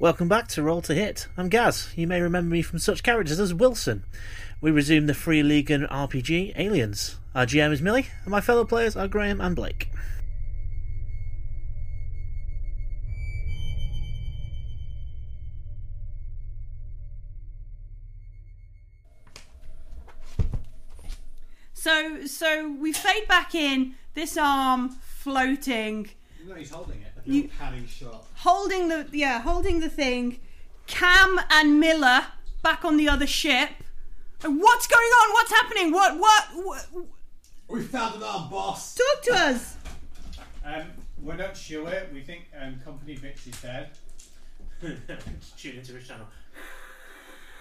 Welcome back to Roll to Hit. I'm Gaz. You may remember me from such characters as Wilson. We resume the Free League and RPG Aliens. Our GM is Millie, and my fellow players are Graham and Blake. So so we fade back in, this arm floating, No, he's holding it. You- You're panning shot. holding the yeah, holding the thing. Cam and Miller back on the other ship. Uh, What's going on? What's happening? What what, what We found an arm boss. talk to us? Um, we're not sure. We think um, Company Bitch is dead. Tune into which channel?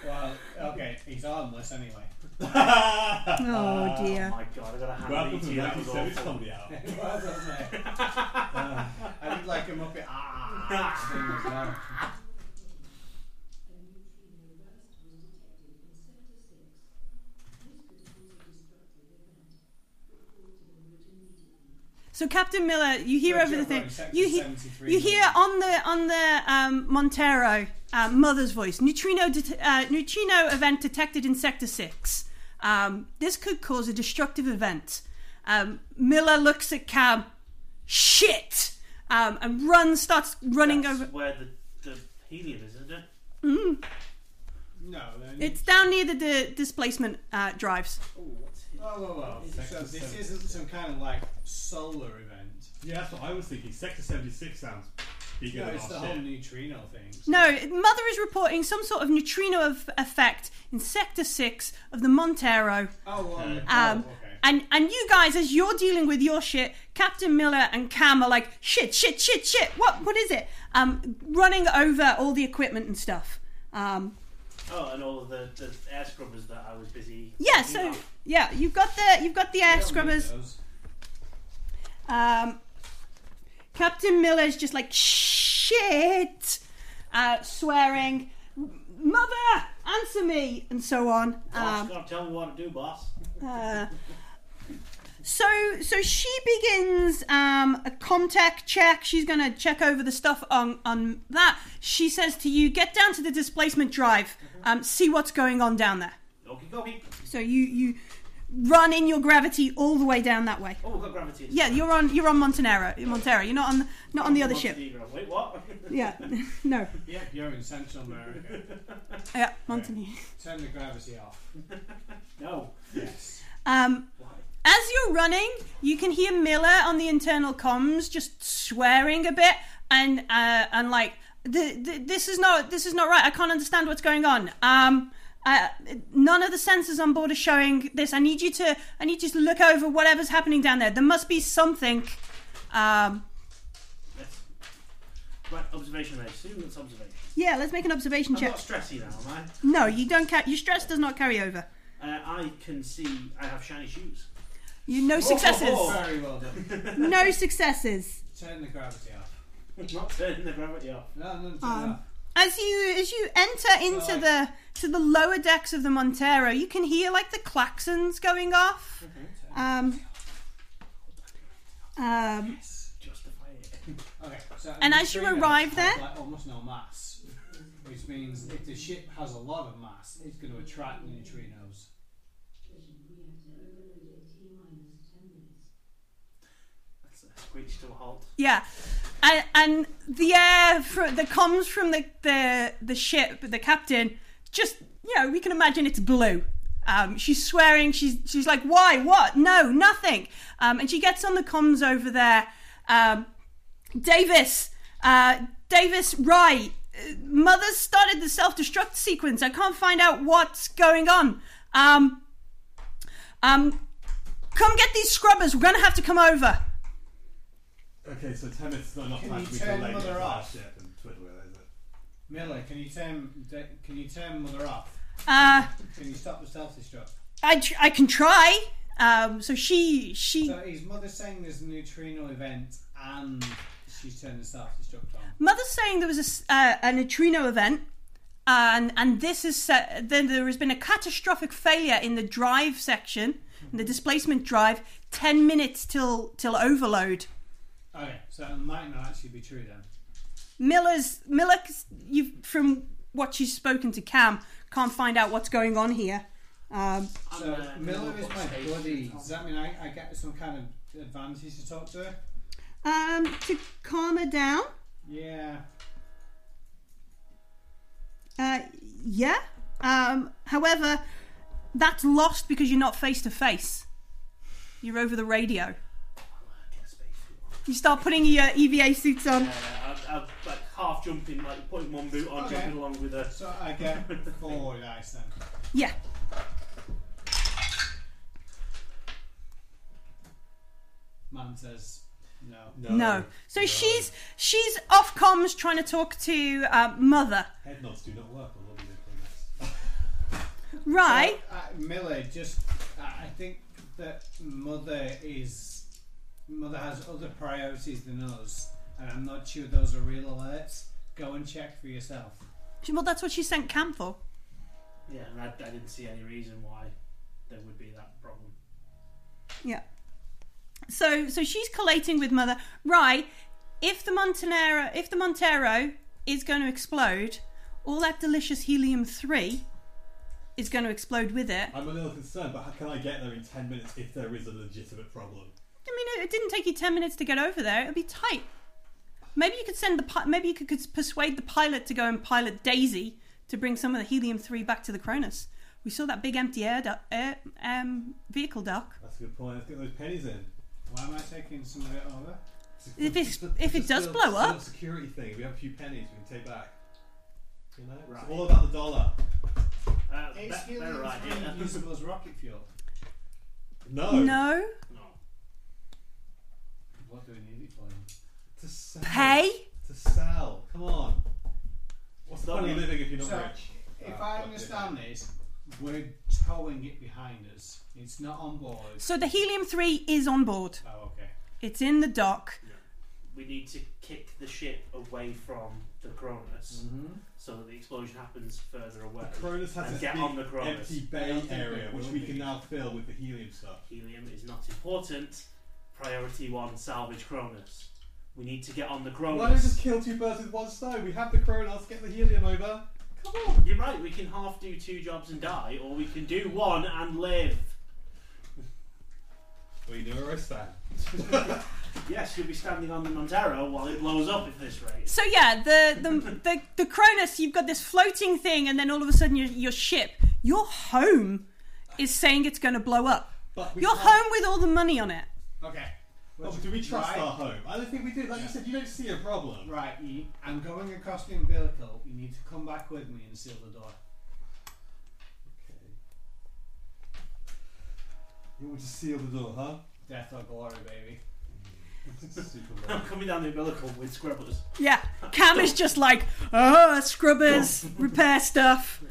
Well, okay, he's armless anyway. Oh dear. my god, I got a hand Welcome to Lucky Service Comedy Hour. well, doesn't it? I did like him up at ah. thing as well. So Captain Miller, you hear over the thing. Sector You hear 73 you hear on the on the um, Montero uh, mother's voice. Neutrino det- uh, neutrino event detected in Sector Six. Um, this could cause a destructive event. Um, Miller looks at Cam. Shit. Um, and runs starts running over. where the, the helium is, isn't it? No, then. It's down near the di- displacement uh, drives. Whoa, whoa, whoa. So this isn't some kind of like solar event. Yeah, that's what I was thinking. Sector 76 sounds bigger No, than it's the our whole ship. neutrino thing. No, Mother is reporting some sort of neutrino of effect in Sector Six of the Montero. Oh, well, Um, oh, okay. and and you guys, as you're dealing with your shit, Captain Miller and Cam are like shit, shit, shit, shit. What what is it? Um, running over all the equipment and stuff. Um, Oh, and all the, the air scrubbers that I was busy. yeah. So yeah, you've got the you've got the We air don't scrubbers. need those. Um, Captain Miller's just like shit, uh, swearing, mother, answer me, and so on. Boss, Um, gotta tell me what to do, boss. Uh, so so she begins um, a contact check. She's going to check over the stuff on on that. She says to you, get down to the displacement drive, um, see what's going on down there. Okie dokie. So you you run in your gravity all the way down that way. Oh, we've got gravity. Yeah, you're on you're on Montanera, Montero. You're not on not on the other ship. Montenegro. Wait, what? Yeah, no, Yep, you're in Central America. yeah, Montanera. Turn the gravity off. no. Yes. Um, Why? As you're running, you can hear Miller on the internal comms just swearing a bit and uh, and like the, the, this is not this is not right. I can't understand what's going on. Um, uh, none of the sensors on board are showing this. I need you to I need you to look over whatever's happening down there. There must be something. Um, Let's. Right, observation range. See what's observation. yeah, let's make an observation I'm check. not stressy now, am I? No, you don't. Ca- your stress does not carry over. Uh, I can see I have shiny shoes. You no successes. Very well done. No successes. Turn the gravity off. Not turning the gravity off. No, no, turn it Um, off. as you as you enter into Right. the to the lower decks of the Montero, you can hear like the claxons going off. Um, um, Justify it. Okay, so And the as you neutrinos arrive have, there- like almost no mass, which means if the ship has a lot of mass, it's going to attract neutrinos. That's a screech to a halt. yeah, and, and the air fr the comms from the, the the ship, the captain, just you know, we can imagine it's blue. Um, she's swearing. She's she's like, why? What? No, nothing. Um, and she gets on the comms over there. Um, Davis, uh, Davis, right. Uh, Mother's started the self destruct sequence. I can't find out what's going on. Um, um, come get these scrubbers. We're going to have to come over. Okay, so 10 minutes is not enough Can time you for me turn to lay mother down our off? ship and twiddle with it, is it? Miller, can you turn de- can you turn mother off? Uh, Can you stop the self destruct? I, tr- I can try. Um, so she she So his mother's saying there's a neutrino event and she's turned the self destruct on. mother's saying there was a s- uh, a neutrino event, and and this is se- then there has been a catastrophic failure in the drive section, in the displacement drive. Ten minutes till till overload. Okay, so it might not actually be true then. Miller's Miller, you from what she's spoken to Cam, can't find out what's going on here. Um, So uh, Miller is what my stage buddy. she's on. Does that mean I, I get some kind of advantage to talk to her? um, to calm her down. Yeah. Uh, yeah. Um, however, that's lost because you're not face to face. You're over the radio. You start putting your EVA suits on. Yeah, I, I'm Uh, like half jumping, like putting one boot on, Okay. jumping along with her. So I get four dice then. Yeah. Man says no. No. So she's she's off comms trying to talk to uh, mother. Head nods do not work on what we do for Right. Uh, Miller, just I I think that mother is mother has other priorities than us, and I'm not sure those are real alerts. Go and check for yourself. She- Well, that's what she sent Cam for. Yeah, and I, I didn't see any reason why there would be that problem. Yeah. So so she's collating with mother. Right. If the Montanero if the Montero is going to explode, all that delicious helium three is going to explode with it. I'm a little concerned, but how can I get there in 10 minutes if there is a legitimate problem? I mean, it, it didn't take you ten minutes to get over there. It'd be tight. Maybe you could send the pi- maybe you could, could persuade the pilot to go and pilot Daisy to bring some of the helium three back to the Cronus. We saw that big empty air, du- air um, vehicle dock. That's a good point. Let's get those pennies in. Why am I taking some of it over? If it's- Just a- if it just does a blow little up- security thing. If we have a few pennies we can take back. You know, Right. it's all about the dollar. Uh, be- Is better helium idea. three usable as rocket fuel? No. No, no. What do we need it for? To sell. pay. To sell. Come on. What's the Well, point of you- living if you're not so, rich? If Ah, I fuck understand it. this, we're towing it behind us. It's not on board. So the helium three is on board. Oh, okay. It's in the dock. We need to kick the ship away from the Cronus Mm-hmm. so that the explosion happens further away. The Cronus has And this get big on the Cronus. empty I bay don't think area, it which will we be. can now fill with the helium stuff. Helium is not important. Priority one, salvage Cronus. We need to get on the Cronus. Why don't we just kill two birds with one stone? We have the Cronus, get the helium over. Come on. You're right, we can half do two jobs and die, or we can do one and live. We do a roast that. Yes, you'll be standing on the Montero while it blows up at this rate. So yeah, the the the, the Cronus, you've got this floating thing, and then all of a sudden your your ship, your home, is saying it's going to blow up. But we Your can't- home with all the money on it. Okay. Oh, Which- do we trust right, our home? I don't think we do. Like you said, you don't see a problem. Right, you, I'm going across the umbilical. You need to come back with me and seal the door. Okay. You want to seal the door, huh? Death or glory, baby. Super I'm well. coming down the umbilical with scrubbers. Yeah, Cam is just like, oh, scrubbers, repair stuff.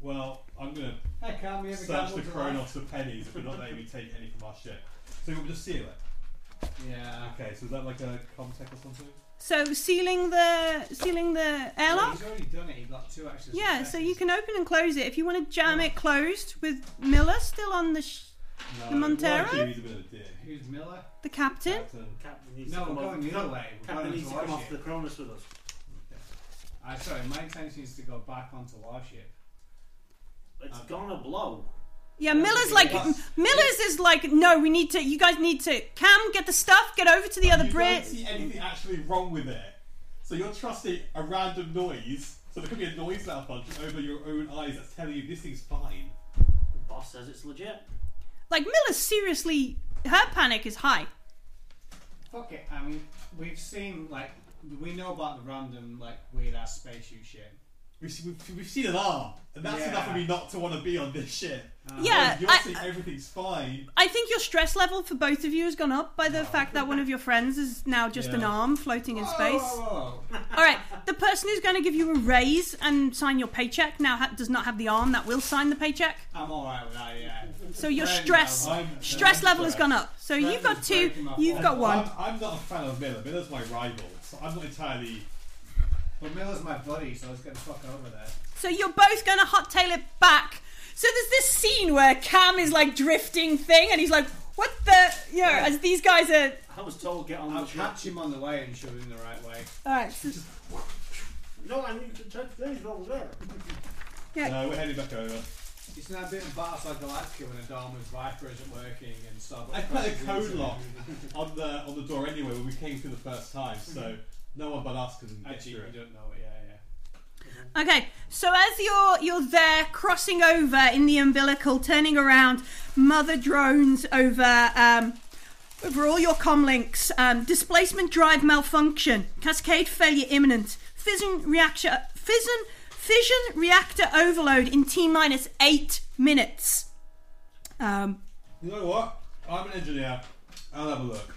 well, I'm gonna Hey, can we have a search gamble the to Kronos for pennies if we're not letting me take any from our ship. So we'll just seal it. laugh? Yeah. Okay, so is that like a comtech or something? So sealing the sealing the airlock. He's already done it. He got two extra. Yeah, so you successes. can open and close it if you want to jam it closed with Miller still on the sh- No. The Montero? Why do you use a bit of a dick? Who's Miller? the captain. Captain. Captain needs No, to come we're off. going the other way. We're Captain going needs to to come off the warship. Cronus with us. I'm sorry, my intention is to go back onto warship. It's Okay. gonna blow. Yeah, Miller's like Yes. Miller's is like, no, we need to. You guys need to Cam get the stuff, get over to the other you bridge. don't see anything actually wrong with it. So you're trusting a random noise. So there could be a noise malfunction over your own eyes that's telling you this thing's fine. The boss says it's legit. Like Miller's seriously, her panic is high. Fuck it. I mean, we've seen like we know about the random like weird ass spacesuit shit. We've, se- we've, we've seen an R, and that's Yeah. Uh. enough for me not to want to be on this ship. Yeah, You're I- saying everything's fine. I think your stress level for both of you has gone up by the fact that one of your friends is now just an Yeah. arm floating in Oh, Whoa, space. whoa, whoa. All right, the person who's going to give you a raise and sign your paycheck now ha- does not have the arm that will sign the paycheck. I'm all right with that. Yeah. So your Friend, stress I'm- I'm- stress I'm level has stressed. gone up. So Friend you've got is two, breaking my you've phone. got one. I'm, I'm not a fan of Miller. Miller's my rival, so I'm not entirely. But Miller's my buddy, so I was gonna fuck over there. So you're both going to hottail it back. So there's this scene where Cam is like drifting thing, and he's like, What the? You know, as these guys are. I was told get on I'll the ship. catch him on the way and shove him the right way. All right. So, No, I need to check things over there. No, we're heading back over. It's now a bit of Battlestar Galactica when a Dharma's Viper isn't working and Starbucks. I put a presses code into it. lock on the on the door anyway when we came through the first time, so no one but us can get Mm-hmm. Actually, through you it. don't know it. Yeah, yeah. okay. So as you're you're there, crossing over in the umbilical, turning around, mother drones over. Um, over all your comlinks, um, displacement drive malfunction, cascade failure imminent, fission reaction, fission, fission reactor overload in t minus eight minutes. Um, You know what? I'm an engineer. I'll have a look.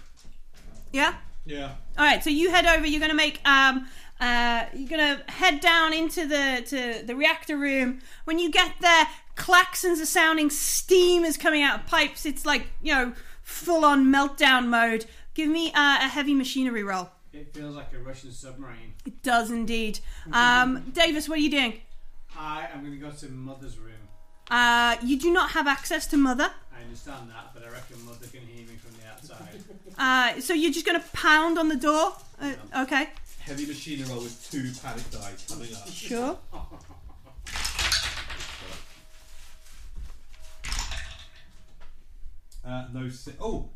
yeah. Yeah. All right, so you head over. You're gonna make um, uh, you're gonna head down into the to the reactor room. When you get there, claxons are sounding, steam is coming out of pipes. It's like you know, full on meltdown mode. Give me uh, a heavy machinery roll. It feels like a Russian submarine. It does indeed. Um, Davis, what are you doing? I am going to go to Mother's room. Uh, you do not have access to Mother, I understand that, but I reckon Mother can hear me from the outside. uh, so you're just gonna pound on the door. Uh, okay, Heavy machine roll with two panic dice coming up. sure. Uh, no si- Oh,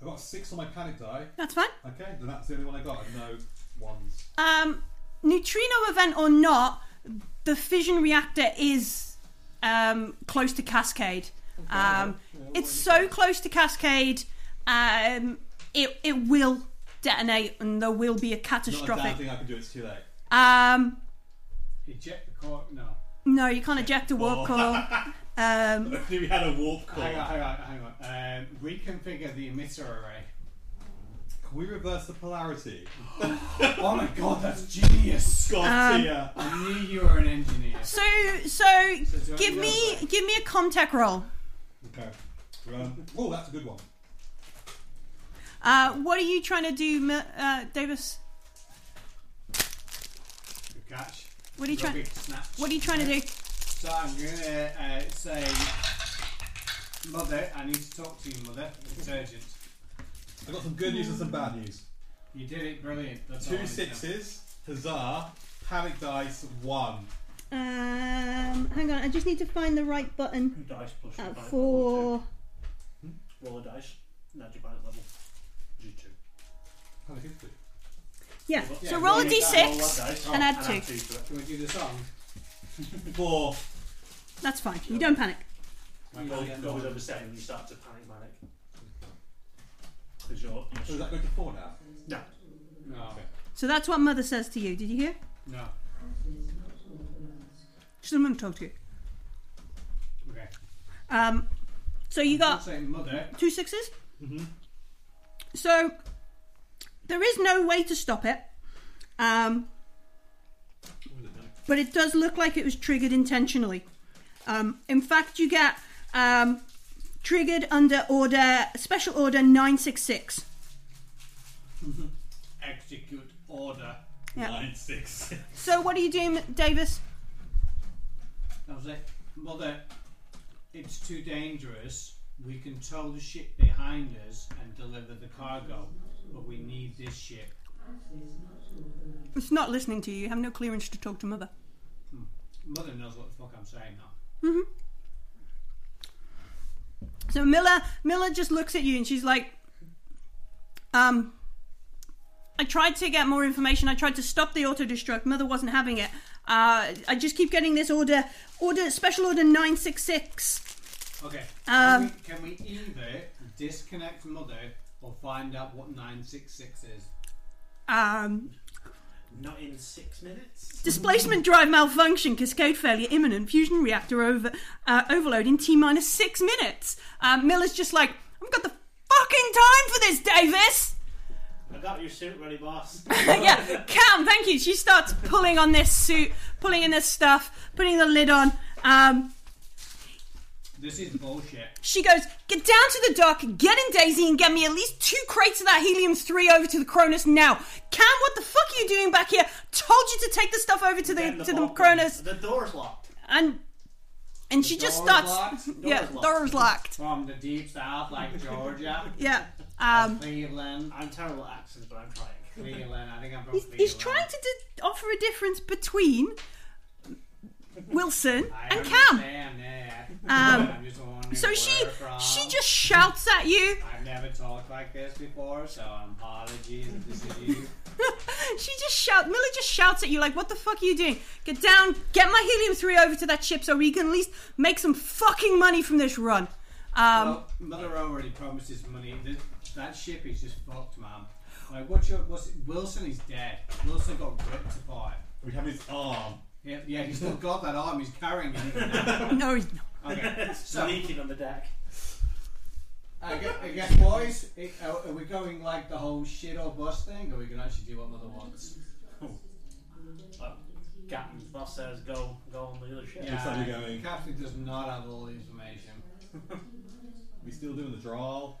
I got a six on my panic die. That's fine. Okay, then that's the only one I got. and No ones. Um, neutrino event or not, the fission reactor is um, close to Cascade. Um, it's so close to Cascade, um, it it will detonate, and there will be a Not a damn catastrophic. thing I can do. It's too late. Um, Eject the cork. No. no, you can't eject a warp core. Um, we had a warp core. Hang on, hang on, hang on. Um, reconfigure the emitter array. Can we reverse the polarity? Oh my god, that's genius! God Um, dear. I knew you were an engineer. so so, do I give go me for give me a contact roll. Okay. Um, oh, that's a good one. Uh, what are you trying to do, Mi- uh, Davis? Good catch. What are you trying? Rugby snatch. What are you trying to do? So I'm gonna uh, say, Mother, I need to talk to you, Mother. It's urgent. I got some good news and some bad news. You did it brilliant. That's all I Two need to know. sixes. Huzzah. Panic dice one. Um, hang on, I just need to find the right button. Dice plus your panic Uh, level for two. Roll a dice. No, your panic level. Do two. Panic is good. yeah. Yeah, so roll a roll it Roll d6. that dice. and add two. to it. Can we do the song? Four. That's fine. You don't panic. My goal goal was over seven. You start to panic, manic. Because you're, So you're does that go to four now? no. No. So that's what mother says to you. Did you hear? No. She's going to talk to you. Okay. Um, so you I'll got say Mother. two sixes? So there is no way to stop it. Um, but it does look like it was triggered intentionally. Um, in fact, you get um, triggered under order special order nine six six. Execute order. Yeah. Nine six. So what are you doing, Davis? I was like, Mother, it's too dangerous. We can tow the ship behind us and deliver the cargo, but we need this ship. It's not listening to you. You have no clearance to talk to mother. Mother knows what the fuck I'm saying now. So Miller Miller just looks at you and she's like, um, I tried to get more information. I tried to stop the auto destruct. Mother wasn't having it. Uh, I just keep getting this order, order special order nine six six. Okay. Um, can, we, can we either disconnect Mother or find out what 966 is? Um, Not in six minutes. displacement drive malfunction, cascade failure imminent, fusion reactor over uh, overload in t minus six minutes. Uh, Miller's just like, I've got the fucking time for this, Davis. I got your suit ready, boss. yeah, Cam, thank you. She starts pulling on this suit, pulling in this stuff, putting the lid on. Um, This is bullshit. she goes, Get down to the dock, get in Daisy, and get me at least two crates of that helium 3 over to the Cronus now. Cam, what the fuck are you doing back here? Told you to take the stuff over to the, Get in to the ballroom. Cronus. The door's locked. And and she just Doors starts. locked? yeah, Doors locked. doors locked. From the deep south, like Georgia, Yeah. Um, Cleveland, I'm terrible at accents, but I'm trying. Cleveland. I think I'm from he's, Cleveland. he's trying to di- offer a difference between Wilson I and Cam. understand, yeah. Um, I'm just wondering So where she from. she just shouts at you. I've never talked like this before, so um, apologies if this is you. She just shouts. Millie just shouts at you like, "What the fuck are you doing? Get down. Get my helium three over to that ship so we can at least make some fucking money from this run." Um, well, Miller already promises money. Th- That ship is just fucked, man. Like, what's your what's it? Wilson is dead. Wilson got ripped apart. We have his arm. Yeah, yeah, he's still got that arm. He's carrying it. now. no, he's not. Okay, so Leaking on the deck. I guess, I guess boys, it, are, are we going like the whole shit or bust thing, or are we gonna actually do what Mother wants? Well, Uh, Captain's boss says go, go on the other ship. Yeah, like we're going- Captain does not have all the information. We still doing the draw.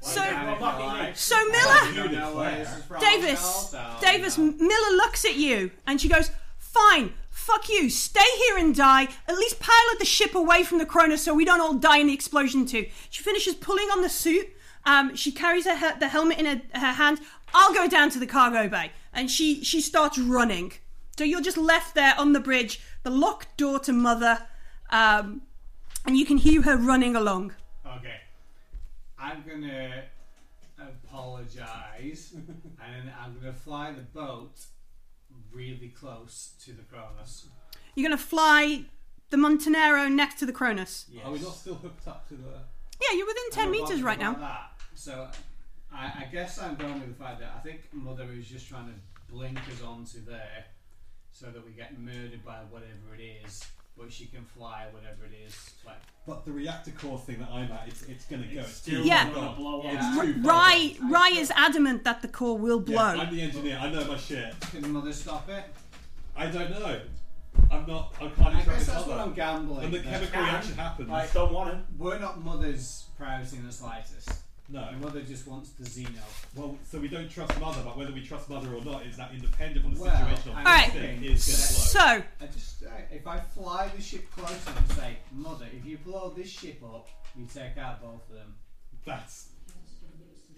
So- Damn it, Well, fucking Miller. you. So Miller, You don't know where this is from, Davis, Mel, so, Davis, you know. Miller looks at you and she goes, "Fine, fuck you. Stay here and die. At least pilot the ship away from the Cronus so we don't all die in the explosion too." She finishes pulling on the suit. Um, she carries her, her the helmet in her, her hand. I'll go down to the cargo bay, and she she starts running. So you're just left there on the bridge, the locked door to Mother, um, and you can hear her running along. Okay. I'm gonna apologize and then I'm gonna fly the boat really close to the Cronus. You're gonna fly the Montanero next to the Cronus. Oh, Are we not still hooked up to the? Yeah, you're within 10 meters right now. That. So I, I guess I'm going with the fact that I think Mother is just trying to blink us onto there so that we get murdered by whatever it is, but she can fly whatever it is. Like, But the reactor core thing that I'm at, it's, it's gonna go. It's too still Yeah. far gonna gone. blow Yeah. up. It's too far Rye, gone. Rye is adamant that the core will blow. Yeah, I'm the engineer. I know my shit. can Mother stop it? I don't know. I'm not. I can't I interact guess with that's other. what I'm gambling. And the that chemical reaction happens. I don't want him. We're not Mother's priority in the slightest. no. My mother just wants the Xeno. Well, so we don't trust mother, but whether we trust mother or not is that independent on the Well, situation. I Alright. Thing think- is gonna blow. So, I just, I, if I fly the ship closer and say, Mother, if you blow this ship up, you take out both of them. That's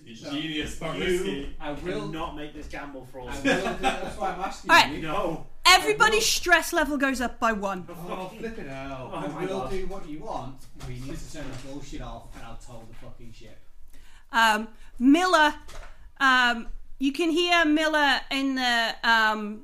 ingenious, but You- risky. I will. not make this gamble for I us. will. do- that's why I'm asking Alright. you. No. everybody's stress level goes up by one. Oh, flipping hell. Oh I my will God. do what you want, but you need to turn the bullshit off and I'll tow the fucking ship. Um, Miller, um, you can hear Miller in the um,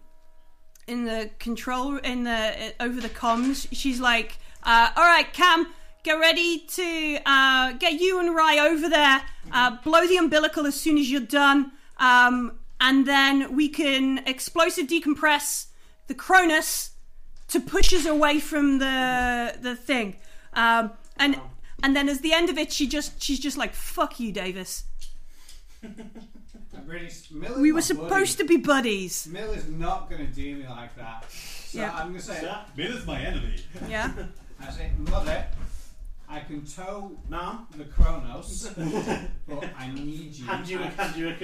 in the control in the uh, over the comms. She's like, uh, "All right, Cam, get ready to uh, get you and Rye over there. Uh, blow the umbilical as soon as you're done, um, and then we can explosive decompress the Cronus to push us away from the the thing." Um, and and then as the end of it, she just she's just like, "Fuck you, Davis. I'm really. s- Mill is We my were supposed to be buddies." buddy. Mill is not going to do me like that. So Yeah. I'm going to say, Miller's my enemy. Yeah. I say, Mother, I can tow Mom, the Kronos, but I need you. hand you, I- a- hand you, a, uh,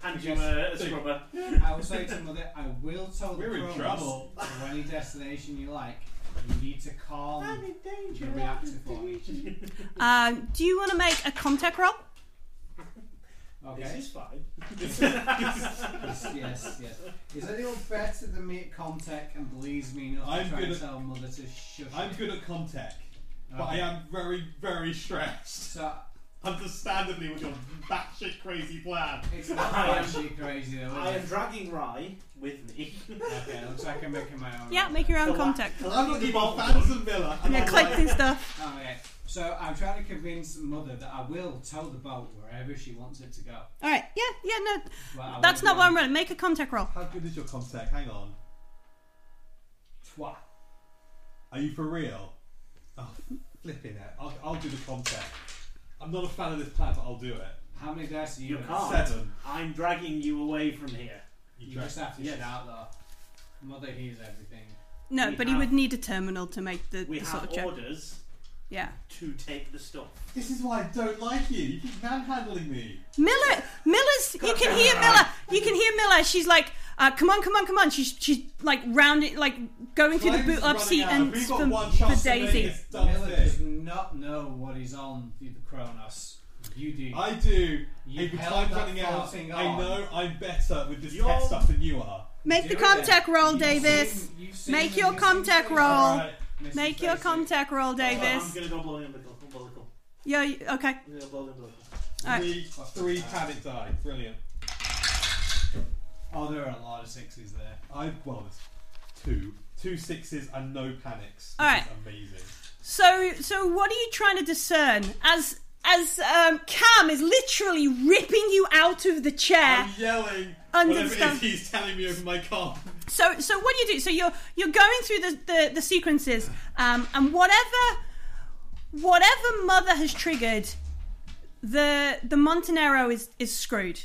hand you a, a scrubber. I will say to mother, I will tell We're the in Kronos trouble. to any destination you like. You need to calm the reactor for me. Um, do you want to make a contact roll? This Okay. is fine. yes, yes, yes. Is anyone better than me at Comtech and believes me not I'm to try gonna- and tell mother to shush? I'm it? good at Comtech, but I Okay. am very, very stressed. So Understandably, with your batshit crazy plan. it's not actually crazy though. I Is am it? dragging Rye with me. Okay, looks like I'm making my own. Yeah, roll make then. your own So that- contact. so I'm that not you even both- Fanson Villa. and Yeah, I'm collecting stuff. Oh, Okay. So I'm trying to convince mother that I will tow the boat wherever she wants it to go. All right. Yeah. Yeah. No, But I that's not won't be what on I'm running. Make a contact roll. How good is your Comtech? Hang on. Twat. Are you for real? Oh, flipping it. I'll, I'll do the Comtech. I'm not a fan of this plan, but I'll do it. How many dice are you? You gonna can't. Seven. I'm dragging you away from here. You You just dress- have to Yes. shut out though. Mother hears everything. No, We but he have- would need a terminal to make the, We the have sort of check. orders Yeah. to take the stuff. This is why I don't like you. You keep manhandling me. Miller, Miller's. You can hear Miller. You can hear Miller. She's like, uh, "Come on, come on, come on." She's she's like rounding, like going through the Time's boot up running seat out. and We've got for, one for chance to make Daisy. this dumb Miller thing. does not know what he's on through the Kronos. You do. I do. You Hey, but held time's that running out. farting I on. know I'm better with this You're- tech stuff than you are. Make Do the it. contact roll, You've Davis. seen- you've seen Make the your missing contact face. roll. Alright. Missing Make your face. contact roll, I'm Davis. gonna go blow the umbilical. umbilical. Yeah. you- Okay. I'm gonna blow the umbilical. Alright. Three, three panic die. Brilliant. Oh, there are a lot of sixes there. I've well, it's two, two sixes and no panics. All This is right. amazing. So so what are you trying to discern as as um, Cam is literally ripping you out of the chair? I'm yelling. Whatever it Understand. is he's telling me over my car. So, so what do you do? So you're you're going through the the, the sequences, um, and whatever whatever mother has triggered, the the Montanero is is screwed.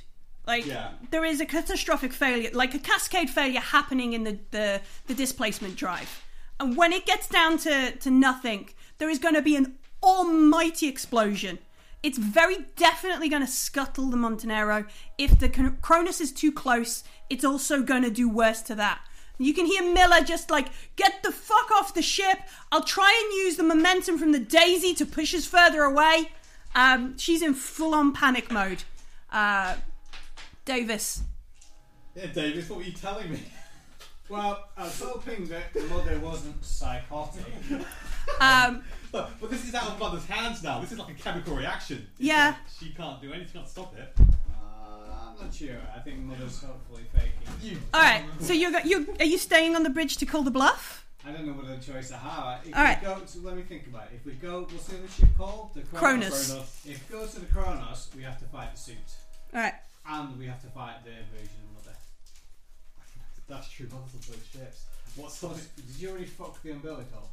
Like Yeah. there is a catastrophic failure, like a cascade failure happening in the the, the displacement drive, and when it gets down to to nothing, there is going to be an almighty explosion. It's very definitely going to scuttle the Montanero. If the Con- Cronus is too close, it's also going to do worse to that. You can hear Miller just like, get the fuck off the ship. I'll try and use the momentum from the Daisy to push us further away. Um, she's in full on panic mode. Uh, Davis. Yeah, Davis, what were you telling me? Well, I was hoping that the mother wasn't psychotic. Um, But, but this is out of mother's hands now. This is like a chemical reaction. It's Yeah. like she can't do anything. Can't stop it. Uh, I'm not sure. I think mother's hopefully faking. You. all right. So you're go- you are you staying on the bridge to call the bluff? I don't know what other choice I have. If All we right. go to, let me think about it. If we go, what's the other ship called? The Cronus. Cronus. If we go to the Kronos, we have to fight the suit. All right. And we have to fight their version of mother. That's true. Mother's on both ships. What's Plus, something? did you already fuck the umbilical?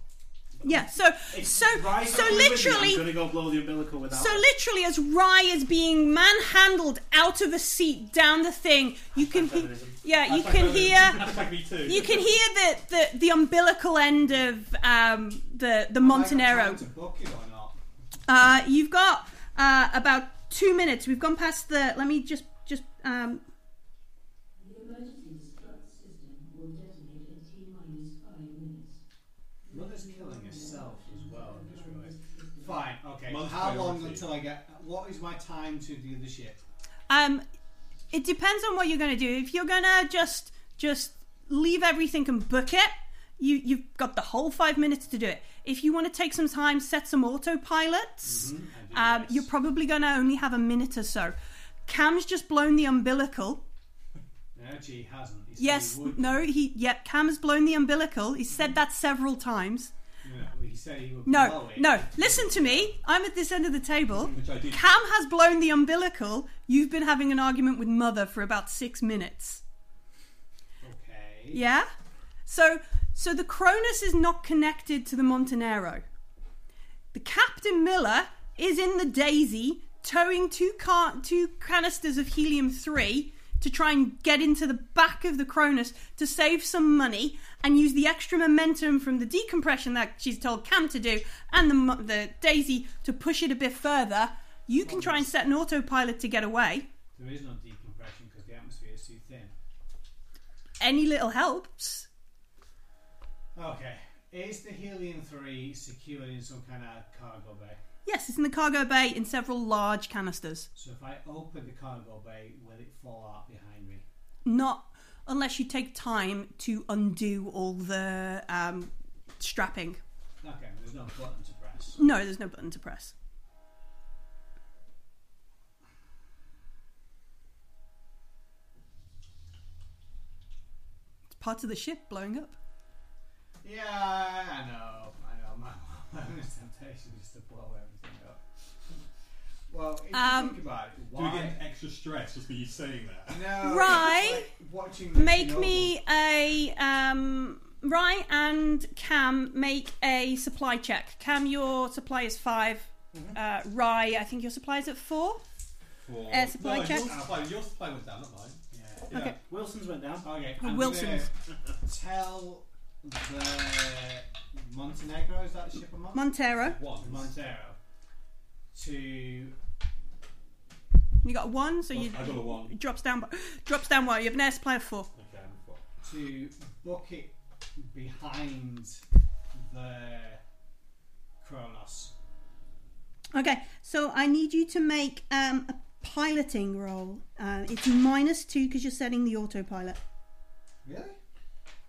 Yeah. So It's so right so up with me. I'm literally gonna go blow the umbilical without. so it. literally as Rye is being manhandled out of a seat down the thing, you can he- Feminism. yeah you can hear. Hashtag me too. You can hear the, the, the umbilical end of um, the the Am I got time Montanero. to book it or not? Uh, you've got uh, about two minutes. We've gone past the. Let me just just um, The emergency start system will detonate in T minus five minutes. Mother's killing herself as well. I just realised. Fine. Okay. Mother's How long priority. until I get? What is my time to the other ship? Um, it depends on what you're going to do. If you're going to just just leave everything and book it, you you've got the whole five minutes to do it. If you want to take some time, set some autopilots. I Um, do you're this. probably going to only have a minute or so. Cam's just blown the umbilical. No, she hasn't. He said Yes, he would. Mm-hmm. no, he. Yeah, Cam has blown the umbilical. He's said that several times. No, he said he would. blow No, it. no. Listen to me. I'm at this end of the table. Which I did. Cam has blown the umbilical. You've been having an argument with Mother for about six minutes. Okay. Yeah. So so the Cronus is not connected to the Montanero. The Captain Miller is in the Daisy towing two car- two canisters of helium 3 to try and get into the back of the Cronus to save some money and use the extra momentum from the decompression that she's told Cam to do and the mo- the Daisy to push it a bit further. You can try and set an autopilot to get away. There is no decompression because the atmosphere is too thin. Any little helps. Okay. Is the helium three secured in some kind of cargo bay? Yes, it's in the cargo bay in several large canisters. So if I open the cargo bay, will it fall out behind me? not unless you take time to undo all the um, strapping. Okay. There's no button to press. No, there's no button to press. It's part of the ship blowing up. Yeah, I know. I know. My, my biggest temptation is to blow everything up. Well, if Um, you think about it, Do we get why? an extra stress just for you saying that? No. Rye, it's like watching the Make Chernobyl. me a um, Rye and Cam make a supply check. Cam, your supply is 5 Uh, Rye, I think your supply is at four. For... Air supply no, check. Your supply, your supply was down, not mine. Yeah. Yeah. Okay. Wilson's went down. Okay. I'm Wilson's. gonna Tell the Montenegro, is that the ship of Mon- Montero. One, Montero, to You got a one, so you I got a one. it drops down. by- Drops down one. You have an S player four. Okay, I'm four. to book it behind the Kronos. Okay, so I need you to make um, a piloting roll. Uh, it's minus two because you're setting the autopilot. Really?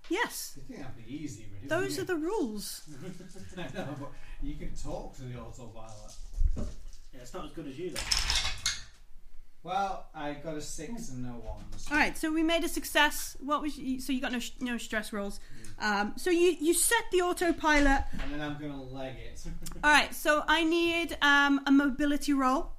Yes, You think that'd be easy, really? those are the rules. I know, but you can talk to the autopilot. Yeah, it's not as good as you, though. Well, I got a six and no ones. Hmm. All right, so we made a success. What was you, so you got no sh- no stress rolls. Um, so you you set the autopilot. And then I'm gonna leg it. All right, so I need um, a mobility roll.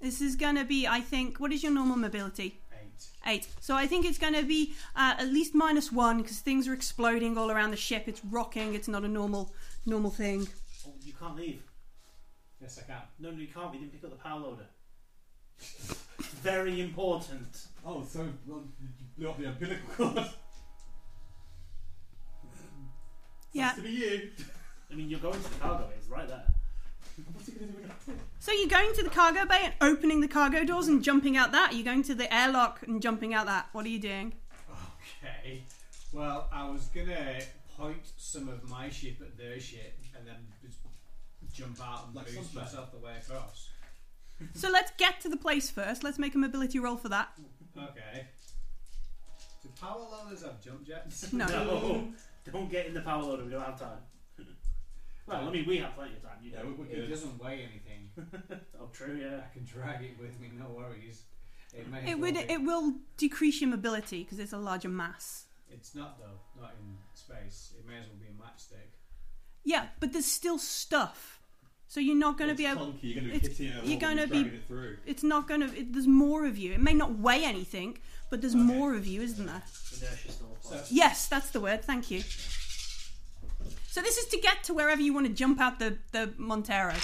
This is gonna be, I think, what is your normal mobility? Eight. Eight. So I think it's going to be uh, at least minus one because things are exploding all around the ship. It's rocking. It's not a normal normal thing. Oh, you can't leave. Yes, I can. No, no, you can't. We didn't pick up the power loader. Very important. Oh, so well, you blew up the umbilical cord. Sucks Yeah. to be you. I mean, you're going to the cargo. It's right there. What's he gonna do with that? So you're going to the cargo bay and opening the cargo doors and jumping out that. You're going to the airlock and jumping out that. What are you doing? Okay. Well, I was gonna point some of my ship at their ship and then just jump out and Like boost Sunbelt. myself the way across. so let's get to the place first. Let's make a mobility roll for that. Okay. Do power loaders have jump jets? No. No, oh, don't get in the power loader. We don't have time. well, I mean, we have plenty of time. You Yeah, know. we're, we're It good. doesn't weigh anything. Oh, true. Yeah. I can drag it with me, no worries. It may as It well would be. it will decrease your mobility because it's a larger mass. It's not though, not in space. It may as well be a matchstick. Yeah, but there's still stuff. So you're not going to It's be able. clunky, You're gonna be it's- hitting it. you're gonna be- dragging it through. it's not going to. There's more of you. It may not weigh anything, but there's Okay. more of you, isn't there? Inertia still applies. So- Yes, that's the word. Thank you. So this is to get to wherever you want to jump out the the Montero.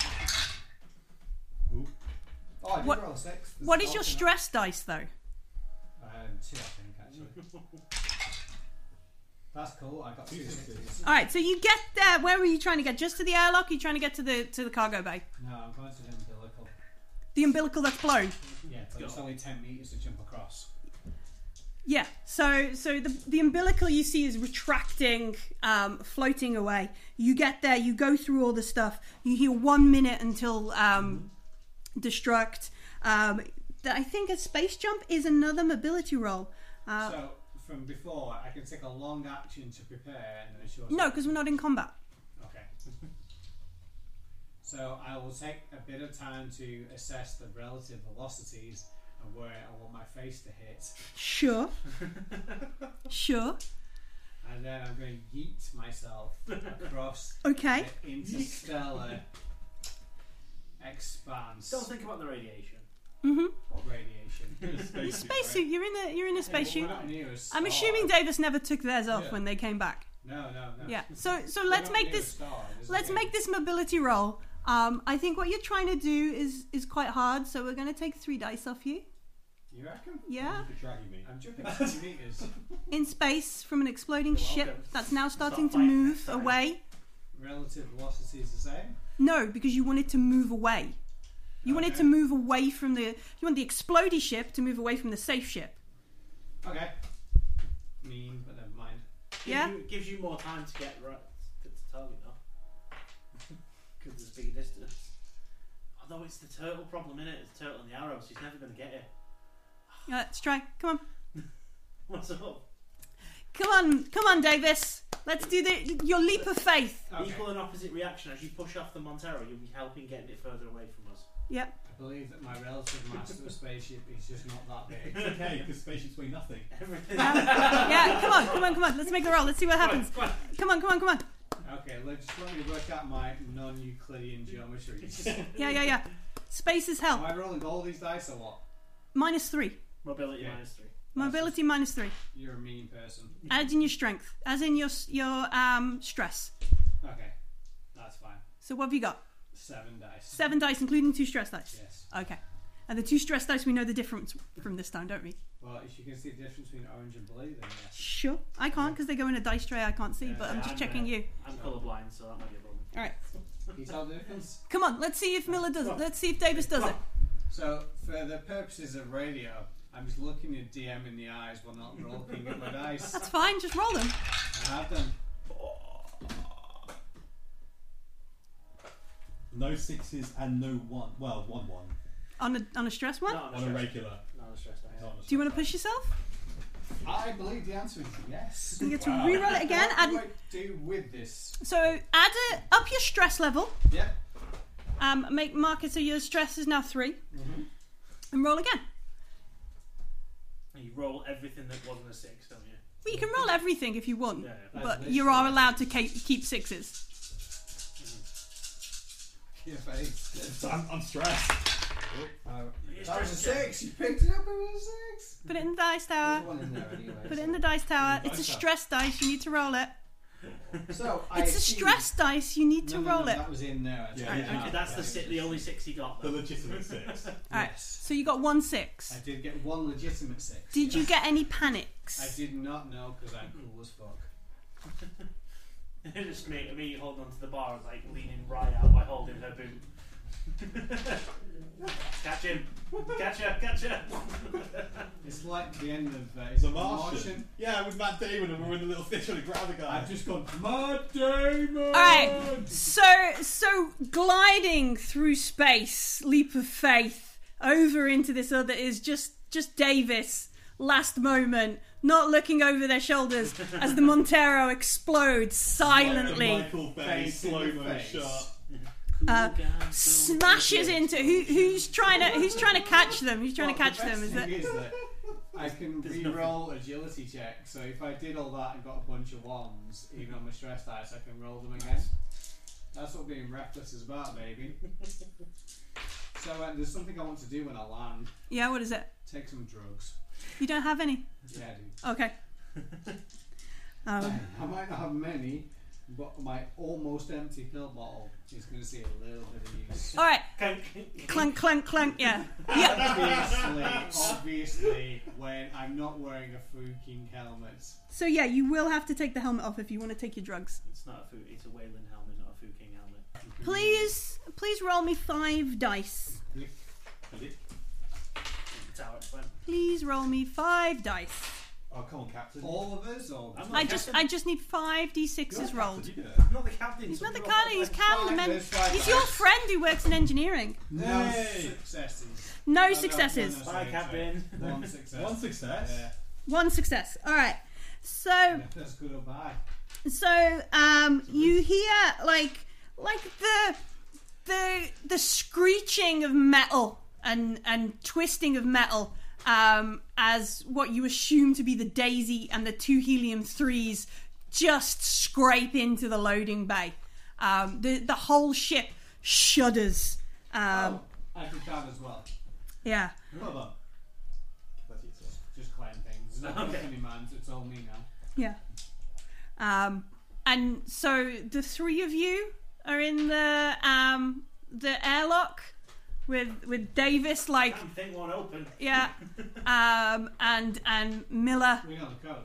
Oh, I did What- roll a six. There's What a is your dolphin stress dice though? up. Um, two, I think actually. That's cool. I got two Two sixes. sixes. All right, so you get there. Where were you trying to get? Just to the airlock? Are you trying to get to the to the cargo bay? No, I'm going to the umbilical. The umbilical that's blown. Yeah, but it's only ten meters to jump across. Yeah. So so the the umbilical you see is retracting, um, floating away. You get there. You go through all the stuff. You hear one minute until um, destruct. Um, th- I think a space jump is another mobility roll. Uh, so from before, I can take a long action to prepare and then a short. no, because we're not in combat. Okay. so I will take a bit of time to assess the relative velocities and where I want my face to hit, Sure. sure. and then I'm going to yeet myself across Okay. the interstellar expanse Don't think about the radiation. hmm of radiation. You're in a spacesuit, Spacesuit. You're in a you're in a We're spacesuit. not Oh. near a star. I'm assuming Davis never took theirs off Yeah. when they came back. No, no, no. Yeah. So so We're let's not make near a this star. There's let's no- make this mobility roll. Um, I think what you're trying to do is is quite hard. So we're going to take three dice off you. You reckon? right? Yeah. You're dragging me. I'm jumping 10 meters. In space from an exploding You're ship welcome. that's now starting to fighting move next time. away. Relative velocity is the same. No, because you want it to move away. You want it Okay. to move away from the. You want the explodey ship to move away from the safe ship. Okay. Mean, but never mind. Gives Yeah. You, gives you more time to get right to the target though, because there's bigger distance. Although it's the turtle problem, innit? It's the turtle and the arrow, so he's never going to get it. Yeah, let's try. Come on. What's up? Come on, come on, Davis. Let's do the your leap of faith. Okay. Equal and opposite reaction. As you push off the Montero, you'll be helping getting it further away from us. Yep. I believe that my relative mass to a spaceship is just not that big. It's okay because spaceships weigh nothing. Everything. Um, yeah. Come on, come on, come on. Let's make the roll. Let's see what happens. Come on, come Come on, come on, come on. Okay, let's just let me work out my non-Euclidean geometries. Am Yeah, yeah, yeah. Space is hell. I rolling all these dice or what? Minus three. on. Mobility Yeah. minus three. Mobility minus three. You're a mean person. Add in your strength, as in your s- your um stress. Okay, that's fine. So what have you got? Seven dice. Seven dice, including two stress dice. Yes. Okay. And the two stress dice, we know the difference from this time, don't we? Well, if you can see the difference between orange and blue, then yes. Sure. I can't because they go in a dice tray I can't see, Yeah, but yeah, I'm just I'm, checking uh, you. I'm colourblind, so that might be a problem. All right. Can you tell the difference? Come on, let's see if Miller does it. Let's see if Davis does it. So, for the purposes of radio, I'm just looking at DM in the eyes while not looking at my dice. That's fine, just roll them. I have them. No sixes and no one. Well, one one On a, on a stress one? Not on a on a stress. regular. Not on a stress die. Not on a Do you want to stress push yourself? I believe the answer is yes. You get to Wow. reroll it again. What Add, do I do with this? so add it up your stress level. Yep. Um, make mark it so your stress is now 3 Mm-hmm. and roll again. And you roll everything that wasn't a six, don't you? Well, you can roll everything if you want, Yeah, yeah. but you are allowed to keep, keep sixes. Your face. die. I'm, I'm stressed. Oh, It's that was a just check. six. You picked it up. It was a six. Put it in the dice tower. There's one in there anyway. Uh, Put it in the dice tower. It's a Dice tower. stress dice. You need to roll it. So I It's a achieved- stress dice. You need No, to no, roll no, it. That was in there. I Yeah, took it yeah. out. That's the Yeah. si- the only six he got. The Though. legitimate six. All right. Yes. So you got one six. I did get one legitimate six. Did you get any I panics? did not know because I'm cool as fuck. just me, me holding onto the bar and like leaning right out by holding her boot. catch him! Catch her! Catch her! It's like the end of uh, The The Martian. Yeah, with Matt Damon and we're in the little fish on the ground guy. I've just gone Matt Damon. All right. So so gliding through space, leap of faith, over into this other is just just Davis. Last moment, not looking over their shoulders as the Montero explodes Like silently, the Michael Bay Face in slow the mo face. shot. uh, smashes into who, who's trying to who's trying to catch them? Who's trying to catch them? Is it? that I can There's re-roll agility check. So if I did all that and got a bunch of ones, even on my stress dice, I can roll them again. That's what being reckless is about, baby. so uh, there's something I want to do when I land. Yeah. What is it? Take some drugs. You don't have any. Yeah, I Okay. do. Um, I might not have many, but my almost empty pill bottle is going to see a little bit of use. all right. Clank. Clank, clank, clank. Yeah. Yeah. obviously, obviously, when I'm not wearing a freaking helmet. So yeah, you will have to take the helmet off if you want to take your drugs. It's not a Fu. It's a Wayland helmet, not a Fu King helmet. Please, please roll me five dice. It's how it's went. Please roll me five dice. Oh, come on, Captain. All of us, or I'm not I the just, I captain. just need five d6s rolled. You did it. I'm not the captain. He's so not the we're kind he's Cam, the Five man. is five He's dice. your friend who works in engineering. no Hey. successes. No no, successes. no, no. Bye, captain. One success. One success. Yeah. One success. All right. So, That's good or bye. so um, you hear like, like the, the, the screeching of metal and and twisting of metal um, as what you assume to be the Daisy and the two helium threes just scrape into the loading bay. Um, the the whole ship shudders. Um, oh, I did that as well. Yeah. Hold on. That's it, so. Just claim things. It's not Okay. company man, it's all me now. Yeah. Um, and so the three of you are in the um, the airlock with with Davis, like Damn thing won't open. yeah, um, and and Miller. We know the code.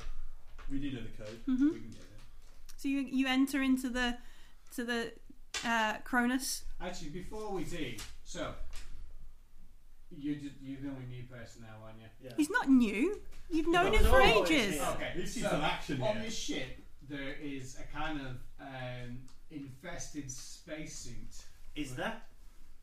We do know the code. Mm-hmm. We can get it. So you you enter into the to the uh, Cronus. Actually, before we do, so you did, you're the only new person now, aren't you? Yeah. He's not new. You've known him He's for always ages. here. Okay, We've seen so some action on here. this ship, there is a kind of um, infested spacesuit. Is that?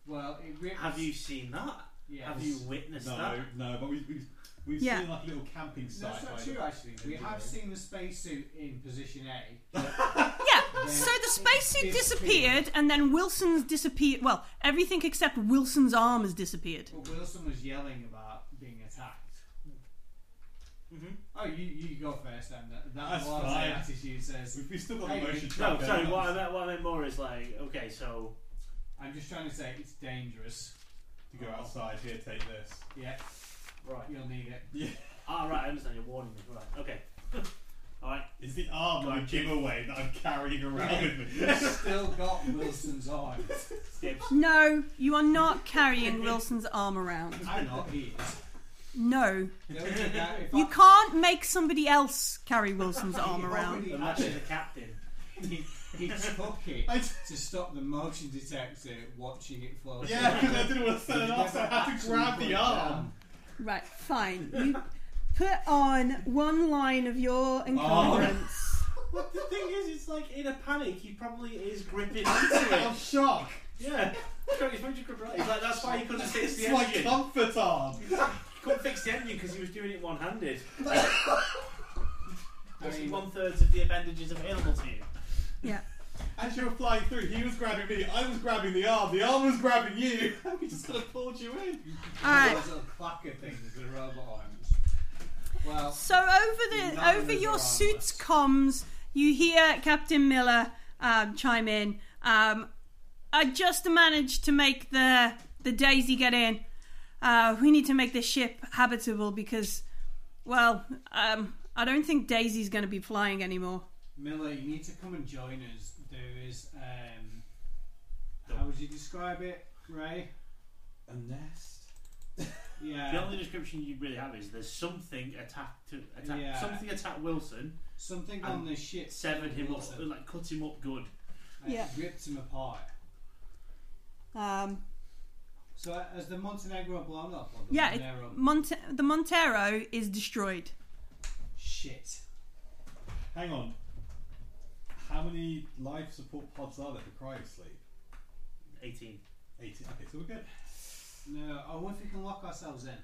Well, it really Have you seen that? Yes. Have you witnessed No, that? no, but we, we've, we've Yeah. seen like a little camping No, site. that's not by true. the- Actually, we Yeah. have seen the spacesuit in position A. Yeah. So the spacesuit disappeared, and then Wilson's disappeared. Well, everything except Wilson's arm has disappeared. But Wilson was yelling about being attacked. Mm-hmm. Oh, you, you go first then. That, that That's was fine. the attitude says. We've, we've still got Hey, the motion No, track. sorry. going What I on. meant, what I meant more is like, okay, so I'm just trying to say it's dangerous. To go outside here, take this. Yeah, right. you'll need it. Yeah. Ah, right. I understand. You're warning me. Right. Okay. Alright, Is the arm my Gotcha. giveaway that I'm carrying around with me? You've still got Wilson's arm. Skips. No, you are not carrying Wilson's arm around. I know he is. No, Don't do that. If you I- can't make somebody else carry Wilson's arm he around. already The had match is the it. captain. He took it I d- to stop the motion detector watching it float. yeah, away. because I didn't want to set He it off, so I never had to actually grab put the it arm. down. Right, fine. You put on one line of Oh. your encumbrance. What the thing is, it's like in a panic, he probably is gripping I'm into it. shocked. Yeah. He's like, that's why he couldn't fix the It's my engine. He comfort arm. couldn't fix the engine because he was doing it one handed. I mean, one third of the appendages available to you. Yeah. As you were flying through, he was grabbing me, I was grabbing the arm, the arm was grabbing you. we just kind of pulled you in. All right. those little clacker things, the robot arms. Well, So over the None over of your us are suit's comms, you hear Captain Miller um, chime in. Um, I just managed to make the the Daisy get in. Uh, we need to make this ship habitable because, well, um, I don't think Daisy's going to be flying anymore. Miller, you need to come and join us. There is, um, how would you describe it, Ray? A nest? The Yeah, only description you really have is there's something attacked to attack Yeah. something attacked Wilson, something on the ship severed him up, Wilson, like cut him up good. and Yeah. ripped him apart. Um, So uh, has the Montenegro blown up? Or the yeah, it, Monero? Monte- the Montero is destroyed. Shit. Hang on. How many life support pods are there for cryosleep? 18. 18. Okay, so we're good. No, only if we can lock ourselves in,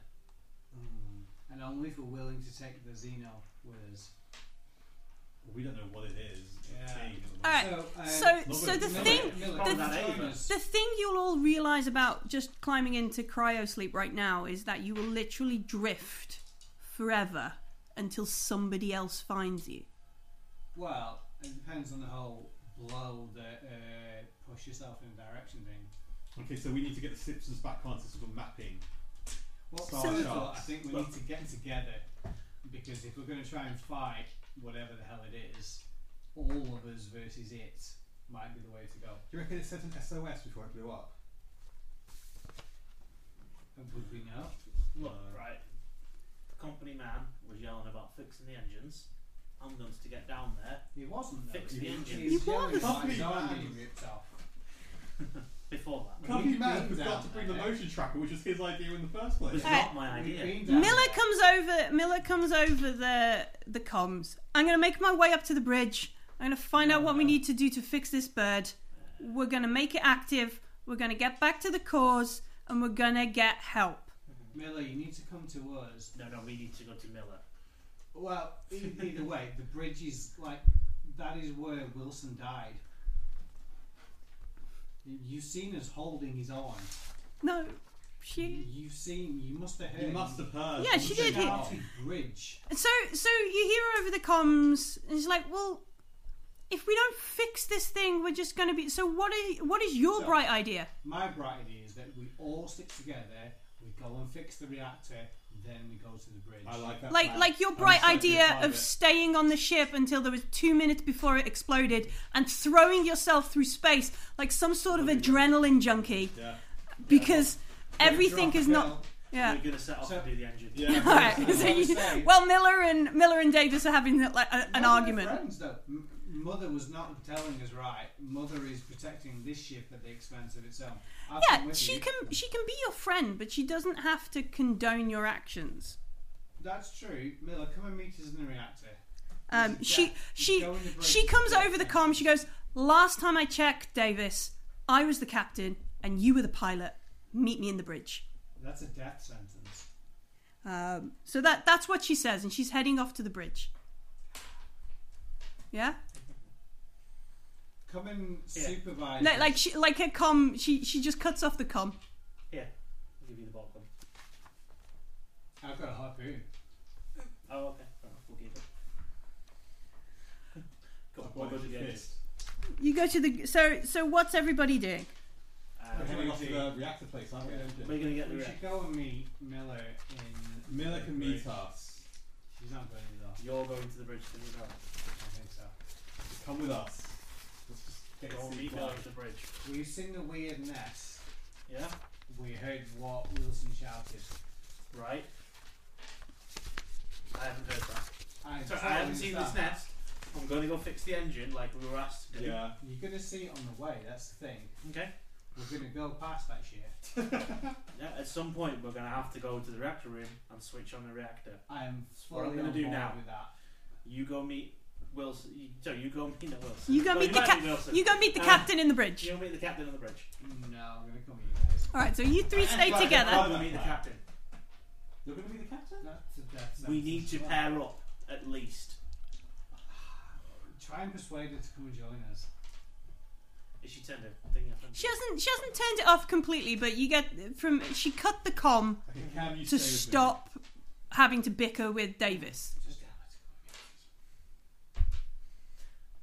Hmm. and only if we're willing to take the Xeno with us. Well, we don't know what it is. Yeah. Team at the Alright, So, um, So, Lovely. so the Miller, thing Miller, Probably come that join age, us. The thing you'll all realize about just climbing into cryo sleep right now is that you will literally drift forever until somebody else finds you. Well, it depends on the whole blow that uh, push yourself in a direction thing. moment. Okay, so we need to get the Simpsons back onto sort of mapping. Well, Star first of Sharks. all, I think we need to get together because if we're going to try and fight whatever the hell it is, all of us versus it might be the way to go. Do you reckon it sent an SOS before it blew up? And Would we know? Look, right. The company man was yelling about fixing the engines. I'm going to get down there. He wasn't. Though. Fix He the was- engine. he was He yelling was. about his Fuck me, arm man. being ripped off. Before that. Well, Company we've man been forgot down to bring the there. motion tracker, which was his idea in the first It was place. Uh, not my We've idea. been down Miller there. comes over Miller comes over the the comms. I'm gonna make my way up to the bridge. I'm gonna find out what we need to do to fix this bird. Uh, We're gonna make it active, we're gonna get back to the cause, and we're gonna get help. Miller, you need to come to us. No, no, we need to go to Miller. Well, e- either way, the bridge is like that is where Wilson died. You- You've seen us holding his arm. No. She You've seen. You must have heard. You must have heard. Yeah, she did The hit- Darty bridge. So, so you hear over the comms, and it's like, well, if we don't fix this thing, we're just going to be. So, what is what is your So- bright idea? My bright idea is that we all stick together. We go and fix the reactor. Then we go to the bridge. I like that. Like, plan. like your I'm bright excited idea about of it. staying on the ship until there was two minutes before it exploded, and throwing yourself through space like some sort of adrenaline junkie, Yeah. because everything Drop is the not. bell. Yeah. We're going to set off So- and do the engine. Yeah. All right. That's So what I you, say. well, Miller and Miller and Davis are having like a, an Well, we're argument. Friends, though. M- Mother was not telling us right. Mother is protecting this ship at the expense of its own. I've been Yeah, with she you. can she can be your friend, but she doesn't have to condone your actions. That's true. Miller, come and meet us in the reactor. Um, This is she Jack. she Go in the break. she comes Yeah. over the comm. She goes, "Last time I checked, Davis, I was the captain and you were the pilot. Meet me in the bridge." That's a death sentence. Um, so that that's what she says, and she's heading off to the bridge. Yeah, Come and Yeah. supervise. like, us. like she like her comm. She she just cuts off the comm. Here, I'll give you the bottle. I've got a harpoon. Oh, okay. Fair enough, we'll keep it. Got I've got bothered it again. fixed. You go to the so so. What's everybody doing? Uh, We're heading off to Rosie. the reactor place, aren't we? We're going to get the We wreck. should go and meet Miller in. Miller can the meet bridge. us. She's not going to You're going to the bridge to meet Mel. I think so. Come with us. Let's just get Go a and seat meet Mel at the bridge. We've seen the weird nest. Yeah? We heard what Wilson shouted. Right? I haven't heard that. I, Sorry, I haven't seen this now. nest. I'm going to go fix the engine like we were asked to do. Yeah. You're gonna see it on the way. That's the thing. Okay? We're gonna go past that shit. Yeah, at some point we're going to have to go to the reactor room and switch on the reactor. I am What are we fully gonna on do board now? with that. You go meet Wilson. You, so you go meet no, Wilson. You go No, meet the might cap- Wilson. You go meet the Uh, Um, captain in the bridge. You go meet the captain on the bridge. No, I'm gonna come with you guys. All right, so you three stay Right, together. right. I will meet the captain. You're going to be the captain? That's a death We sentence need to as well. pair up at least. Try and persuade her to come and join us. Is she turned her thing off? She hasn't she hasn't turned it off completely, but you get from she cut the com Okay, Cam, you to stay with me. stop having to bicker with Davis. Just get her to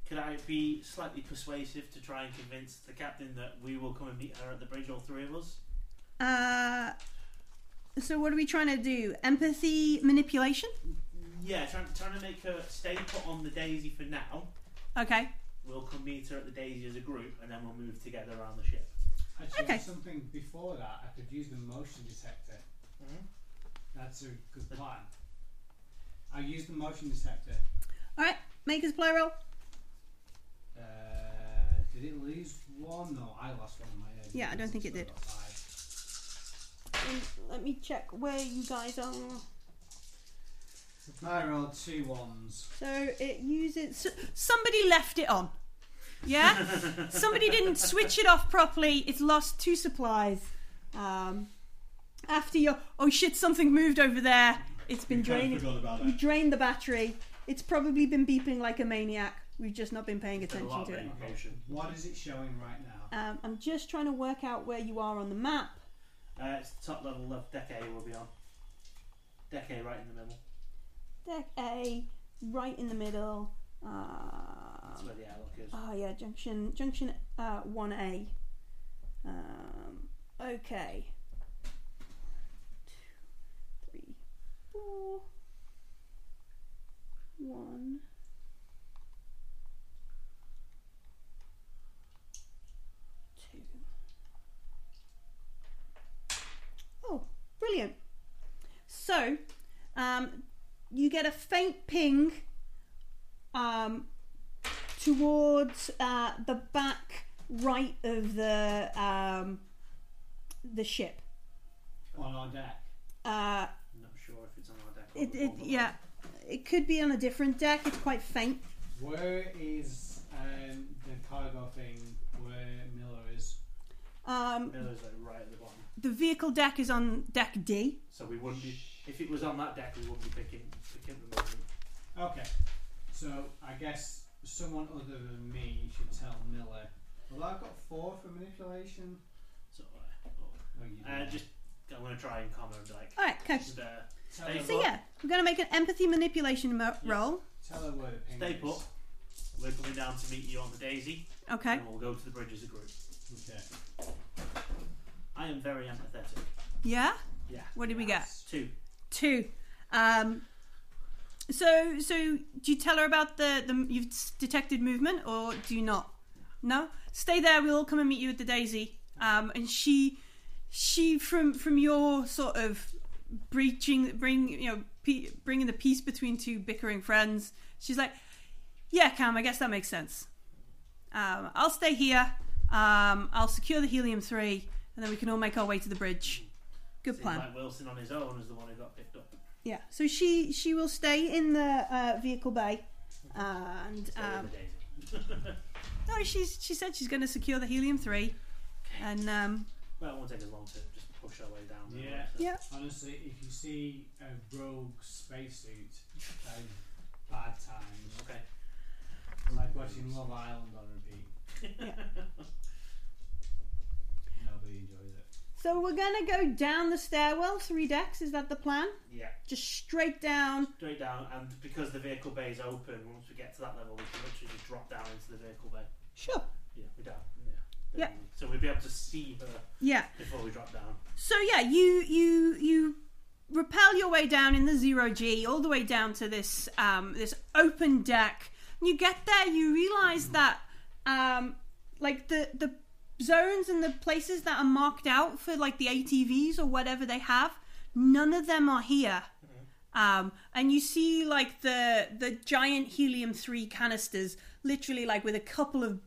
Could I be slightly persuasive to try and convince the captain that we will come and meet her at the bridge, all three of us? Uh, so what are we trying to do? Empathy manipulation? Yeah, trying, trying to make her stay put on the Daisy for now. Okay. We'll come meet her at the Daisy as a group, and then we'll move together around the ship. come. Actually, Okay. something before that, I could use the motion detector. Mm-hmm. Mhm. That's a good plan. I use the motion detector. All right. Makers play roll. Uh, did it lose one? No, I lost one. in My head. Yeah, I don't think it Still did. got five. Um, Let me check where you guys are. I rolled two ones. So it uses. s somebody left it on. Yeah? somebody didn't switch it off properly. It's lost two supplies. Um, after your. Oh shit, something moved over there. It's been You kind draining. of forgot about We that. drained the battery. It's probably been beeping like a maniac. We've just not been paying There's a attention lot to of it. motion. What is it showing right now? Um, I'm just trying to work out where you are on the map. Uh, it's the top level of Deck A we'll be on. Deck A right in the middle. Deck A, right in the middle. That's Um, where the airlock is. oh yeah, junction junction uh, 1A. Um, okay. Two, three, four. One. Two. Oh, brilliant. So, um, you get a faint ping um, towards uh, the back right of the um, the ship. On our deck. Uh, I'm not sure if it's on our deck. or it, the it, wall, but yeah, it could be on a different deck. It's quite faint. Where is um, the cargo thing where Miller is? Um, Miller's like right at the bottom. the vehicle deck is on deck D. So we wouldn't be. If it was on that deck, we wouldn't be picking, picking the movement. Okay. So I guess someone other than me should tell Miller. Well, I've got four for manipulation. So, uh, Oh, you do uh, that. just. I'm going to try and comment, like. All right, okay. Just, uh, tell stay her So put. yeah, we're gonna make an empathy manipulation mo- Yeah. roll. Tell her where the ping Stay is. put. We're coming down to meet you on the Daisy, Okay. and we'll go to the bridge as a group. Okay. I am very empathetic. Yeah. Yeah. What did we get? Two. Two. Um, so so do you tell her about the, the you've s- detected movement or do you not? No. Stay there. We'll all come and meet you at the Daisy. Um, and she she from from your sort of breaching bring you know pe- bringing the peace between two bickering friends. She's like, yeah, Cam. I guess that makes sense. Um, I'll stay here. Um, I'll secure the helium three, and then we can all make our way to the bridge. Good Seems plan. Like Wilson on his own is the one who got picked up. Yeah, so she she will stay in the uh, vehicle bay, and So um, the Daisy. no, she's she said she's going to secure the helium three, and um, Well, it won't take us long to just push our way down. there, Yeah. so- yeah, Honestly, if you see a rogue spacesuit, um, bad times. Okay. It's like watching Love Island on repeat. Nobody enjoys it. so we're going to go down the stairwell three decks. Is that the plan? Yeah. Just straight down. Straight down, and because the vehicle bay is open, once we get to that level, we can literally just drop down into the vehicle bay. Sure. Yeah, we down. Yeah. Then we- So we'll be able to see her Yeah. before we drop down. So yeah, you you you rappel your way down in the zero G all the way down to this um, this open deck. When you get there, you realize that um, like the the zones and the places that are marked out for like the ATVs or whatever they have, none of them are here. Um, and you see like the the giant helium three canisters, literally like with a couple of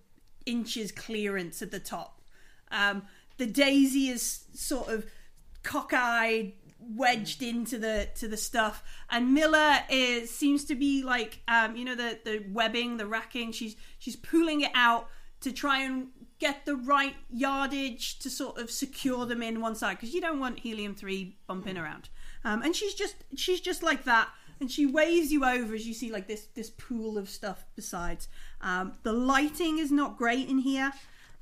inches clearance at the top. Um, the daisy is sort of cockeyed, wedged into the to the stuff, and Miller is seems to be like um, you know the the webbing, the racking. She's she's pulling it out to try and get the right yardage to sort of secure them in one side because you don't want helium three bumping around. Um, and she's just she's just like that, and she waves you over as you see like this this pool of stuff. Besides, um, the lighting is not great in here.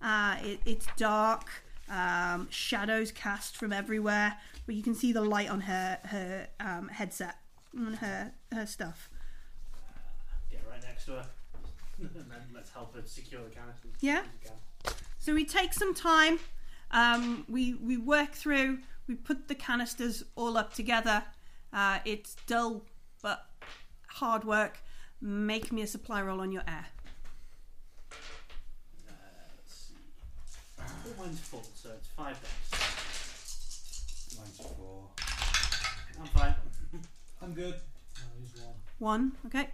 Uh, it, it's dark, um, shadows cast from everywhere, but you can see the light on her her um, headset and her her stuff. Get right next to her. and then let's help her secure the canisters. Yeah. If you can. So we take some time. Um, we we work through. We put the canisters all up together. Uh, it's dull but hard work. Make me a supply roll on your air. Uh, let's see. Well, mine's full, so it's five dice. Mine's four. I'm fine. I'm good. Mine's one. One, okay.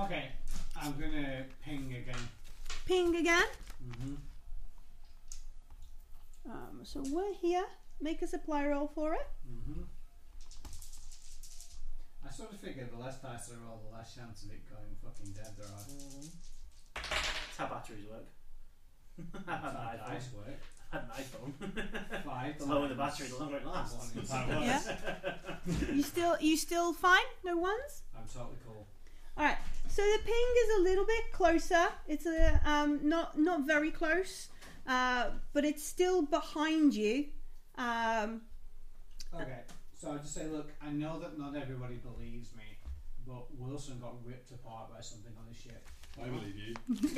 Okay, I'm gonna ping again. Ping again. Mm-hmm. Um, so we're here. Make a supply roll for it. Mm-hmm. I sort of figured the less dice I roll, the less chance of it going fucking dead there are. That's how batteries work. I had That's an how iPhone. dice work. I had an iPhone. Five. the lower the times battery, the longer it lasts. one in So- time. Yeah. You still, you still fine? No ones. I'm totally cool. All right. So the ping is a little bit closer. It's a um, not not very close, uh, but it's still behind you. Um, Okay, so I just say, look, I know that not everybody believes me, but Wilson got ripped apart by something on his ship. I believe you.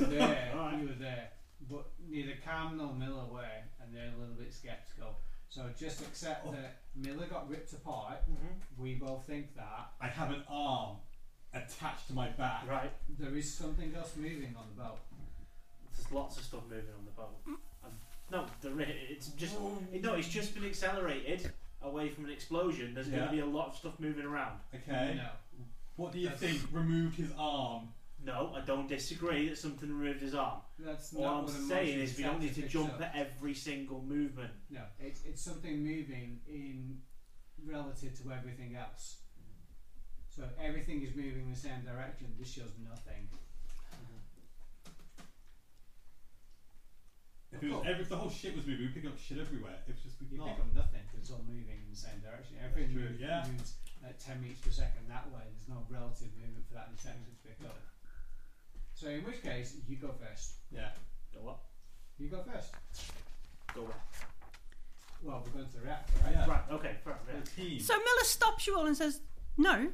were there, Alright. you were there, but neither Cam nor Miller were, and they're a little bit sceptical. So just accept Oh. that Miller got ripped apart. Mhm. We both think that I have an arm attached to my back. Right. there is something else moving on the boat. There's lots of stuff moving on the boat. Um, no, there i- it's just no, it's just been accelerated away from an explosion. There's going Yeah. to be a lot of stuff moving around. Okay. No, What do you think removed his arm? No, I don't disagree that something removed his arm. that's All not I'm what a saying motion is we don't need detector to picks jump up. at every single movement. No, it's it's something moving in relative to everything else. So if everything is moving in the same direction, this shows nothing. If, it was, Cool. every, if the whole shit was moving, we'd pick up shit everywhere. It's just we You not. pick up nothing because it's all moving in the same direction. Everything true, moves, yeah. moves at 10 meters per second that way. There's no relative movement for that detection to pick up. So in which case, you go first. Yeah. Go what? You go first. Go what? Well, we're going to the reactor, right? Yeah. Right. Okay. Fair enough, yeah. Team. so Miller stops you all and says, "No,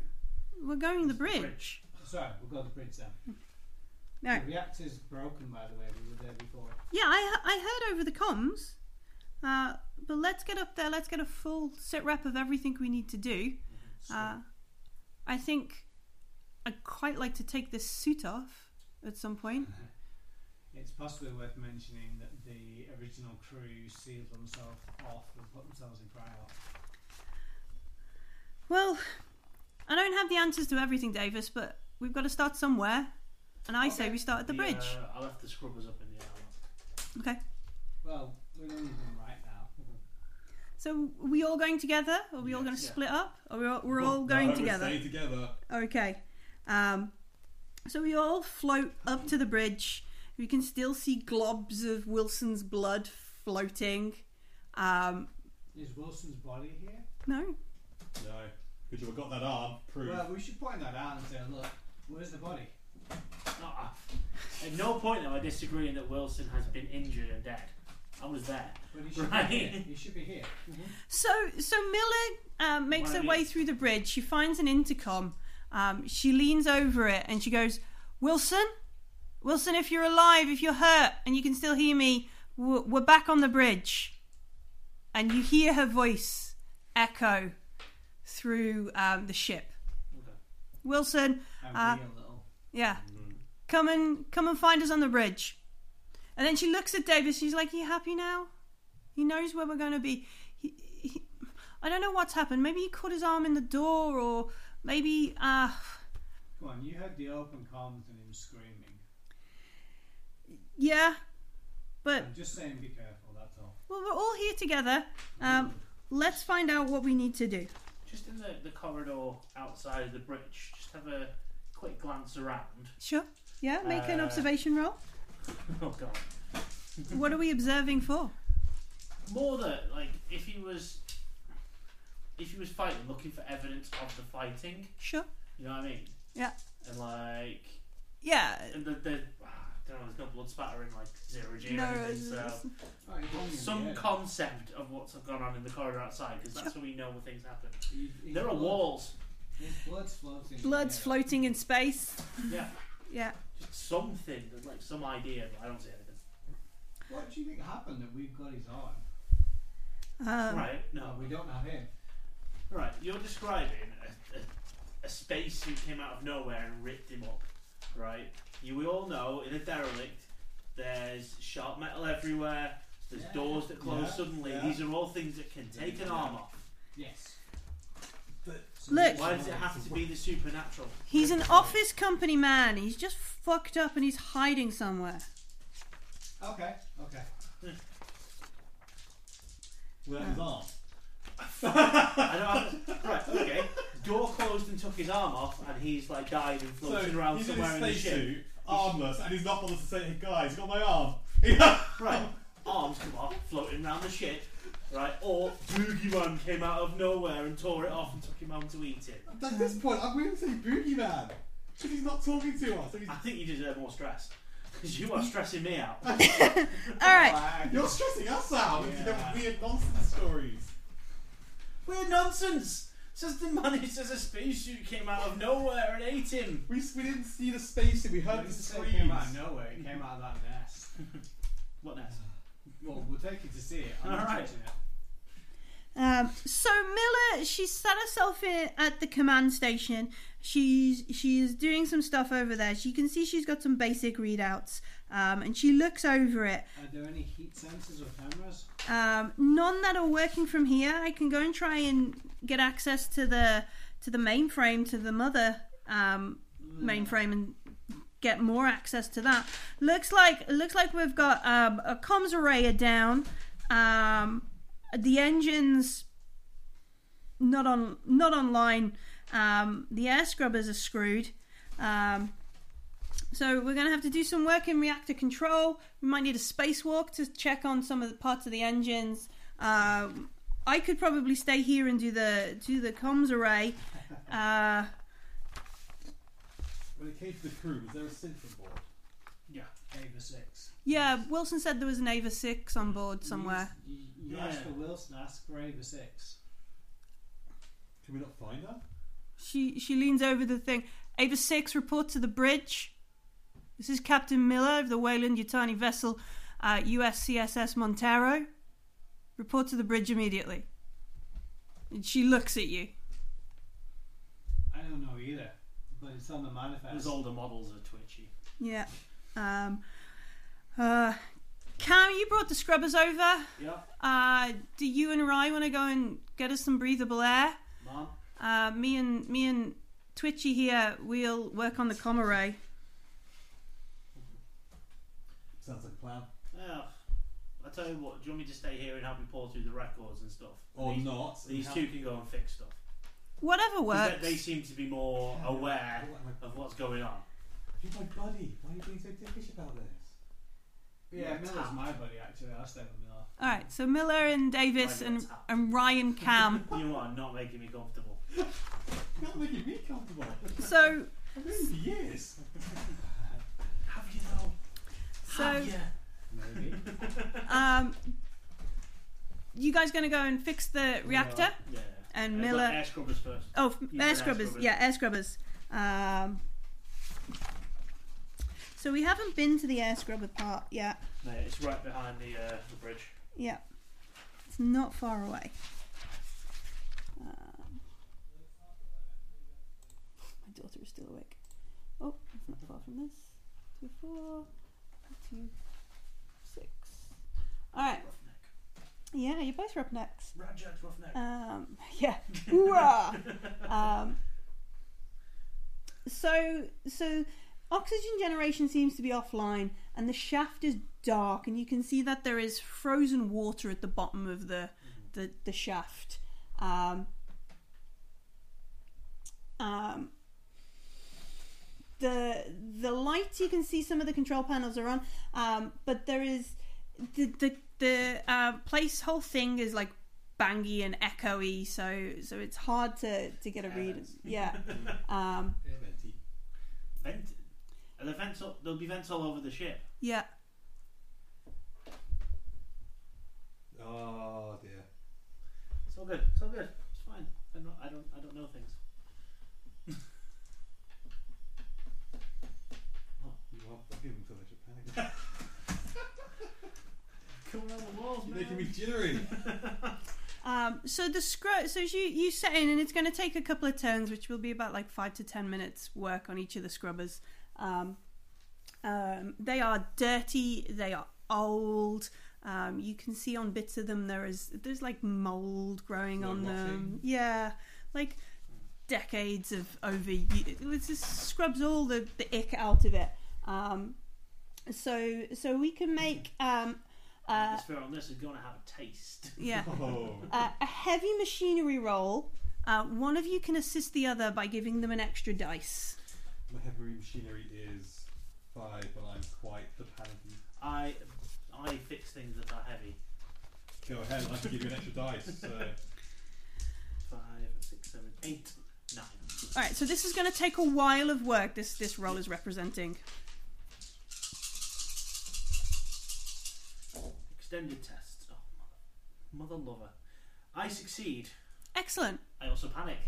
we're going the bridge." Bridge. So we'll go to the bridge then. No. The reactor's broken, by the way. We were there before. Yeah, I, I heard over the comms. Uh, but let's get up there. Let's get a full sit rep of everything we need to do. So Uh, I think I'd quite like to take this suit off at some point. It's possibly worth mentioning that the original crew sealed themselves off and put themselves in cryo. Well, I don't have the answers to everything, Davis, but we've got to start somewhere. And I say Okay. we start at the bridge. Uh, I left the scrubbers up in the air. Okay. Well, we don't need them right now. So are we all going together? Are we all Yes. going to Yeah. split up? Or we're all, we're Well, all going no, together? We're staying together. Okay. Um, so we all float up to the bridge. We can still see globs of Wilson's blood floating. Um, Is Wilson's body here? no. No. Could you have got that arm? Proof. Well, we should point that out and say, look, where's the body? No, I, uh, at no point am I disagreeing that Wilson has been injured and dead. I was there. But he should Right. be here. He should be here. So so Miller um, makes Why her don't way you- through the bridge. She finds an intercom. Um, she leans over it and she goes, "Wilson, Wilson, if you're alive, if you're hurt, and you can still hear me, w- we're back on the bridge. And you hear her voice echo through um, the ship. Okay. Wilson, I'm Uh, real little. yeah, come and come and find us on the bridge. And then she looks at Davis. She's like, "You happy now? He knows where we're going to be. He, he, I don't know what's happened. Maybe he caught his arm in the door, or maybe uh, Come on, you heard the open comms and him screaming. yeah. But I'm just saying, be careful. That's all. well, we're all here together. Um, let's find out what we need to do. Just in the, the corridor outside of the bridge, just have a quick glance around. Sure. Yeah. Make an Uh, observation roll. Oh god. What are we observing for? More that like if he was if he was fighting, looking for evidence of the fighting, Sure. you know what I mean? Yeah. And like Yeah. and the, the ah, I don't know, there's no blood spatter in like zero G or No, anything, it's- so it's- Oh, he hung him, some yeah. concept of what's gone on in the corridor outside, because that's when we know when things happen. He- his There are blood- walls. His blood's floating. blood's yeah. floating in space. uh, Yeah. Yeah. Just something, there's like some idea, but I don't see anything. What do you think happened that we've got his arm? Um, right, No, no. we don't have him. Right, you're describing a, a, a space who came out of nowhere and ripped him up, right? You we all know in a derelict, there's sharp metal everywhere. There's Yeah. doors that close Yeah, suddenly. yeah. These are all things that can take an arm off. Yes. But- So Look. he's Why does it alive. have to be the supernatural? He's an office company man. He's just fucked up and he's hiding somewhere. Okay. Okay. Without his arm. I don't have right, okay. Door closed and took his arm off, and he's like died and floating So around he's in somewhere his in the ship. spacesuit, armless, and he's not bothered to say, hey guys, you got my arm. Right, arms come off, floating around the ship. Right, or Boogeyman came out of nowhere and tore it off and took him home to eat it. At this point, I'm going to say boogeyman. Because he's not talking to us. So he's, I think you deserve more stress. Because you are stressing me out. All right. Flag. you're stressing us out with your Yeah. weird nonsense stories. Weird nonsense! Says the man who says a spacesuit came out of nowhere and ate him. We, we didn't see the space and we heard the This thing screams. came out of nowhere. It came out of that nest. What next? Well, we'll take you to see it. I'm All not right. touching it. Um, so Miller, she sat herself in at the command station. She's she's doing some stuff over there. She can see she's got some basic readouts, um, and she looks over it. Are there any heat sensors or cameras? Um, none that are working from here. I can go and try and get access to the to the mainframe to the mother um, mainframe and get more access to that. Looks like looks like we've got um, a comms array are down. Um, the engines not on not online. Um, the air scrubbers are screwed. Um, so we're going to have to do some work in reactor control. We might need a spacewalk to check on some of the parts of the engines. Um, I could probably stay here and do the do the comms array. Uh, When it came to the crew, was there a synth on board? Yeah. Ava six. yeah, Wilson said there was an Ava six on board somewhere. You, you Yeah. ask for Wilson, ask for Ava six. Can we not find her? She she leans over the thing. Ava six report to the bridge. This is Captain Miller of the Wayland Yutani vessel, uh, USCSS Montero. Report to the bridge immediately. And she looks at you. I don't know either, but it's on the manifest. Those older models are twitchy. Yeah. Um, uh, Cam, you brought the scrubbers over. Yeah, Uh, do you and Rye want to go and get us some breathable air? mom. Uh, me and me and Twitchy here, we'll work on the com array. Sounds like a plan. Yeah. I tell you what, do you want me to stay here and help you pour through the records and stuff? Or these, not. These How- two can go and fix stuff. Whatever 'Cause works. They, they seem to be more aware of what's going on. You're my buddy. Why are you being so dickish about this? yeah, Yeah, Miller's tap. my buddy actually. I'll stay with Miller. All right. So Miller and Davis Ryan and gets up. and Ryan Cam. You are not making me comfortable. You're not making me comfortable. so I've been for years. Have you though? so Maybe. um, you guys gonna go and fix the reactor? Yeah. And Uh, but Miller- Air scrubbers first. Oh, f- Yeah, air air scrubbers. scrubbers. Yeah, air scrubbers. Um, So we haven't been to the air scrubber part yet. No, it's right behind the, uh, the bridge. Yeah. It's not far away. Um, my daughter is still awake. Oh, it's not far from this. Two, four, two, six. All right. Roughneck. Yeah, you're both up next. Rajad's roughneck. Um, yeah. Hoorah! um, so, so oxygen generation seems to be offline, and the shaft is dark, and you can see that there is frozen water at the bottom of the the, the shaft. Um, um, the the lights you can see some of the control panels are on, um, but there is the the the uh, place whole thing is like bangy and echoey, so so it's hard to to get a read. Heavens. Yeah. Um, Air Venti. Vent. Are there vents? All, there'll be vents all over the ship. yeah. Oh dear. It's all good. It's all good. It's fine. I don't. I don't. I don't know things. You are giving so much a panic. Come around the walls, You're making me jittery. Um, so the scro- so you you set in, and it's going to take a couple of turns, which will be about like five to ten minutes work on each of the scrubbers. Um, um, they are dirty. They are old. Um, you can see on bits of them there is there's like mold growing Like on them. rotting? Yeah, like decades of over. It just scrubs all the the ick out of it. Um, so so we can make um, uh, Atmosphere on this is going to have a taste. yeah Oh. uh, a heavy machinery roll. Uh, one of you can assist the other by giving them an extra dice. My heavy machinery is five, but I'm quite the panicky. I, I fix things that are heavy. Go ahead, I can give you an extra dice. So. Five, six, seven, eight, nine. All right, so this is going to take a while of work. This this roll is representing. Extended test. Oh, mother, mother lover. I succeed. Excellent. I also panic.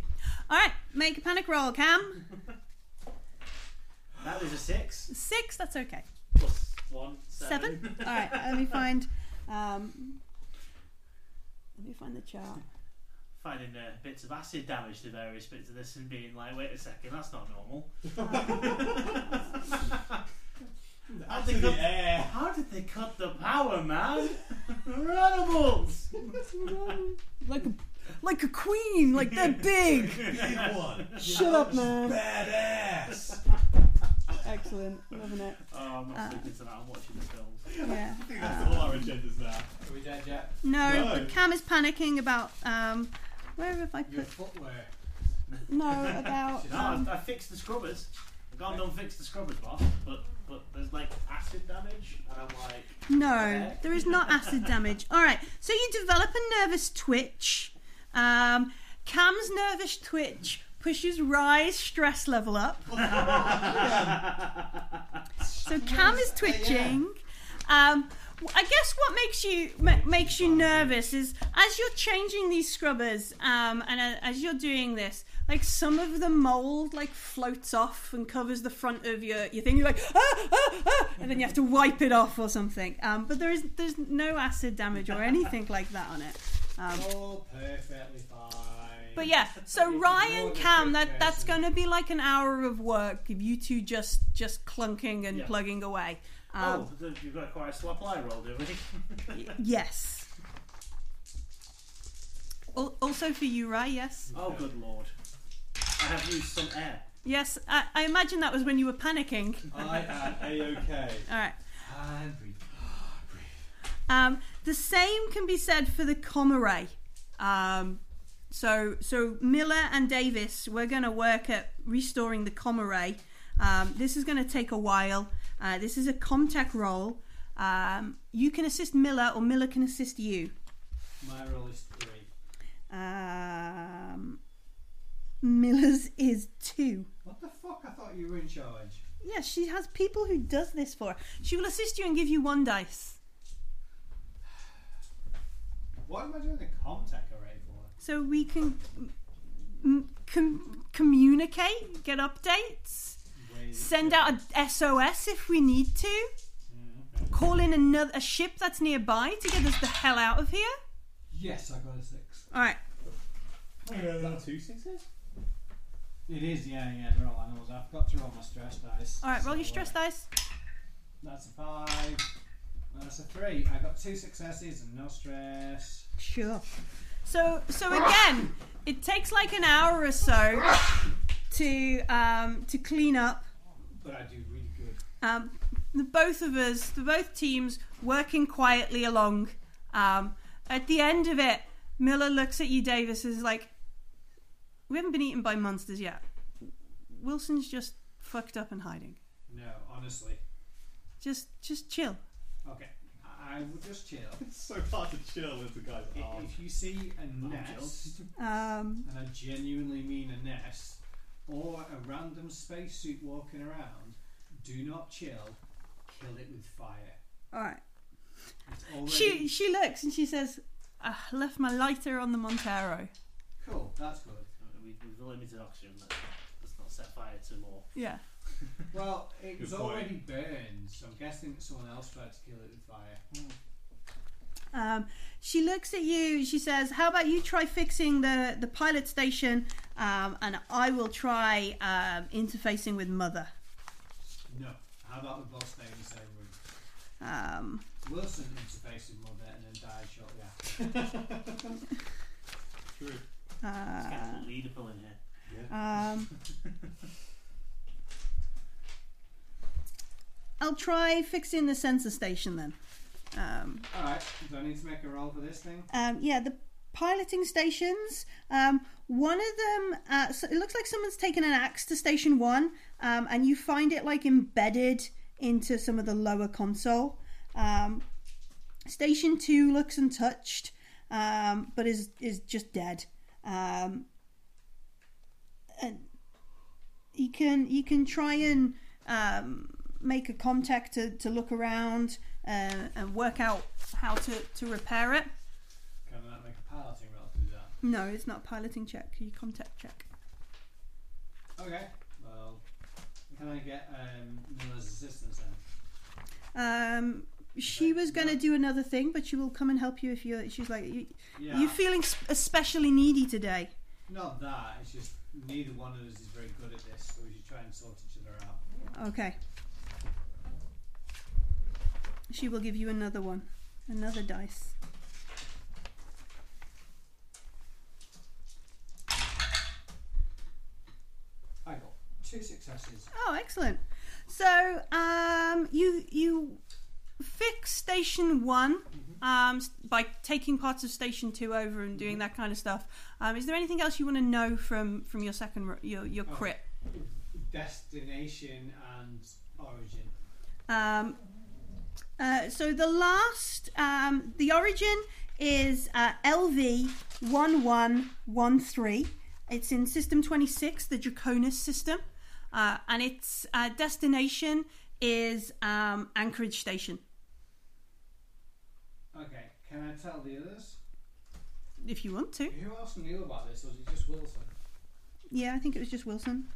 All right, make a panic roll, Cam. That is a six Six. That's okay. plus one Seven. seven. All right, let me find. Um, let me find the chart. Finding uh, bits of acid damage to various bits of this and being like, wait a second, that's not normal. I In think the I'm- air. How did they cut the power, man? Animals! Like a like a queen. Like they're big. Big one. Shut up, man. Badass. Excellent. Loving it. Oh, I'm Uh. not sticking to that. I'm watching the films. Yeah. I think that's all our agendas now. Are we dead yet? No, No. but Cam is panicking about um, where have I Your put? footwear. No, about No, um, I, I fixed the scrubbers. I've gone and fixed the scrubbers, boss. But but there's like acid damage, and I'm like, no. There is not acid damage. All right, so you develop a nervous twitch. Um, Cam's nervous twitch pushes Rye's stress level up. so Cam is twitching. Um, I guess what makes you ma- makes you nervous is as you're changing these scrubbers um, and uh, as you're doing this, like some of the mold like floats off and covers the front of your your thing. You're like ah, ah, ah, and then you have to wipe it off or something. Um, but there is there's no acid damage or anything like that on it. Um, All perfectly fine. but yeah, so If you Ryan know the Cam, good that that's going person. to be like an hour of work of you two just just clunking and Yeah. plugging away. oh, Um, th- you've got quite a slap eye roll, do we? Yes. Al- Also for you, right? Yes. oh, good lord! I have used some air. Yes. I, I imagine that was when you were panicking. I am a-okay. All right. And breathe. Um, the same can be said for the com array. Um, so, so Miller and Davis, we're going to work at restoring the com array. Um, this is going to take a while. Uh, this is a comtech role. Um, you can assist Miller, or Miller can assist you. My roll is three. Um, Miller's is two. What the fuck? I thought you were in charge. Yes, she has people who does this for. her. She will assist you and give you one dice. What am I doing the contact array for? So we can m- com- communicate, get updates. Way Send out a SOS if we need to. Mm, Call in another a ship that's nearby to get us the hell out of here. Yes, I got a six. All right. Is that two sixes? It is, yeah, yeah, they're all animals. I've got to roll my stress dice. All right. Roll your So, stress uh, dice. That's a five. That's a three. I got two successes and no stress. Sure. So so again, it takes like an hour or so to um, to clean up But I do really good. um, the both of us, the both teams, working quietly along. Um, at the end of it, Miller looks at you, Davis, and is like, "We haven't been eaten by monsters yet. Wilson's just fucked up and hiding. No, honestly. Just, just chill." Okay. I I will just chill. It's so hard to chill with the guy's I- arm. If you see a I'll nest, Um, and I genuinely mean a nest, or a random spacesuit walking around, do not chill. Kill it with fire. all right. It's already She she looks and she says, "Ah, "I left my lighter on the Montero." cool. That's good. We, we've limited oxygen. Let's, let's not set fire to more. Yeah. Well, it Good was point. already burned, so I'm guessing that someone else tried to kill it with fire. Um, she looks at you. She says, "How about you try fixing the the pilot station, um, and I will try um, interfacing with Mother." No. How about we both stay in the same room? Um, Wilson interfaced with Mother and then died shortly after. True. It's uh, kind of leader pull in here. um, I'll try fixing the sensor station then. Um, Alright, do I need to make a roll for this thing? um, yeah, the piloting stations. Um, one of them, uh, so it looks like someone's taken an axe to station one, um, and you find it like embedded into some of the lower console. Um, station two looks untouched, um, but is is just dead. Um, and you can you can try and um, make a contact to, to look around uh, and work out how to, to repair it. Can I not make a piloting roll to do that? No, it's not a piloting check. You contact check. Okay. Well, can I get um, Miller's assistance then? Um, she was going to do another thing, but she will come and help you if you're. She's like, you, Yeah. you're feeling s- especially needy today. Not that, it's just neither one of us is very good at this, so we should try and sort each other out. Okay. She will give you another one, another dice. I got two successes. Oh, excellent. So, um, you you fix station one Mm-hmm. um, s- by taking parts of station two over and doing that kind of stuff. Um, is there anything else you want to know from from your second ro- your your Oh. crit? Destination and origin. Um, uh, so the last, um, the origin is uh, LV one one one three. It's in System Twenty Six, the Draconis system, uh, and its uh, destination is um, Anchorage Station. Okay, can I tell the others? If you want to, Who else knew about this, or was it just Wilson? yeah, I think it was just Wilson.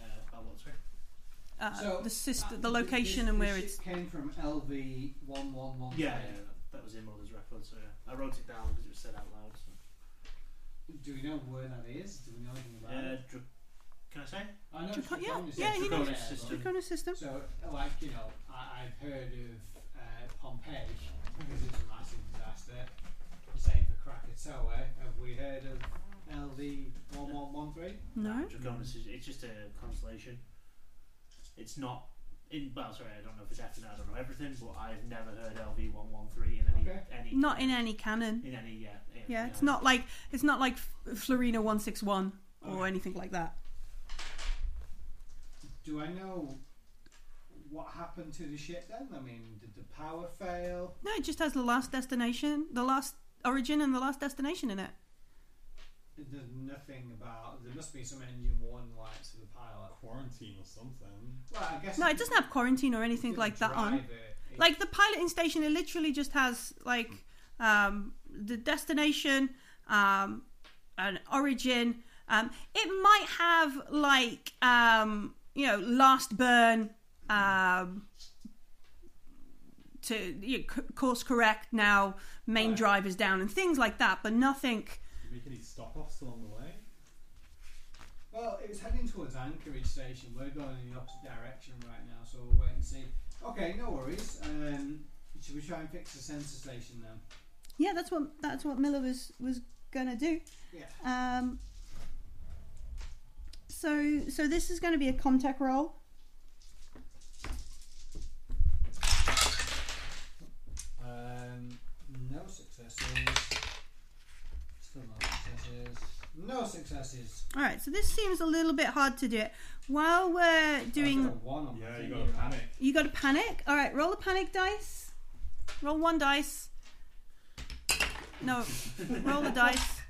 Uh, about what's Uh, So, the system, Uh, the th- location, this, and this where ship it's. came from LV one one one. Yeah, yeah, that was in Mother's record, so yeah. I wrote it down because it was said out loud. So. Do we know where that is? Do we know anything about Uh, it? dra- can I say? I know. it's Draco- yeah, Draconis, yeah, he knows. Draconis Draconis, but- system. Draconis system. So, like you know, I, I've heard of uh, Pompeii because it's a massive disaster. I'm saying for Krakatoa, have we heard of LV one one one three? No. Draconis is it's just a constellation. It's not in well sorry, I don't know if it's definite, I don't know everything, but I've never heard L V one one three in any Okay. any Not in any canon. in any yeah. in- Yeah, yeah. it's not like it's not like F- Florina one six one or Okay. anything like that. Do I know what happened to the ship then? I mean, did the power fail? No, it just has the last destination, the last origin, and the last destination in it. There's nothing about. There must be some engine warning lights for the pilot. Quarantine or something. Well, I guess No, it doesn't have quarantine or anything didn't like that on. drive it. It- Like the piloting station, it literally just has like um, the destination, um, an origin. Um, it might have like um, you know, last burn, um, to you know, c- course correct now, main Right. drivers down, and things like that, but nothing. Did you make any stop offs along the way? Well, it was heading towards Anchorage Station. We're going in the opposite direction right now, so we'll wait and see. Okay, no worries. Um, should we try and fix the sensor station then? Yeah, that's what that's what Miller was was gonna do. Yeah. Um, so so this is going to be a Comtech roll. Um, no successes. Still no successes. No successes. All right, so this seems a little bit hard to do it. While we're I've got doing, a one on my Yeah, you finger. got to panic. you got to panic. All right, roll a panic dice. Roll one dice. No, roll the dice.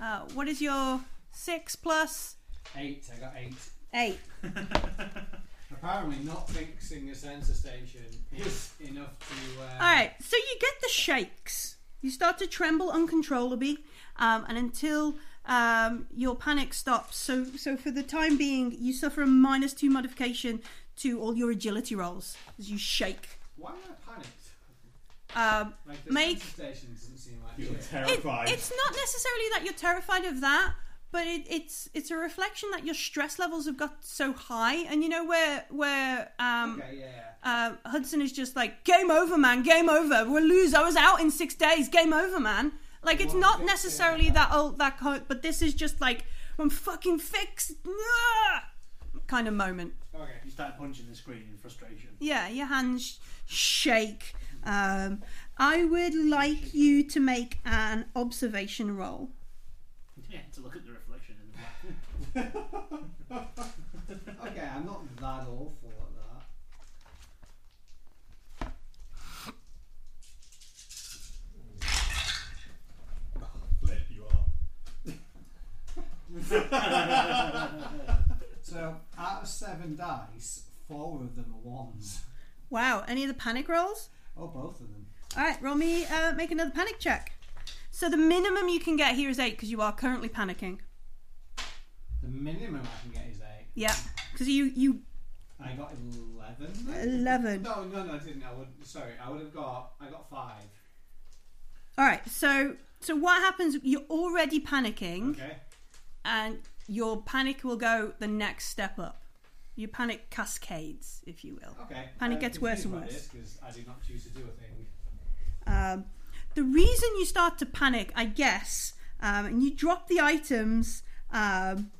Uh, what is your six plus Eight. I got eight. eight? Apparently, not fixing a sensor station is enough to. Uh, All right, so you get the shakes. You start to tremble uncontrollably, um, and until um, your panic stops. So, so for the time being, you suffer a minus two modification to all your agility rolls as you shake. Why am I panicked? Um, Like the Make- sensor station doesn't seem like You're shit. it, terrified. it's not necessarily that you're terrified of that, but it, it's it's a reflection that your stress levels have got so high, and you know where where um, Okay, yeah, yeah. uh, Hudson is just like, game over, man, game over. We'll lose. I was out in six days. Game over, man. Like it's Well, not fix it, necessarily yeah. that old that co- but this is just like I'm fucking fixed ah!" kind of moment. Okay. You start punching the screen in frustration. Yeah, your hands sh- shake. Um, I would like you to make an observation roll. Yeah, to look at the reflection in the black. Okay, I'm not that awful at that. Flip, you are. So, out of seven dice, four of them are ones. Wow, any of the panic rolls? Oh, both of them. All right, roll me. Uh, make another panic check. So the minimum you can get here is eight because you are currently panicking. The minimum I can get is eight. Yeah, because you you I got eleven. eleven. No, no, no, I didn't. I would. Sorry, I would have got. I got five. All right, so so what happens? You're already panicking, Okay. and your panic will go the next step up. Your panic cascades, if you will. Okay. And it I'm gets worse confused and by worse. this 'cause I did not choose to do a thing. Um, the reason you start to panic, I guess, um, and you drop the items, um,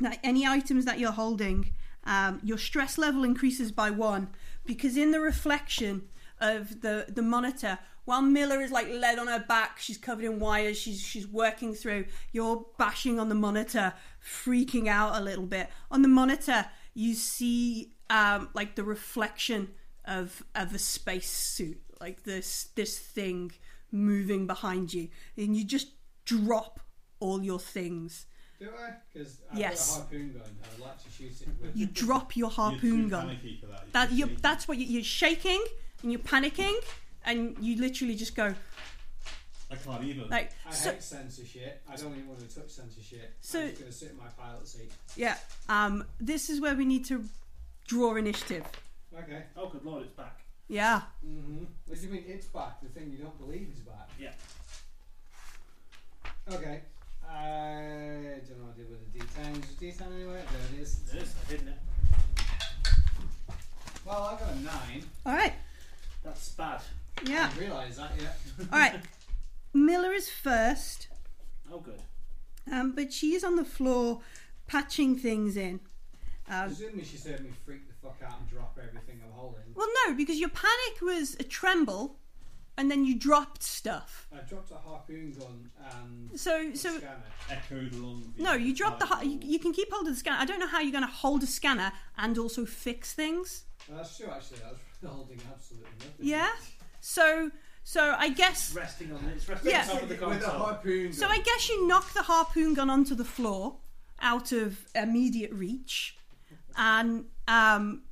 like any items that you're holding, um, your stress level increases by one because in the reflection of the the monitor, while Miller is like led on her back, she's covered in wires, she's she's working through. You're bashing on the monitor, freaking out a little bit. On the monitor, you see um, like the reflection of of a space suit, like this this thing moving behind you, and you just drop all your things. Do I? Because I've Yes. got a harpoon gun. I would like to shoot it with. You drop your harpoon You're too gun. panicky for that. That you should see. that's what you, you're shaking and you're panicking, and you literally just go I can't even. like I so. hate sensor shit. I don't even want to touch sensor shit. So- I'm just going to sit in my pilot seat. Yeah. Um. This is where we need to draw initiative. Okay. Oh, good lord, it's back. Yeah. Mm-hmm. What do you mean it's back? The thing you don't believe is back. Yeah. Okay. I don't know what I did with the D10. Is it D10 anyway? There it is. It is, I've hidden it. Well, I got a 9. All right. That's bad. Yeah. I realise that yet. All right. Miller is first, Oh, good. um, but she is on the floor patching things in. Um, Presumably she's heard me freak the fuck out and drop everything I'm holding. well, no, because your panic was a tremble, and then you dropped stuff. I dropped a harpoon gun and So, a so scanner. echoed along. The no, you Uh, dropped the. ha- You, corridor. you can keep hold of the scanner. I don't know how you're going to hold a scanner and also fix things. Well, that's true actually. I was holding absolutely nothing. Yeah. So, so I guess It's resting on it. It's resting Yeah. on top of the With a console. harpoon gun. So I guess you knock the harpoon gun onto the floor, out of immediate reach, and um,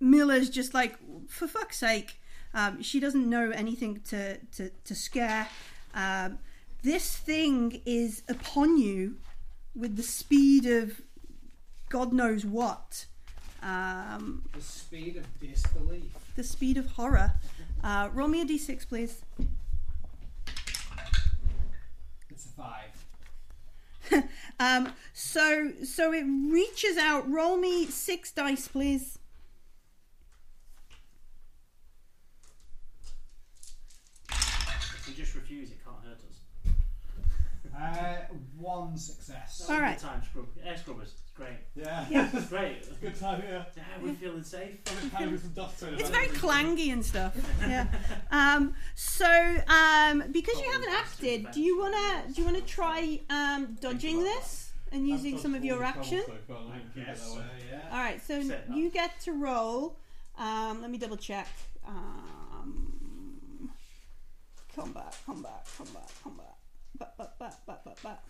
Miller's just like, for fuck's sake, um, she doesn't know anything to to, to scare. Um, this thing is upon you with the speed of God knows what. Um, The speed of disbelief. the speed of horror. Uh, roll me a d6, please. It's a five. Um, so, so it reaches out. Roll me six dice, please. If we just refuse, it can't hurt us. Uh, one success. All right. Alright. Good time, scrub- air scrubbers. It's great. Yeah. It's great. Good time here. Yeah, we're feeling safe. Hanging some dust to it It's about very everything. clangy and stuff. Yeah. Um, so, um, because you haven't acted, do you wanna do you wanna try um, dodging this and I've using dodged some of all your the trouble action? so far, I let me put it guess that so, way. yeah. All right, so Set up. you get to roll. Um, let me double check. Um, combat, combat, combat, combat. But, but, but, but, but, but.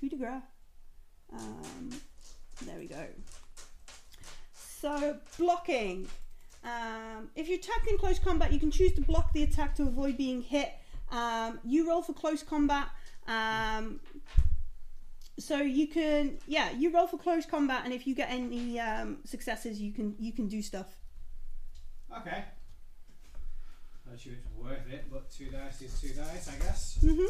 Coup de grace. Um, there we go. So, blocking. Um, if you're attacked in close combat, you can choose to block the attack to avoid being hit. Um, you roll for close combat. Um, so you can, yeah, you roll for close combat, and if you get any um, successes, you can you can do stuff. Okay. Not sure it's worth it, but two dice is two dice, I guess. hmm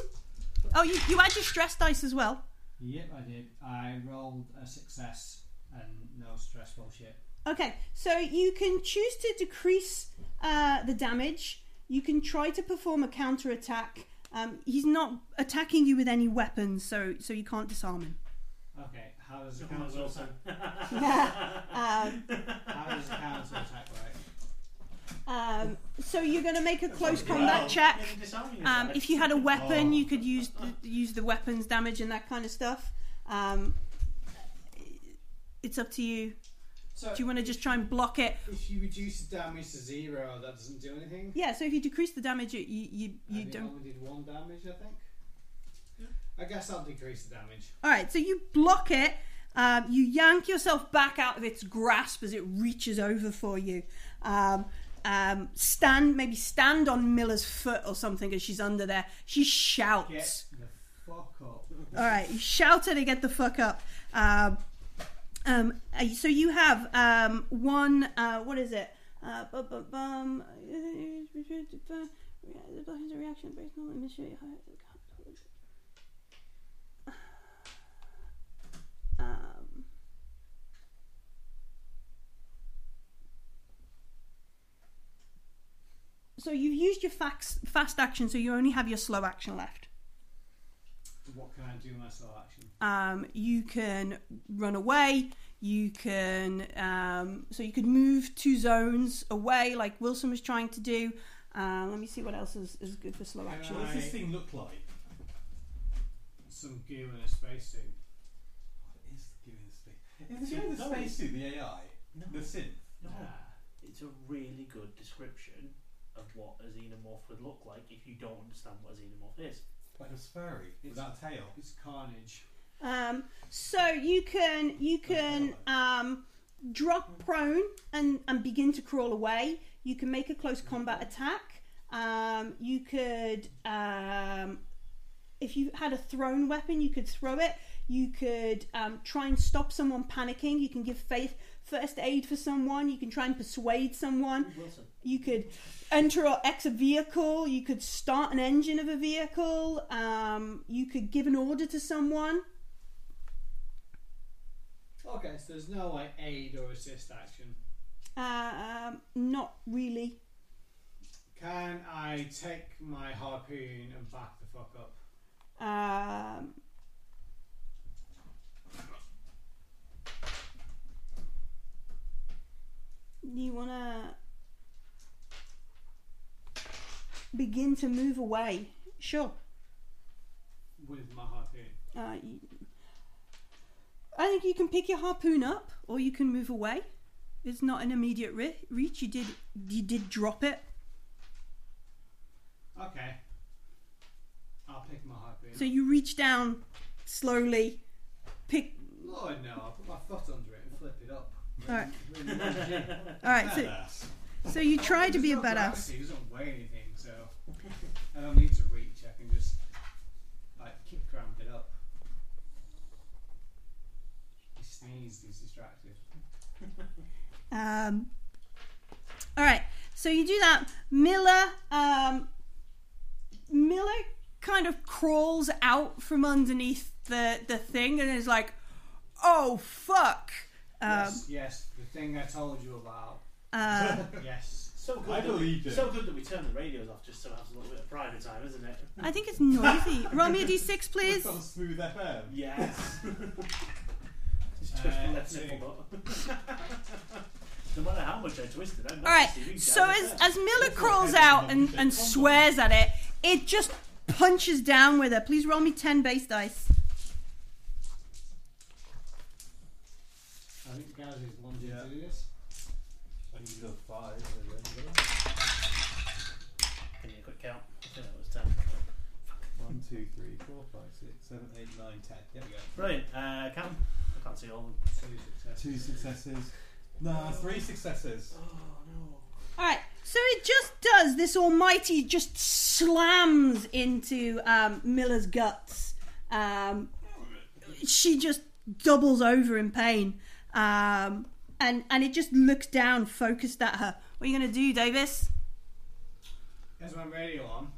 Oh, you, you add your stress dice as well. Yep, I did. I rolled a success and no stressful shit. Okay, so you can choose to decrease uh, the damage. You can try to perform a counter attack. Um, he's not attacking you with any weapons, so so you can't disarm him. Okay, how does the Come on, counter Wilson. attack? um, How does the counter attack work? um, so you're going to make a close Wow. combat check. Maybe disarming Um, yourself. if you had a weapon, Oh. you could use the, use the weapons damage and that kind of stuff. Um, it's up to you. So, Do you want to just try and block it? if you reduce the damage to zero, that doesn't do anything. Yeah. So if you decrease the damage, you you, you, I you think I don't. only did one damage, I think. I guess I'll decrease the damage. All right. So you block it. Um, you yank yourself back out of its grasp as it reaches over for you. Um, um, stand, maybe stand on Miller's foot or something as she's under there. She shouts. Get the fuck up. All right, you shout at her, get the fuck up. Um, um, uh, so you have um, one. Uh, what is it? Uh, bu- bu- bum, the block is a reaction based on the mystery. Um, so you've used your fax, fast action, so you only have your slow action left. What can I do with my slow action? Um, you can run away. You can um, so you could move two zones away, like Wilson was trying to do. Um, let me see what else is, is good for slow Can action. What does this thing look like? Some goo in a spacesuit. What is the goo in space? Is the goo in the No. spacesuit the AI? No, The synth? no. Ah. It's a really good description of what a xenomorph would look like if you don't understand what a xenomorph is. Like a furry without a tail. It's carnage. Um, so you can you can um, drop prone and, and begin to crawl away. You can make a close combat attack. Um, you could um, if you had a thrown weapon, you could throw it. You could um, try and stop someone panicking. You can give faith first aid for someone. You can try and persuade someone. Wilson. You could enter or exit a vehicle. You could start an engine of a vehicle. Um, you could give an order to someone. Okay, so there's no like aid or assist action. Um, not really. Can I take my harpoon and back the fuck up? Um, do you want to begin to move away? Sure. with my harpoon. Uh, you, I think you can pick your harpoon up, or you can move away. It's not an immediate re- reach. You did you did drop it, Okay. I'll pick my harpoon. so you reach down slowly, pick. Lord, no, I'll put my foot under it and flip it up. All right, Try all right. So, Badass. So you try to be a badass. It doesn't weigh anything, so I don't need to reach. I can just like kick ramp it up. sneezed, he's distracted. Um, all right, so you do that. Miller, um, Miller kind of crawls out from underneath the the thing and is like, "Oh fuck!" Um, yes, yes, the thing I told you about. uh, Yes. So good. I that we- believed it. So good that we turn the radios off just so it has a little bit of private time, isn't it? I think it's noisy. Roll me a d6, It's please. on smooth FM. Yes. just twist Uh, the left two. nipple up. no matter how much I twisted, I'm not All right. receiving So down as the as Miller crawls out and, and swears at it, it just punches down with her. Please roll me ten base dice. I think Gaz is lunging Yeah. to do this. I can give you a five. first. Give me a quick count. I think that was ten. One, two, three, four, five, six, seven, eight, nine, ten. There we go. Brilliant. Uh, count. 'em. I can't see all of them. Two successes. Two successes. No, three successes. Oh no. All right. So it just does this almighty just slams into um, Miller's guts. Um, she just doubles over in pain, um, and and it just looks down, focused at her. What are you gonna do, Davis? There's my radio on.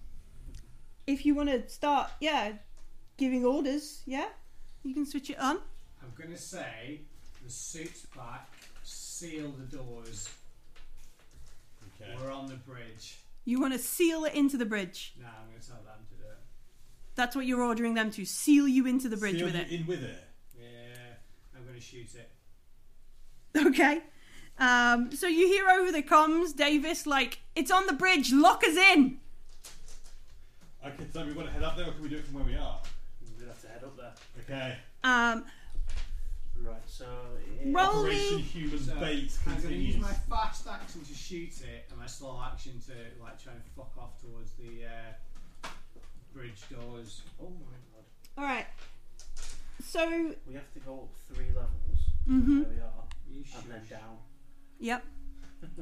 If you want to start, yeah, giving orders, yeah, you can switch it on. I'm gonna say the suit's back, seal the doors, Okay. we're on the bridge. You want to seal it into the bridge. Now I'm gonna tell them to do it. That's what you're ordering them to. Seal you into the bridge Seal with you it. In with it. Yeah, I'm gonna shoot it. Okay. Um, so you hear over the comms, Davis, like, it's on the bridge, lock us in. Okay, so we want to head up there, or can we do it from where we are? We'd have to head up there. Okay. Um, Right. So. yeah. Roll me- Operation Human So Bait I'm gonna use continues. my fast action to shoot it and my slow action to like try and fuck off towards the uh, bridge doors. Oh my god. all right. So, We have to go up three levels. Mhm. Where we are, You and then down. yep. Um,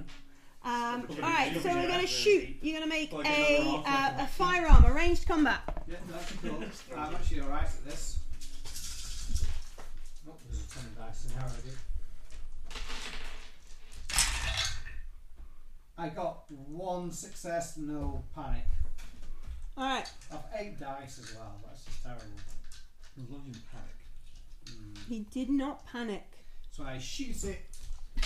all Okay, right, you're so gonna we're have going to to shoot. repeat. You're going to make Like a, another uh, half a weapon. firearm, a ranged combat. Yeah, that's cool. I'm actually alright at this. Oh, there's a ton of dice in there already. I got one success, no panic. All right, I've eight dice as well, that's just terrible. As long as you panic. he did not panic. So I shoot it,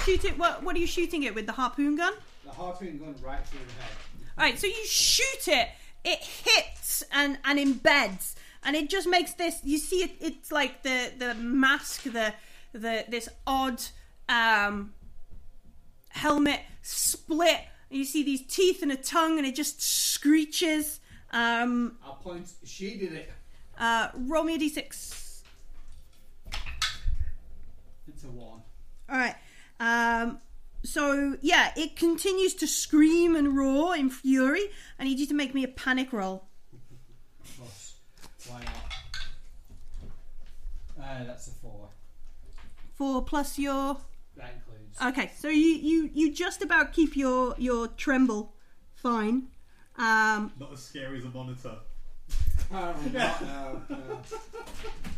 Shoot it. What, what are you shooting it with? The harpoon gun? the harpoon gun right through the head. All right, so you shoot it, it hits and and embeds, and it just makes this. You see, it, it's like the the mask, the the this odd um, helmet split. and You see these teeth and a tongue, and it just screeches. Um, I'll point, she did it. uh, roll me a d6. It's a one. All right. Um, so yeah, it continues to scream and roar in fury. I need you to make me a panic roll. Plus, why not? Uh, that's a four. Four plus your That includes. Okay, so you you you just about keep your your tremble fine. Um, Not as scary as a monitor. Apparently not, no, no.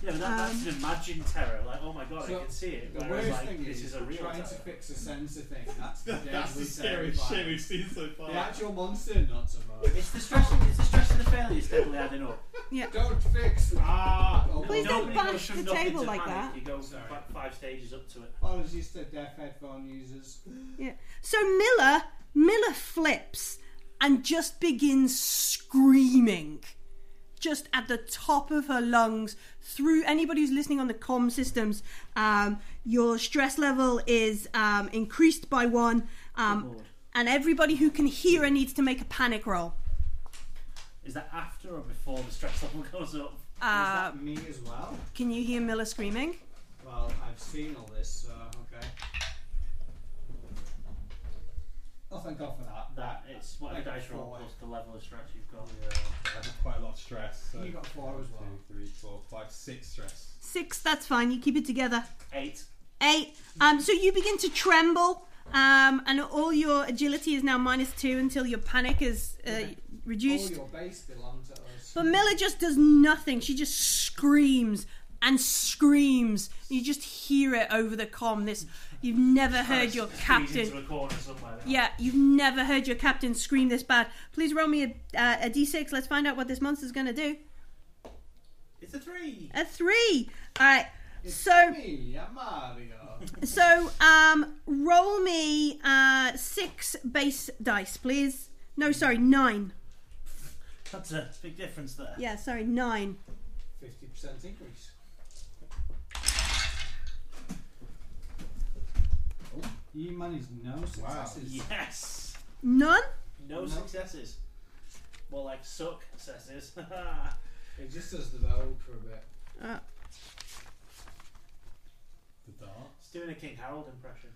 Yeah, but that, Um, that's an imagined terror. Like, oh my god, So, I can see it. The Whereas, worst like, thing this is, is, a real terror. trying to fix a sensor thing. That's the That's the scary scariest shit we've seen so far. The actual monster, not so much. It's the stress. It's the stress and the failure is definitely adding up. Don't fix. Ah, oh, Please don't Nobody bang goes from the nothing table to like panic. that. You go from Sorry. fi- five stages up to it. Apologies to deaf headphone users. yeah. So Miller Miller flips and just begins screaming, just at the top of her lungs. Through anybody who's listening on the com systems, um, your stress level is um, increased by one, um, Lord. and everybody who can hear her needs to make a panic roll. Is that after or before the stress level goes up? Uh, Is that me as well? can you hear Miller screaming? Well, I've seen all this, so okay. Oh, thank God for that. That it's what Like the dice a roll four. plus the level of stress you've got. I have quite a lot of stress. So You got four as well. Two, three, four, five, six stress. Six, that's fine. You keep it together. Eight. Eight. Um, so you begin to tremble, um, and all your agility is now minus two until your panic is uh, Okay. reduced. All your base belong to us. But Miller just does nothing. She just screams and screams. You just hear it over the com. This you've never heard your Squeeze captain Into a corner somewhere. yeah, you've never heard your captain scream this bad. Please roll me a, uh, a d6. Let's find out what this monster's going to do. It's a three. A three. All right. So, Me, I'm Mario. so um, roll me uh, six base dice, please. No, sorry, nine. That's a big difference there. Yeah, sorry, nine. Fifty percent increase. Oh, you managed no successes. Yes. None. No No. successes. More like suck successes. It just does the vogue for a bit. Uh, The dart. it's doing a King Harold impression.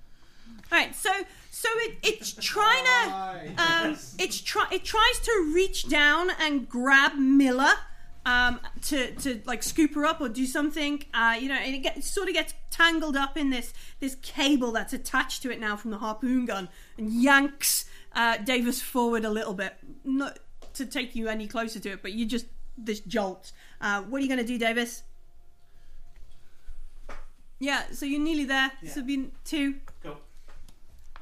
all right. So, so it, it's trying to. um, it's try it tries to reach down and grab Miller um, to to like scoop her up or do something. Uh, you know, and it, get, it sort of gets tangled up in this this cable that's attached to it now from the harpoon gun and yanks uh, Davis forward a little bit, not to take you any closer to it, but you just this jolt. Uh, what are you going to do, Davis? Yeah, so you're nearly there. This Yeah. would be two. Go.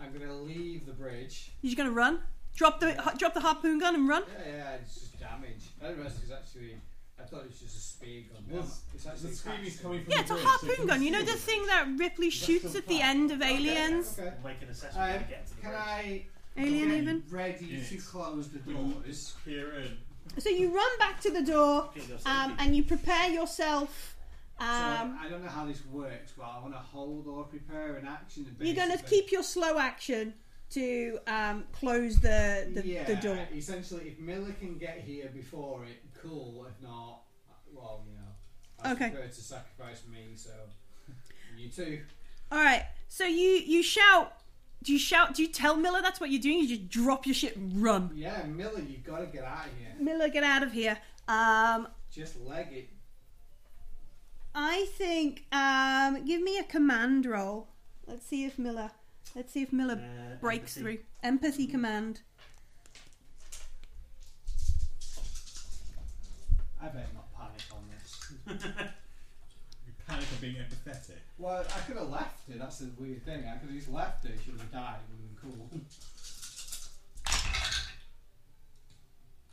I'm gonna leave the bridge. You're going to run. Drop the ha- drop the harpoon gun and run. Yeah, yeah, it's just damage. I didn't realise it was actually. I thought it was just a speed gun. Well, It's- it's actually The scream is attached to- coming from Yeah, the it's a bridge, so harpoon can gun. You know see the it. thing that Ripley shoots at the end of Aliens? Okay. Make an assessment Um, when I get to the can bridge. I? Alien am even? Ready Yes. Mm-hmm. to close the We will doors. Here in. So you run back to the door You can go um, sneaky. and you prepare yourself. so Um, I don't know how this works, but I want to hold or prepare an action. Basically. you're going to keep your slow action to um, close the, the, yeah, the door. Essentially, if Miller can get here before it, cool. If not, well, you know, I Okay. prefer to sacrifice me. So you too. All right. So you you shout. Do you shout? Do you tell Miller that's what you're doing? You just drop your shit and run. Yeah, Miller, you got to get out of here. Miller, get out of here. Um, Just leg it. I think. Um, give me a command roll. Let's see if Miller. Let's see if Miller Uh, breaks empathy. through. Empathy command. I better not panic on this. You panic on being empathetic. Well, I could have left it. That's the weird thing. I could have just left it. She would have died. It would have been cool.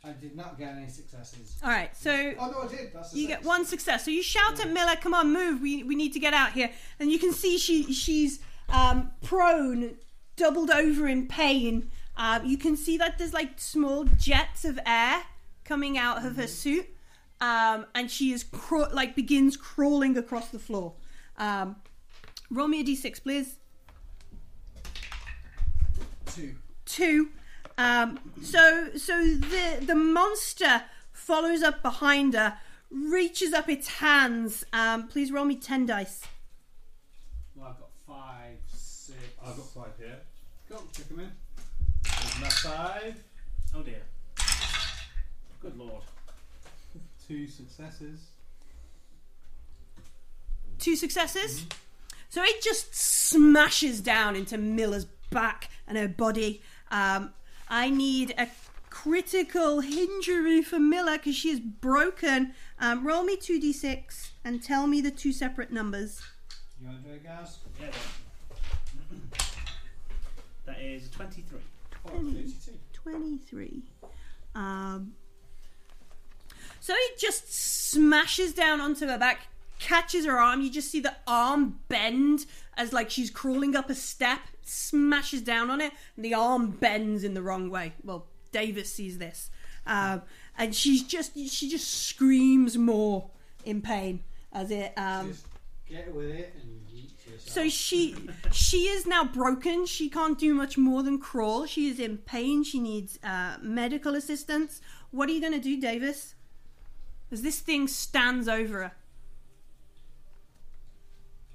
I did not get any successes. All right. So Oh no, I did. That's a You six. get one success. So you shout at Miller, "Come on, move! We, we need to get out here." And you can see she she's um, prone, doubled over in pain. Um, you can see that there's like small jets of air coming out of her suit, um, and she is craw- like begins crawling across the floor. Um, roll me a d6, please. two. two. Um, so so the the monster follows up behind her, reaches up its hands. Um, please roll me ten dice. Well, I've got five, six. I've got five here. Go check them in. There's my five. Oh dear. Good lord. Two successes. Two successes. So it just smashes down into Miller's back and her body. Um, I need a critical injury for Miller because she is broken. Um, roll me two d6 and tell me the two separate numbers. You want to do it, guys? Yeah. then. that is twenty-three. Or thirty-two. 23. Um, so he just smashes down onto her back, catches her arm. You just see the arm bend as like she's crawling up a step, smashes down on it, and the arm bends in the wrong way. Well, Davis sees this, um, and she's just she just screams more in pain as it. Um, Just get with it and yeet yourself. so she she is now broken. She can't do much more than crawl. She is in pain. She needs uh, medical assistance. What are you going to do, Davis? As this thing stands over her.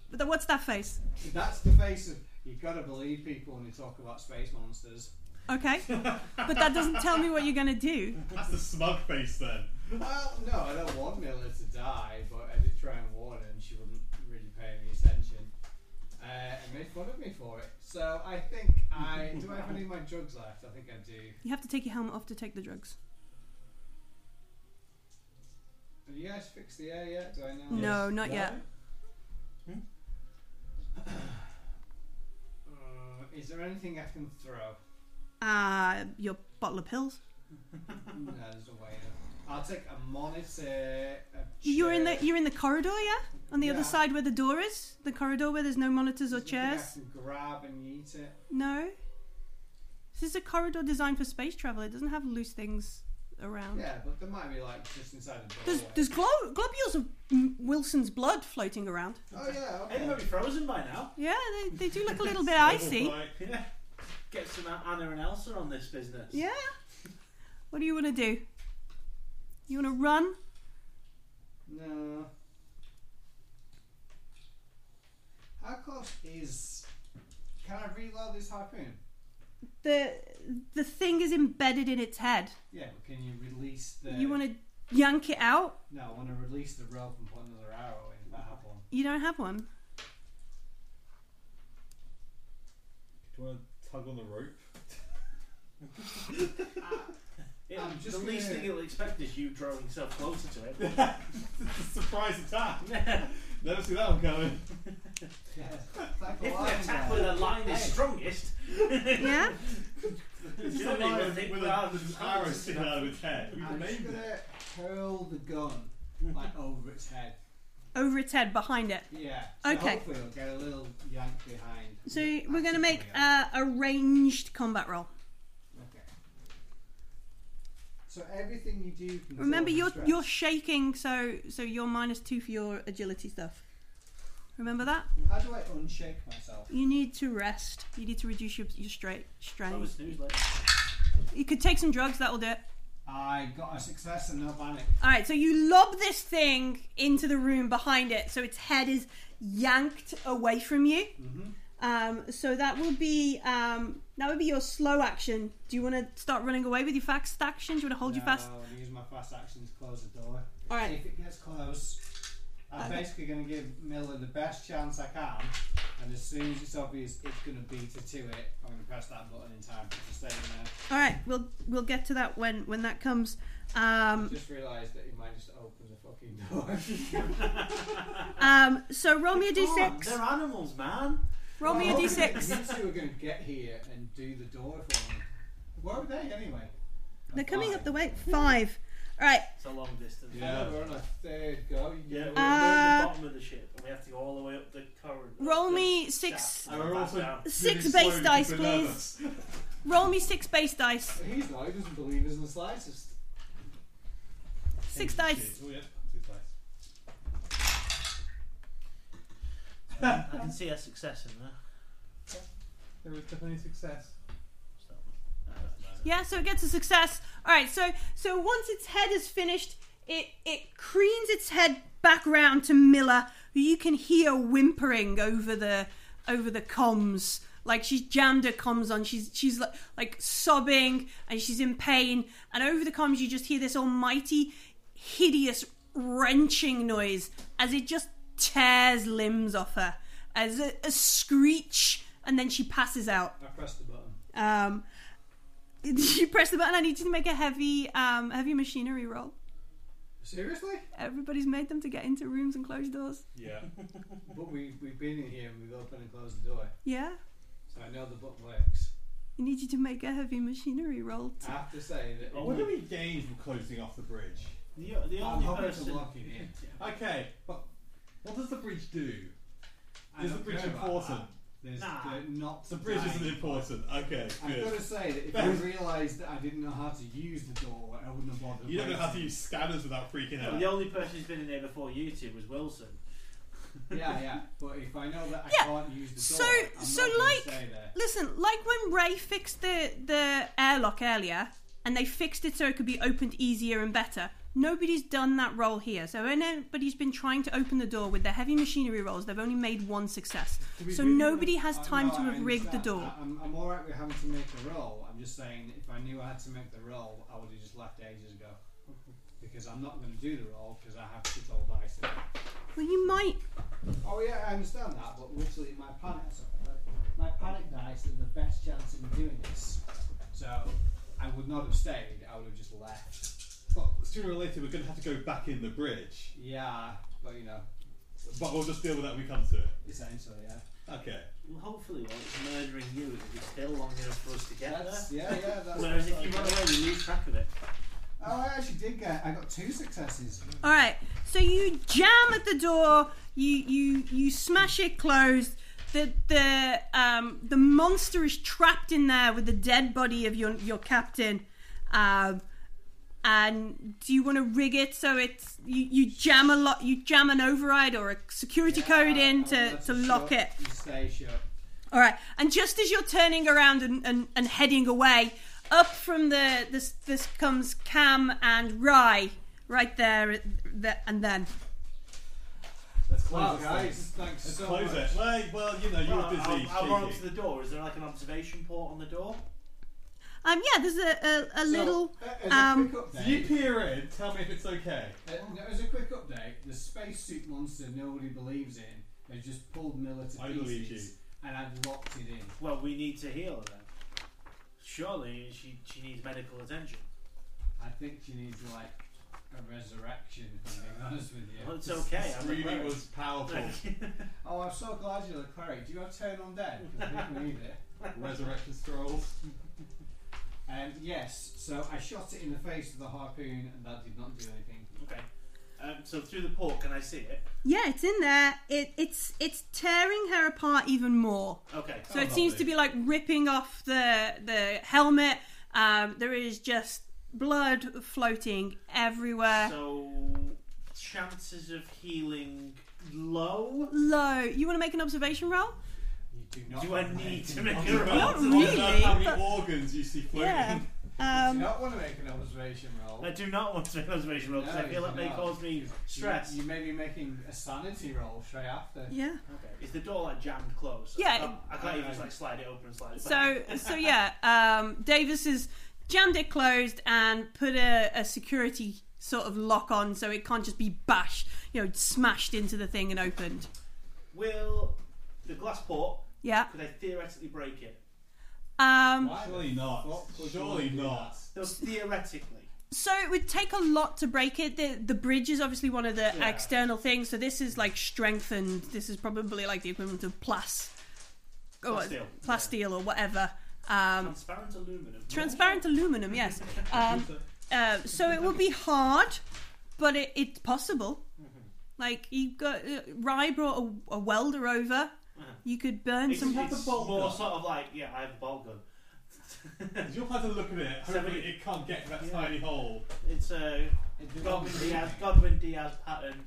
But then what's that face? That's the face of. You gotta believe people when they talk about space monsters. Okay, but that doesn't tell me what you're going to do. That's the smug face then. Well, no, I don't want Miller to die, but I did try and warn her, and she wouldn't really pay any attention. Uh, and made fun of me for it. So I think I do. I have any of my drugs left? I think I do. You have to take your helmet off to take the drugs. you guys fixed the air yet? Do I know? No, not yet. Uh, is there anything I can throw? Uh, your bottle of pills. no, there's a way. out. I'll take a monitor. A You're in the chair. you're in the corridor, yeah. On the other Yeah. side where the door is, the corridor where there's no monitors or There's nothing I chairs. can grab and eat it. No. This is a corridor designed for space travel. It doesn't have loose things around. Yeah, but there might be like just inside the There's doorway. there's glo- globules of mm, Wilson's blood floating around. oh yeah. Hey, they Okay. might be frozen by now. Yeah, they, they do look a little bit icy. Right. Yeah. Get some Anna and Elsa on this business. Yeah. What do you want to do? You want to run? No. How close is? Can I reload this harpoon? The the thing is embedded in its head. Yeah, but can you release the? You want to yank it out? No, I want to release the rope and put another arrow in. But I have one. You don't have one. Do you want to tug on the rope? Yeah, I'm just the least gonna- Oh, thing you'll expect is you drawing yourself closer to it. Surprise attack! Never see that one coming. Yeah. It's like a if the lion attack guard. with a line is Hey. strongest, Yeah. It's Surely alive we'll think with rather a, than an arrow sticking out of its head. We I'm just named gonna it. hurl the gun like over its head. Over its head, behind it. Yeah. So Okay. Hopefully it'll get a little yank behind. So we're going to make Yeah. uh, a ranged combat roll. Okay. So everything you do. Can Remember, cause you're stress. you're shaking, so so you're minus two for your agility stuff. Remember that? How do I unshake myself? You need to rest. You need to reduce your your straight I strain. was snooze like. You could take some drugs. That will do it. I got a success and no panic. All right, so you lob this thing into the room behind it, so its head is yanked away from you. Um, so that will be um, that would be your slow action. Do you want to start running away with your fast action? Do you want to hold your No, fast? I'm gonna use my fast action to close the door. All right, If it gets close, I'm Okay. basically going to give Miller the best chance I can, and as soon as it's obvious it's going to beat her to it, I'm going to press that button in time for it to stay in there. all right. We'll we'll get to that when when that comes. Um, Just realised that he might just open the fucking door. um, so roll me a Oh, d6. they're animals, man. Roll me a Well, d6. You two are going to get here and do the door for me. Where are they anyway? They're coming up the way. Five. All right. It's a long distance. Yeah, we're on a third go. Yeah, we're, You- we're at Uh, the bottom of the ship, and we have to go all the way up the corridor. Roll the me shaft six- and then We're back also- down. Six Moving base slowly dice, because we're please. nervous. Roll me six base dice. He's not. He doesn't believe us in the slightest. Six Oh, dice. yeah, six dice. I can see a success in there. There was definitely success. So, uh, Yeah, so it gets a success. All right, so so once its head is finished, it it creans its head back round to Miller, who you can hear whimpering over the over the comms. Like she's jammed her comms on. She's she's like, like sobbing and she's in pain. And over the comms, you just hear this almighty, hideous wrenching noise as it just tears limbs off her as a, a screech, and then she passes out. I pressed the button. Um, you press the button. I need you to make a heavy, um, heavy machinery roll. Seriously? Everybody's made them to get into rooms and close doors. Yeah. But we, we've been in here and we've opened and closed the door, Yeah, so I know the button works. I need you to make a heavy machinery roll. I have to say that. Oh, it what do would- we gain from closing off the bridge? the, the I'm only hoping to person. lock it in. Okay, but what does the bridge do? I Is the don't bridge care about important? that. There's Nah. the not The bridge dying isn't part. important. Okay, I've got good. to say that if I Ben. realised that I didn't know how to use the door, I wouldn't have bothered. You don't know how to waiting. use scanners without freaking No, out. the only person who's been in there before you two was Wilson. Yeah, yeah. But if I know that I Yeah. can't use the So- door, I'm so not gonna like- stay there. Listen, like when Ray fixed the the airlock earlier, and they fixed it so it could be opened easier and better. Nobody's done that roll here, so anybody's been trying to open the door with their heavy machinery rolls. They've only made one success, Do we so really nobody want- has I time know, to I have rigged the understand. door. I, I'm, I'm all right with having to make a roll. I'm just saying, if I knew I had to make the roll, I would have just left ages ago. Because I'm not going to do the roll because I have to roll dice. Again. Well, you might Oh yeah, I understand that, but literally my panic, sorry, my panic dice are the best chance in doing this. So I would not have stayed. I would have just left. But sooner or later we're going to have to go back in the bridge. Yeah, but you know, But we'll just deal with that when we come to it. essentially, yeah. Okay. Well, hopefully, while it's murdering you, it'll be still long enough for us to get That's, there. yeah, yeah. That's Whereas if that's you run what I away, we lose track of it. got. Oh, I actually did get. I got two successes. All right. So you jam at the door. You you you smash it closed. The the um the monster is trapped in there with the dead body of your your captain. Um, and do you want to rig it so it's you, you jam a lot? You jam an override or a security code in to, to lock it. You stay shut. All right, and just as you're turning around and, and, and heading away, up from the this this comes Cam and Rye right there, at the- and then Let's close Wow, this guys, thanks Let's so close much. it. Well, well, you know, you're Well, busy. I'll, I'll run up to cheeky. the door. Is there like an observation port on the door? um yeah, there's a a, a So, little a- as um, a quick So update, you peer in, tell me if it's okay. uh, no, as a quick update, the spacesuit monster nobody believes in has just pulled Miller to I pieces, believe and I've locked it in. Well, we need to heal her then. Surely she, she needs medical attention. I think she needs like a resurrection. If I'm being honest with you. Well, it's okay. I'm Screaming aware. was powerful. Oh, I'm so glad you're the cleric. Do you have turn on dead? 'Cause we need it. Resurrection scrolls. Um, yes. So I shot it in the face with a harpoon, and that did not do anything. okay. Um, so through the port, can I see it? yeah, it's in there. It it's it's tearing her apart even more. Okay. So it seems to be like ripping off the the helmet. Um, there is just blood floating everywhere. So chances of healing low. Low. You want to make an observation roll? You do not. Do I want need it. to make Not a roll? really, How many but- organs you see floating? Yeah. do Um, not want to make an observation roll. I do not want to make an observation roll because No, I feel you that may do not. cause me You- stress. You, may be making a sanity roll straight after. yeah. Okay. Is the door like jammed closed? So Yeah, I can't, I can't even it- just like slide it open and slide it back. So so yeah, um, Davis has jammed it closed and put a, a security sort of lock on so it can't just be bashed, you know, smashed into the thing and opened. Will the glass port? Yeah. Could I theoretically break it? Um, Why Surely the not. fuck would Surely you do not. that? No, theoretically. so it would take a lot to break it. The the bridge is obviously one of the Yeah. external things, so this is like strengthened. This is probably like the equivalent of plas, or Plasteel. plasteel or whatever. Um, Transparent aluminum. transparent aluminum, yes. Um, uh, so it will be hard, but it, it's possible. Like you got uh, Rye brought a, a welder over. You could Uh-huh. burn It's, some. it's bolt more gun. sort of like yeah, I have a bolt gun. 'Cause You'll have to look at it. Hopefully, Seventy- it can't get to that Yeah. tiny hole. It's uh, a It did not Godwin do Diaz, anything. Godwin Diaz pattern.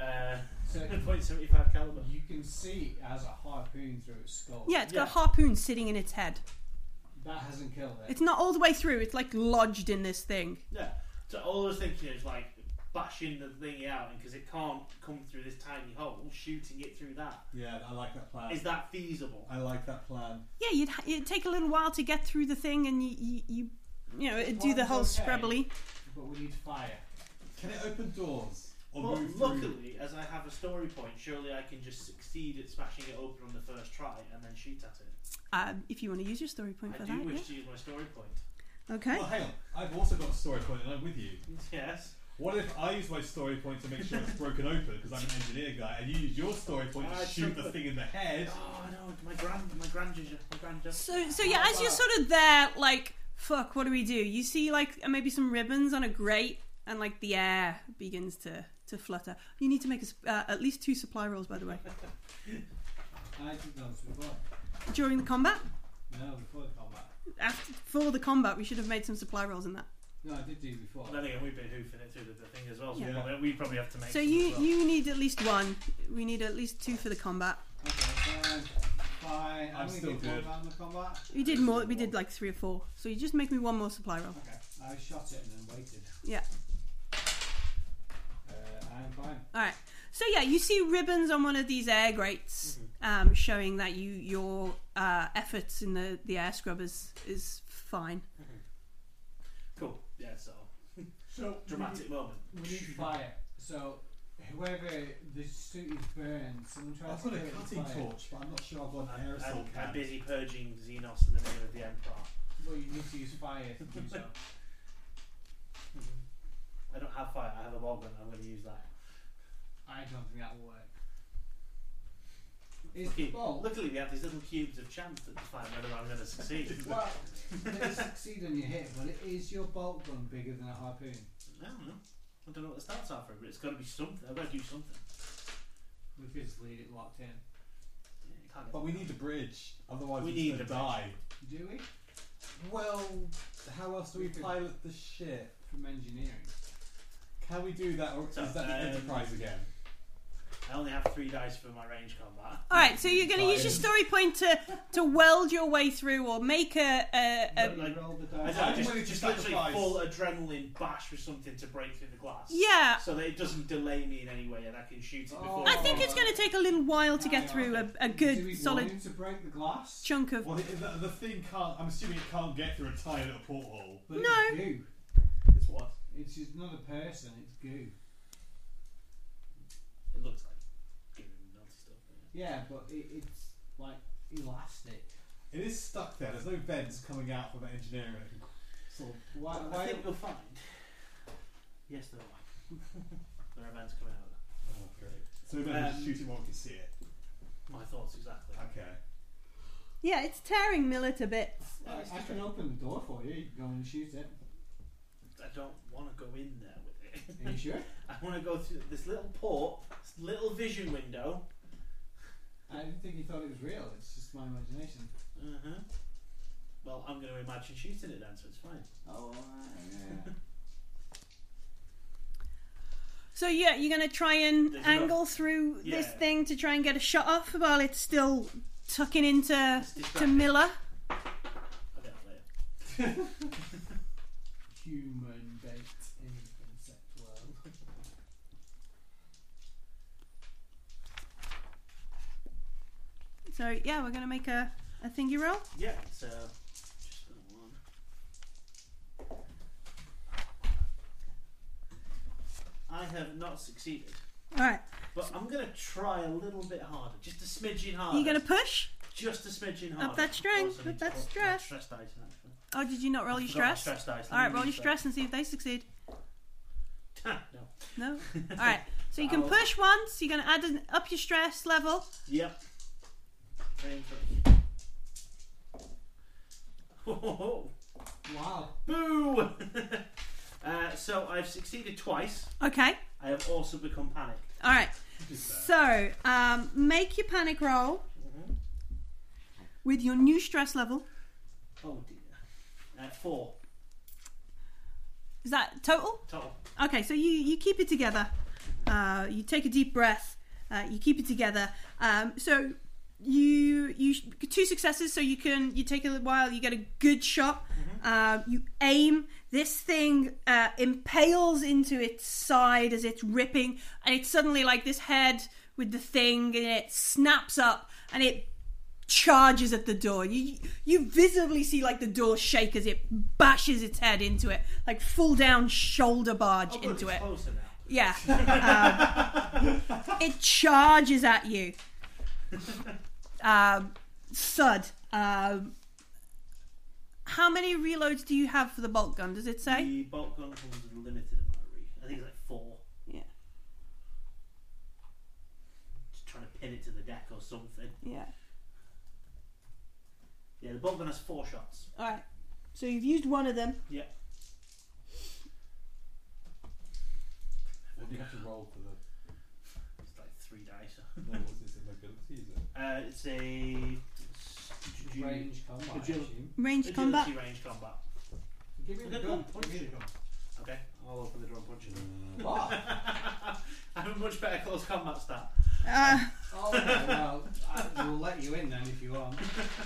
Uh, So 0.75 caliber. you can see it has a harpoon through its skull. Yeah, it's got a Yeah. harpoon sitting in its head. That hasn't killed it. It's not all the way through. It's like lodged in this thing. Yeah. So all I was thinking is like bashing the thing out, because it can't come through this tiny hole, shooting it through that. Yeah, I like that plan. Is that feasible? I like that plan. Yeah, you'd, ha- it'd take a little while to get through the thing, and you you, you, you know it'd do the Mine's whole okay. scrabbly. But we need fire. Can it open doors? Or Well, move through? luckily, as I have a story point, surely I can just succeed at smashing it open on the first try and then shoot at it. Um, if you want to use your story point I for do that, wish yeah. to use my story point. Okay. Well, hang on. I've also got a story point, and I'm with you. Yes. What if I use my story point to make sure it's broken open because I'm an engineer guy, and you use your story point Ah, to shoot true. the thing in the head? Oh no, my grand, my grandjudge, my Oh, grandjudge. So, so yeah, as you're sort of there, like, fuck, what do we do? You see, like, maybe some ribbons on a grate, and like the air begins to to flutter. You need to make a, sup- uh, at least two supply rolls, by the way, I did those before. during the combat. No, before the combat. After, for the combat, we should have made some supply rolls in that. No, I did do before. Then again, we've been hoofing it through the, the thing as well, so Yeah. probably, we probably have to make. So some you as well. you need at least one. We need at least two for the combat. Okay, fine. Fine. I'm How many still did one good. round the combat? We did more. We did like three or four. So you just make me one more supply roll. Okay. I shot it and then waited. Yeah. Uh, I'm fine. All right. So yeah, you see ribbons on one of these air grates, um, showing that you your uh, efforts in the the air scrub is is fine. cool. Yeah. So So dramatic moment. We need fire. So whoever the suit is burned, someone tries I've to got a create cutting fire. torch, but I'm not sure I've got an I'm, aerosol I'm- I'm can. busy purging Xenos in the name of the Emperor. Well, you need to use fire to do so. Mhm. I don't have fire. I have a ball gun. I'm going to use that. I don't think that will work. Is the Lucky, ball? luckily, we have these little cubes of chance that define whether I'm going to succeed. Well, they succeed on your hit, but is your bolt gun bigger than a harpoon? I don't know. I don't know what the stats are for it, but it's got to be something. I've got to do something. We could just leave it locked in. Can't But get- we need a bridge, otherwise We we it's need gonna a bridge. die. Do we? Well, how else do we pilot the ship? From engineering. Can we do that, or is So, that the um, Enterprise again? I only have three dice for my range combat. All right, so you're going to use your story point to, to weld your way through or make a, a, a But, like, roll the I dice. don't know, I'm willing just, to just literally sacrifice. full adrenaline bash with something to break through the glass. yeah. So that it doesn't delay me in any way and I can shoot it before. Oh. I think it's going to take a little while to get through a, a Do we good want solid him to break the glass? chunk of. Well, the, the, the thing can't. I'm assuming it can't get through a tiny little porthole. But No. It's goo. It's what? It's just not a person. It's goo. It looks like. goo and Nasty stuff. yeah. Yeah, but it, it's like elastic. It is stuck there. There's no vents coming out from that engineering. So why? But I why think we'll find. Yes, there are. there are events coming out of that. Oh, great. So we better just Um, shoot it while we can see it. My thoughts exactly. Okay. Yeah, it's tearing Miller to bits. I, I can open uh, the door for you. You can go and shoot it. I don't want to go in there with Are you it. sure? I want to go through this little port, this little vision window. I didn't think you thought it was real. It's just my imagination. Uh-huh. Well, I'm going to imagine shooting it then, so it's fine. Oh, alright, yeah. So yeah, you're going to try and There's angle through this Yeah. thing to try and get a shot off while it's still tucking into It's to distracting. Miller. I'll get that later. Human bait in insect world. So yeah, we're going to make a, a thingy roll. Yeah, so just put one. I have not succeeded, All right, but I'm gonna try a little bit harder, just a smidgen harder. you going to push? just a smidgen harder. that strength, Also, I need to up that roll my stress. Stress dice. Actually. Oh, did you not roll your Forgot my stress? Stress dice. All right, Let me roll your use that. stress and see if they succeed. no. No. All right, so you can Ow. push once. You're going to add an, up your stress level. Yep. Aim for- Wow. Boo! uh, so I've succeeded twice. Okay. I have also become panicked. All right. Just there. So, um, make your panic roll Mhm. with your new stress level. Oh dear. Uh, four Is that total? total. Okay, so you, you keep it together. Uh, you take a deep breath. Uh, you keep it together. Um, so you you two successes. So you can you take a little while. You get a good shot. Mm-hmm. Uh, you aim. This thing uh, impales into its side as it's ripping, and it's suddenly like this head with the thing, and it snaps up, and it charges at the door. You you visibly see like the door shake as it bashes its head into it, like full down shoulder barge Oh, good, into it's it. Closer now. Yeah. Um, it charges at you. Um, sud. Um, how many reloads do you have for the bolt gun? Does it say? The bolt gun comes with a limited amount of reach. I think it's like four. Yeah. Just trying to pin it to the deck or something. Yeah. Yeah, the bolt gun has four shots. All right. So you've used one of them. Yeah. What do you have to roll for the? It's like three dice. No, what's this ability? Is it? Uh, it's a Range combat. I Could you- assume. Range agility combat. range combat. Give me the Look at gun. that. Give me the gun. Okay, I'll open the door and punch him. What? I have a much better close combat stat. Uh, Oh well, I, we'll let you in then if you want.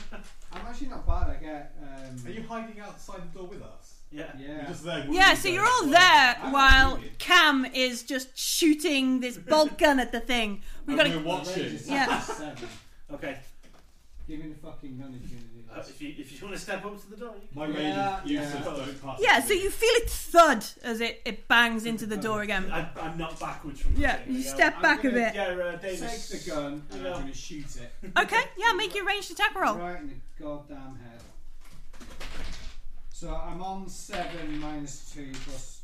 I'm actually not bad. I get. Um, Are you hiding outside the door with us? Yeah. You're Yeah. just there. yeah, so you're all there I'm while not leaving. Cam is just shooting this bolt gun at the thing. We We got We're to. watching. Outrageous. Yeah. That's seven. Okay. Give me the fucking gun if you're gonna Uh, do this. if you if you want to step up to the door, you My Yeah, range is useless. yeah. Don't pass. Yeah, it so to me. you feel it thud as it, it bangs into the door again. can. I, I'm not backwards from. Um, Yeah, the thing, you know. step I'm back a gonna bit. Yeah, uh, Davis. Take the gun and Yeah. I'm gonna shoot it Okay, yeah, make your ranged attack roll. right in the goddamn head. So I'm on seven minus two plus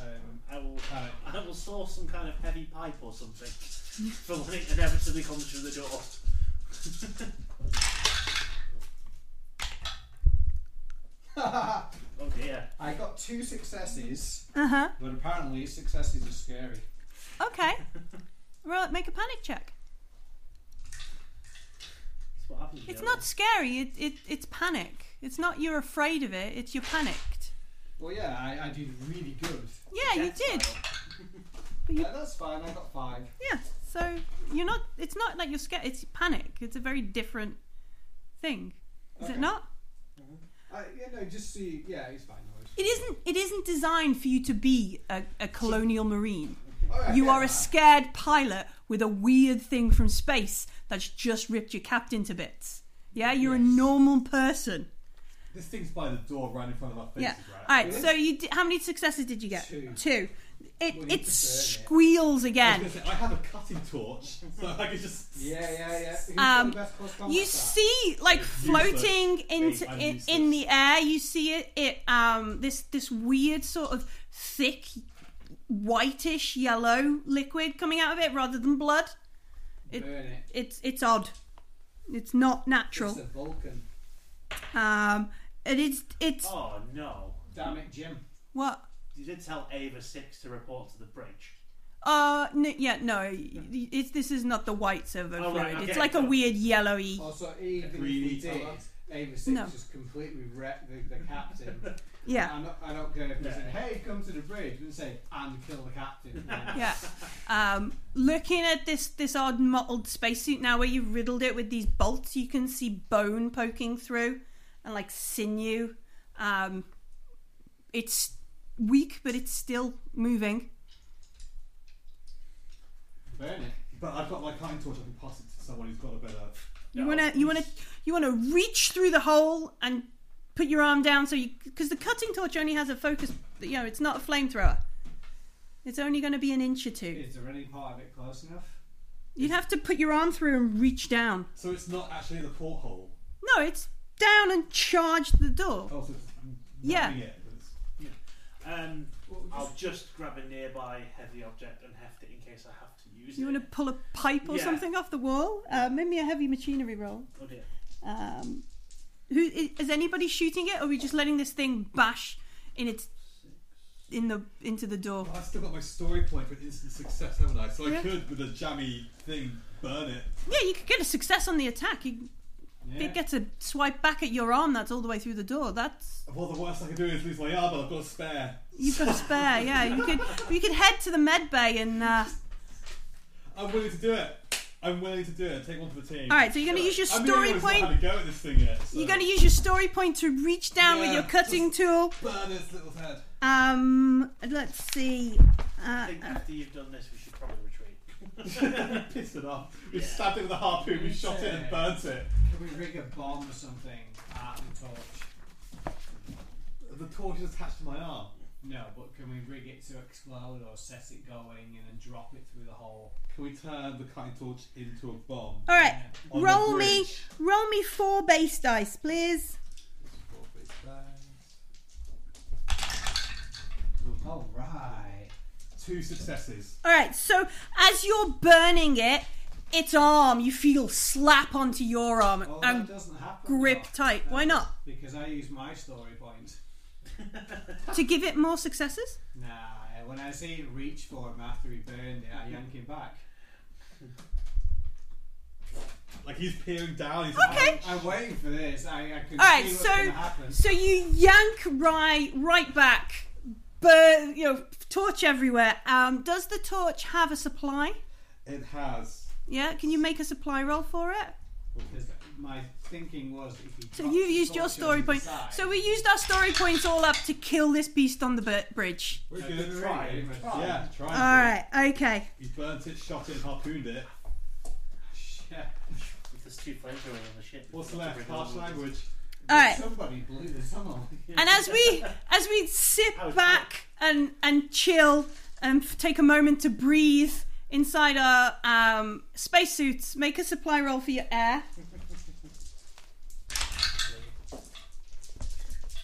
Um, I will. panic. I will source some kind of heavy pipe or something for when it inevitably comes through the door. oh dear. I got two successes, Uh huh. but apparently successes are scary. Okay. Roll. Make a panic check. That's what happens. It's you not scary. It, it it's panic. It's not you're afraid of it. It's you're panicked. Well, yeah, I, I did really good. Yeah, you Death did. spiral. You- Yeah, that's fine. I got five. Yeah. So you're not. It's not like you're scared. It's panic. It's a very different thing. Is Okay. it not? I, yeah, no, just see. Yeah, it's fine. No, It isn't. It isn't designed for you to be a, a colonial marine. worries. Alright, You yeah, are I- a scared pilot with a weird thing from space that's just ripped your captain to bits. Yeah, you're a Yes. normal person. This thing's by the door right in front of our faces, Yeah. right? All right. So you. Di- how many successes did you get? Two. It Well, you it deserve it. squeals I, was again. gonna say, I have a cutting torch, so I can just. Yeah, yeah, yeah. Who's Um, got the best close combat You stat? see, like Useless. floating into in, I'm in useless. the air. You see it. It um this this weird sort of thick, whitish yellow liquid coming out of it rather than blood. it- Burn it. It's it's odd. It's not It's natural. a Vulcan. Um, it is. It's Oh no! Damn it, Jim. what? You did tell Ava Six to report to the bridge. Uh, n- yeah, no. It's this is not the white silver Oh, fluid. right, It's okay, like a cool. weird yellowy. Also, even if we Greedy did, colour. Ava Six E. No. just completely wrecked the, the captain. Yeah, I'm not, I don't care if they Yeah. said, hey, come to the bridge, and say, and kill the captain. No. yeah. Um, looking at this this odd mottled spacesuit now, where you've riddled it with these bolts, you can see bone poking through and like sinew. Um, it's weak, but it's still moving. Burn it. But I've got my cutting torch, I can pass it to someone who's got a better. You No. wanna, you wanna, you wanna reach through the hole and put your arm down so you, because the cutting torch only has a focus. You know, it's not a flamethrower. It's only going to be an inch or two. Is there any part of it close enough? You'd have to put your arm through and reach down. So it's not actually the porthole. No, it's down and charge the door. Oh, so it's Yeah. rubbing It, but it's- Um, Well, I'll just grab a nearby heavy object and heft it in case I have to use You it. want to pull a pipe or Yeah. something off the wall? Uh, make me a heavy machinery roll. Oh dear. Um, who i- is anybody shooting it, or are we just letting this thing bash in its in the into the door? Oh, I've still got my story point for instant success, haven't I? So I Yeah. could, with a jammy thing, burn it. Yeah, you could get a success on the attack. You If Yeah. it gets a swipe back at your arm, that's all the way through the door. That's Well, the worst I can do is lose my arm, but I've got a spare. you've got a spare. Yeah, you could you could head to the med bay and. Uh, I'm willing to do it. I'm willing to do it. Take one for the team. all right, so you're going to use your I'm the only story one who's not point. had a go at this thing yet. So. You're going to use your story point to reach down with Yeah, your cutting tool. burn its little head. Um, let's see. I Uh, think after you've done this, we should probably retreat. Pissed it off. We stabbed it with a harpoon. We shot it and burnt it. Can we rig a bomb or something at the torch? The torch is attached to my arm. No, but can we rig it to explode or set it going and then drop it through the hole? Can we turn the cutting torch into a bomb? all right, On the Uh, roll me, bridge. roll me four base dice, please. All right. Two successes. All right, so as you're burning it, its arm you feel slap onto your arm Well, that and doesn't happen. Um, grip though. tight. No, Why not? Because I use my story point. To give it more successes. Nah, when I see it reach for him after he burned it, I yank him back. Like he's peering down. He's Okay. I'm waiting for this. I, I can All right, see what's so- going to happen. So you yank Rye right back, burn, you know, torch everywhere. Um, does the torch have a supply? It has. Yeah, can you make a supply roll for it? 'Cause my thinking was if he So drops you've the used your torch story on point. the side- So we used our story points all up to kill this beast on the bir- bridge. We're No, gonna good try. reading, but- Yeah, try. All right, okay. He burnt it, shot it, harpooned it. Yeah. If there's two flamethrowers on the ship. What's we've got to left? bring all Harsh of them. language. All right. Somebody blew the tunnel. And as we as we sit That was back and and chill and f- take a moment to breathe inside our um, spacesuits, make a supply roll for your air.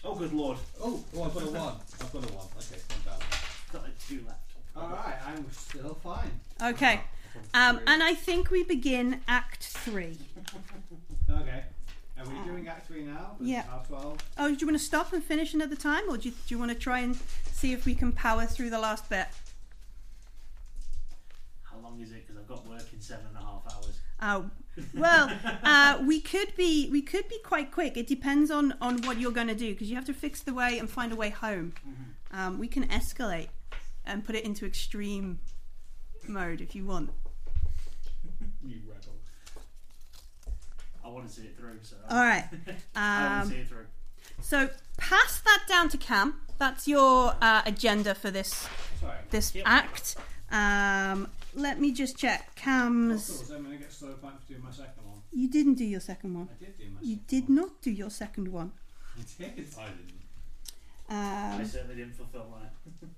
Oh, good lord. Oh, oh, I've got a one. I've got a one. Okay, it's one down. Got a two left. Alright, I'm still fine. Okay. Um, and I think we begin Act Three. Okay. Are we doing Act 3 now? Ah. It's Yeah. Half 12. Oh, do you want to stop and finish another time, or do you, do you want to try and see if we can power through the last bit? How long is it? Because I've got work in seven and a half hours. Oh, well, uh, we could be we could be quite quick. It depends on on what you're going to do because you have to fix the way and find a way home. Mm-hmm. Um, we can escalate and put it into extreme mode if you want. You rebel. I want to see it through, so All right. I want to Um, see it through. so pass that down to Cam. That's your uh, agenda for this Sorry. this Yep. act. Um, let me just check. Cam's. Also, I'm going to get slow point for doing my second one. You didn't do your second one. I did do my You second did one. not do your second one. I did. I didn't. I Um, certainly didn't fulfil that.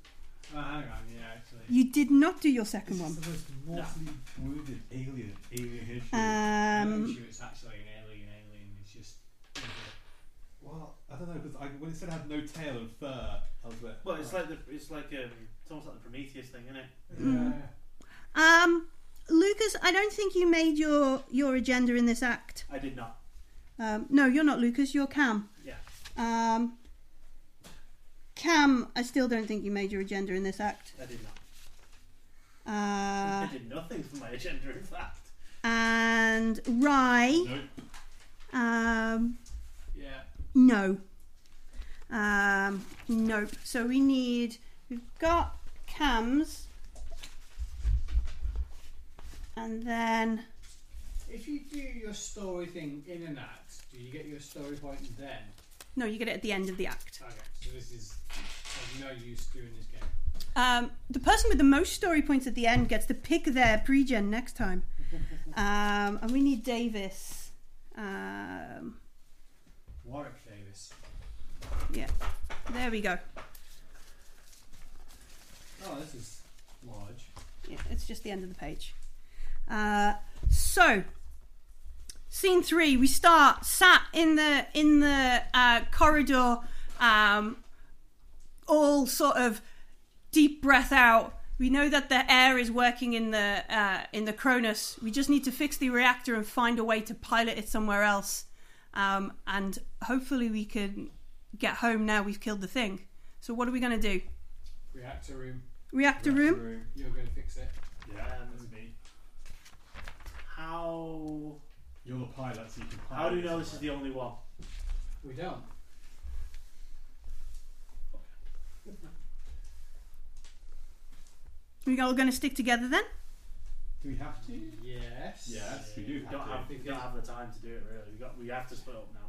Oh, hang on, yeah, actually. you did not do your second This one. is the most mortally wounded alien alien history. I don't Um, think it's actually an alien alien, it's just. well, I don't know because when it said it had no tail and fur, I was like, Well, it's "Oh, like the it's like um, it's almost like the Prometheus thing, isn't it? Mm. Yeah. um, Lucas, I don't think you made your your agenda in this act. I did not. Um, no, you're not Lucas. You're Cam. Yeah. Um, Cam, I still don't think you made your agenda in this act. I did not. Uh, I did nothing for my agenda, in fact. and Rye, nope. um, Yeah. no, um, nope. So we need we've got Cam's, and then If you do your story thing in an act, do you get your story point then? no, you get it at the end of the act. Okay, so this is of no use doing this game. Um, the person with the most story points at the end gets to pick their pre-gen next time. Um, and we need Davis. Um, Warwick Davis. there we go. Oh, this is large. Yeah, it's just the end of the page. Uh, so, scene three, we start sat in the in the uh, corridor, um, all sort of deep breath out. We know that the air is working in the uh, in the Cronus. We just need to fix the reactor and find a way to pilot it somewhere else, um, and hopefully we can get home now. We've killed the thing. So what are we going to do? Reactor room. Reactor room. You're going to fix it. Yeah, Um, how you're the pilot, so you can pilot. how do we it know this is somewhere. the only one? We don't. We all going to stick together then. Do we have to? Yes. Yes, we do. We don't to. have we don't have the time to do it really. We got we have to split up now.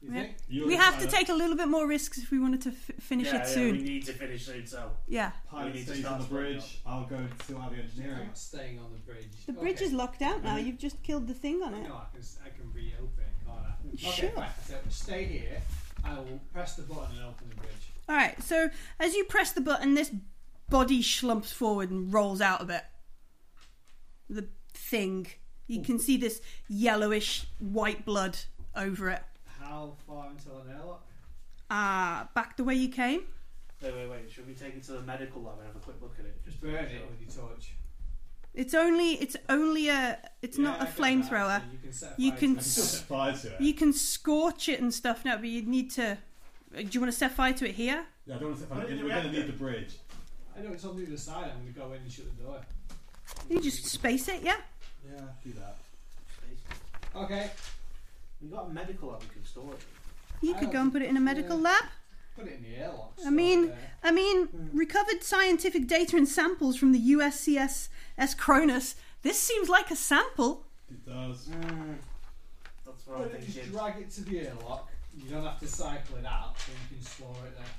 You Yeah. think? You're We the have to pilot. take a little bit more risks if we wanted to f- finish yeah, it yeah, soon. We need to finish soon. So yeah. Pilot We need to stays on start the splitting bridge. I'll go and sort out the I'm engineering. not staying on the bridge. The bridge okay. is locked out now. Mhm. You've just killed the thing on it. No, I can, s- I can reopen it, can't I? Sure. Okay, fine. So stay here. I will press the button and open the bridge. All right. So as you press the button, this body slumps forward and rolls out a bit. The thing. You can see this yellowish white blood over it. How far until an airlock? Ah, back the way you came. wait, wait, wait. Should we take it to the medical lab and have a quick look at it? Just Just to make burn it sure? with your torch. It's only it's only a it's Yeah, not a I get that. flamethrower. So You can set You fire can to it. s- Fire to it. You can scorch it and stuff now, but you'd need to. uh, Do you want to set fire to it here? Yeah, I don't want to set fire. Put it in the We're going to reactor. need the bridge. I know it's on the other side. I'm gonna go in and shut the door. You just space it, yeah. Yeah, do that. Okay, We got a medical lab we can store it. in. You I could don't go and think- put it in a medical yeah. lab. put it in the airlock. I mean- so, uh, I mean, recovered scientific data and samples from the USCS S Cronus. This seems like a sample. It does. That's what I'm put Mm. it, just thinking. drag it to the airlock. You don't have to cycle it out, so you can store it there.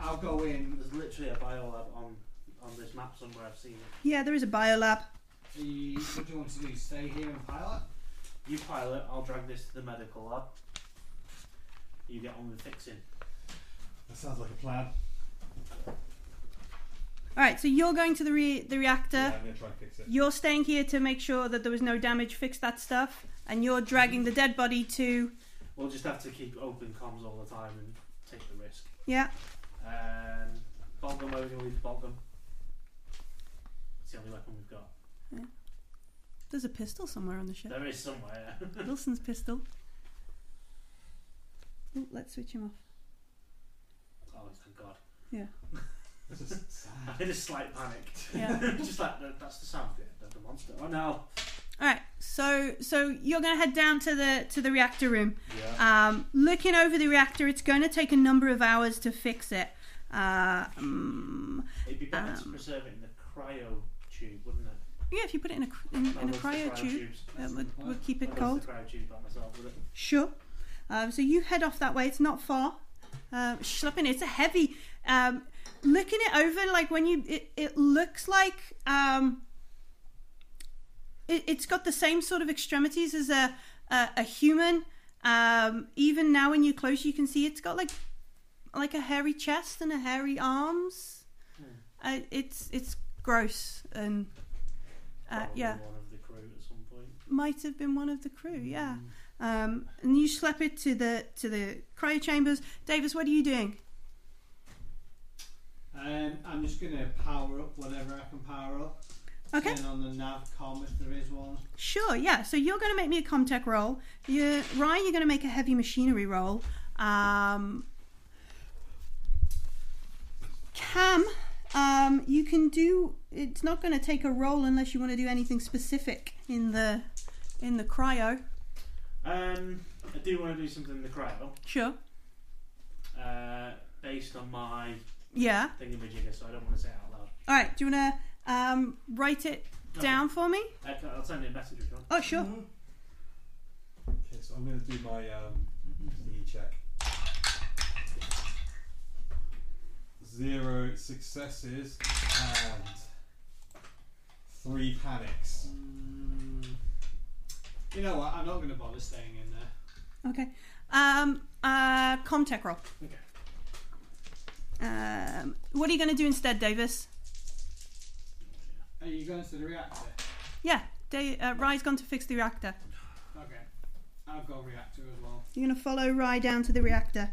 Uh, I'll go in. There's literally a bio lab on on this map somewhere. I've seen it. Yeah, there is a biolab. The, what do you want to do? Stay here and pilot? You pilot. I'll drag this to the medical lab. You get on with fixing. That sounds like a plan. All right, so you're going to the re- the reactor. Yeah, I'm going to try and fix it. You're staying here to make sure that there was no damage, fix that stuff, and you're dragging the dead body to We'll just have to keep open comms all the time and take the risk. yeah. Um, Bolt gun, where we're going to leave the bolt gun. It's the only weapon we've got. There's a pistol somewhere on the ship. There is somewhere. Wilson's pistol. Ooh, let's switch him off. oh, thank God. Yeah. It's just sad. I had a slight panic. Yeah. Just like, that, that's the sound of it, the, the monster. Oh no. All right. So so you're going to head down to the to the reactor room. Yeah. Um, looking over the reactor, it's going to take a number of hours to fix it. Uh, um, It'd be better to um, preserve it in the cryo tube, wouldn't it? yeah, if you put it in a cr- in, in a I'll raise the cryo tube, tubes. that would, would keep I'll it raise cold. the cryo tube by myself, would it? Sure. Um, so you head off that way. It's not far. Um, schlepping. It's a heavy. Um, looking it over, like when you, it, it looks like um, it, it's got the same sort of extremities as a a, a human. Um, even now, when you're close, you can see it's got like like a hairy chest and a hairy arms. Uh, it's it's gross and uh, Probably yeah One of the crew at some point. might have been one of the crew, yeah. Um, and you schlep it to the to the cryo chambers. Davis, what are you doing? Um, I'm just gonna power up whatever I can power up. Okay, Turn on the nav com if there is one. sure, yeah. So you're going to make me a Comtech roll. You, Ryan, you're going to make a heavy machinery roll. Um, Cam, um, you can do. It's not going to take a roll unless you want to do anything specific in the in the cryo. Um, I do want to do something in the cryo, Sure. uh, based on my Yeah. thingamajigger, so I don't want to say it out loud. All right. Do you want to um, write it Okay. down for me? I can- I'll send you a message if you want. Oh, sure. Okay, so I'm going to do my um, Mm-hmm. thingy check. Zero successes and three panics. Mm, you know what? I'm not gonna bother staying in there. Okay. Um, uh, Comtech roll. Okay. Um, what are you going to do instead, Davis? Are you going to the reactor? Yeah, da- uh, Rye's gone to fix the reactor. Okay. I've got reactor as well. You're going to follow Rye down to the reactor.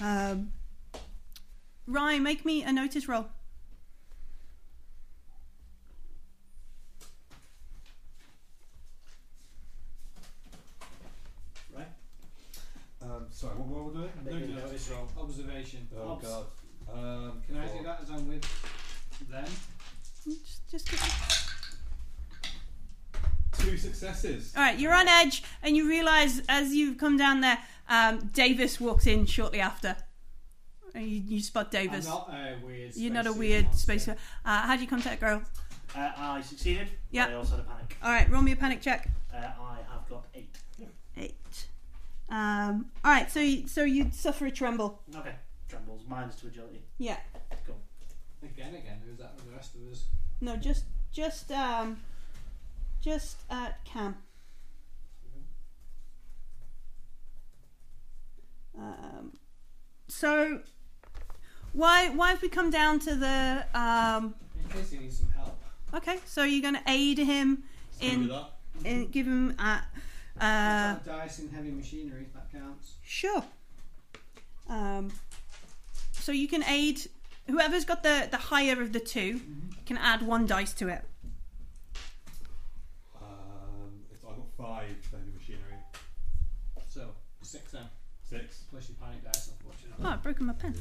Um, Rye, make me a notice roll. Right? Um, sorry, what, what were we No, doing? no, no, it's wrong. Observation. Oh, Obs- God. Um, Can I four. do that as I'm with them? Just, just, Two successes. All right, you're on edge, and you realise as you come down there, um, Davis walks in shortly after. And you, you spot Davis. I'm not a weird. You're not a spacesuit weird monster. space. Uh, how do you contact girl? Uh, I succeeded. but Yeah. I also had a panic. All right, roll me a panic check. Uh, I have got eight. Eight. Um, all right, so you, so you suffer a tremble. Okay. Trembles. Minus to agility. Yeah. Again, again. Who's that with the rest of us? No, just just um, just uh, Cam. Um, so why why have we come down to the um? In case you need some help. Okay, so you're gonna aid him Screw in it up. and give him uh, uh I've got dice in heavy machinery. if That counts. Sure. Um, so you can aid whoever's got the, the higher of the 2 can add one dice to it. Um, it's, I got five heavy machinery. So six then. Six. Plus your panic dice, unfortunately. Oh, I've broken my pen.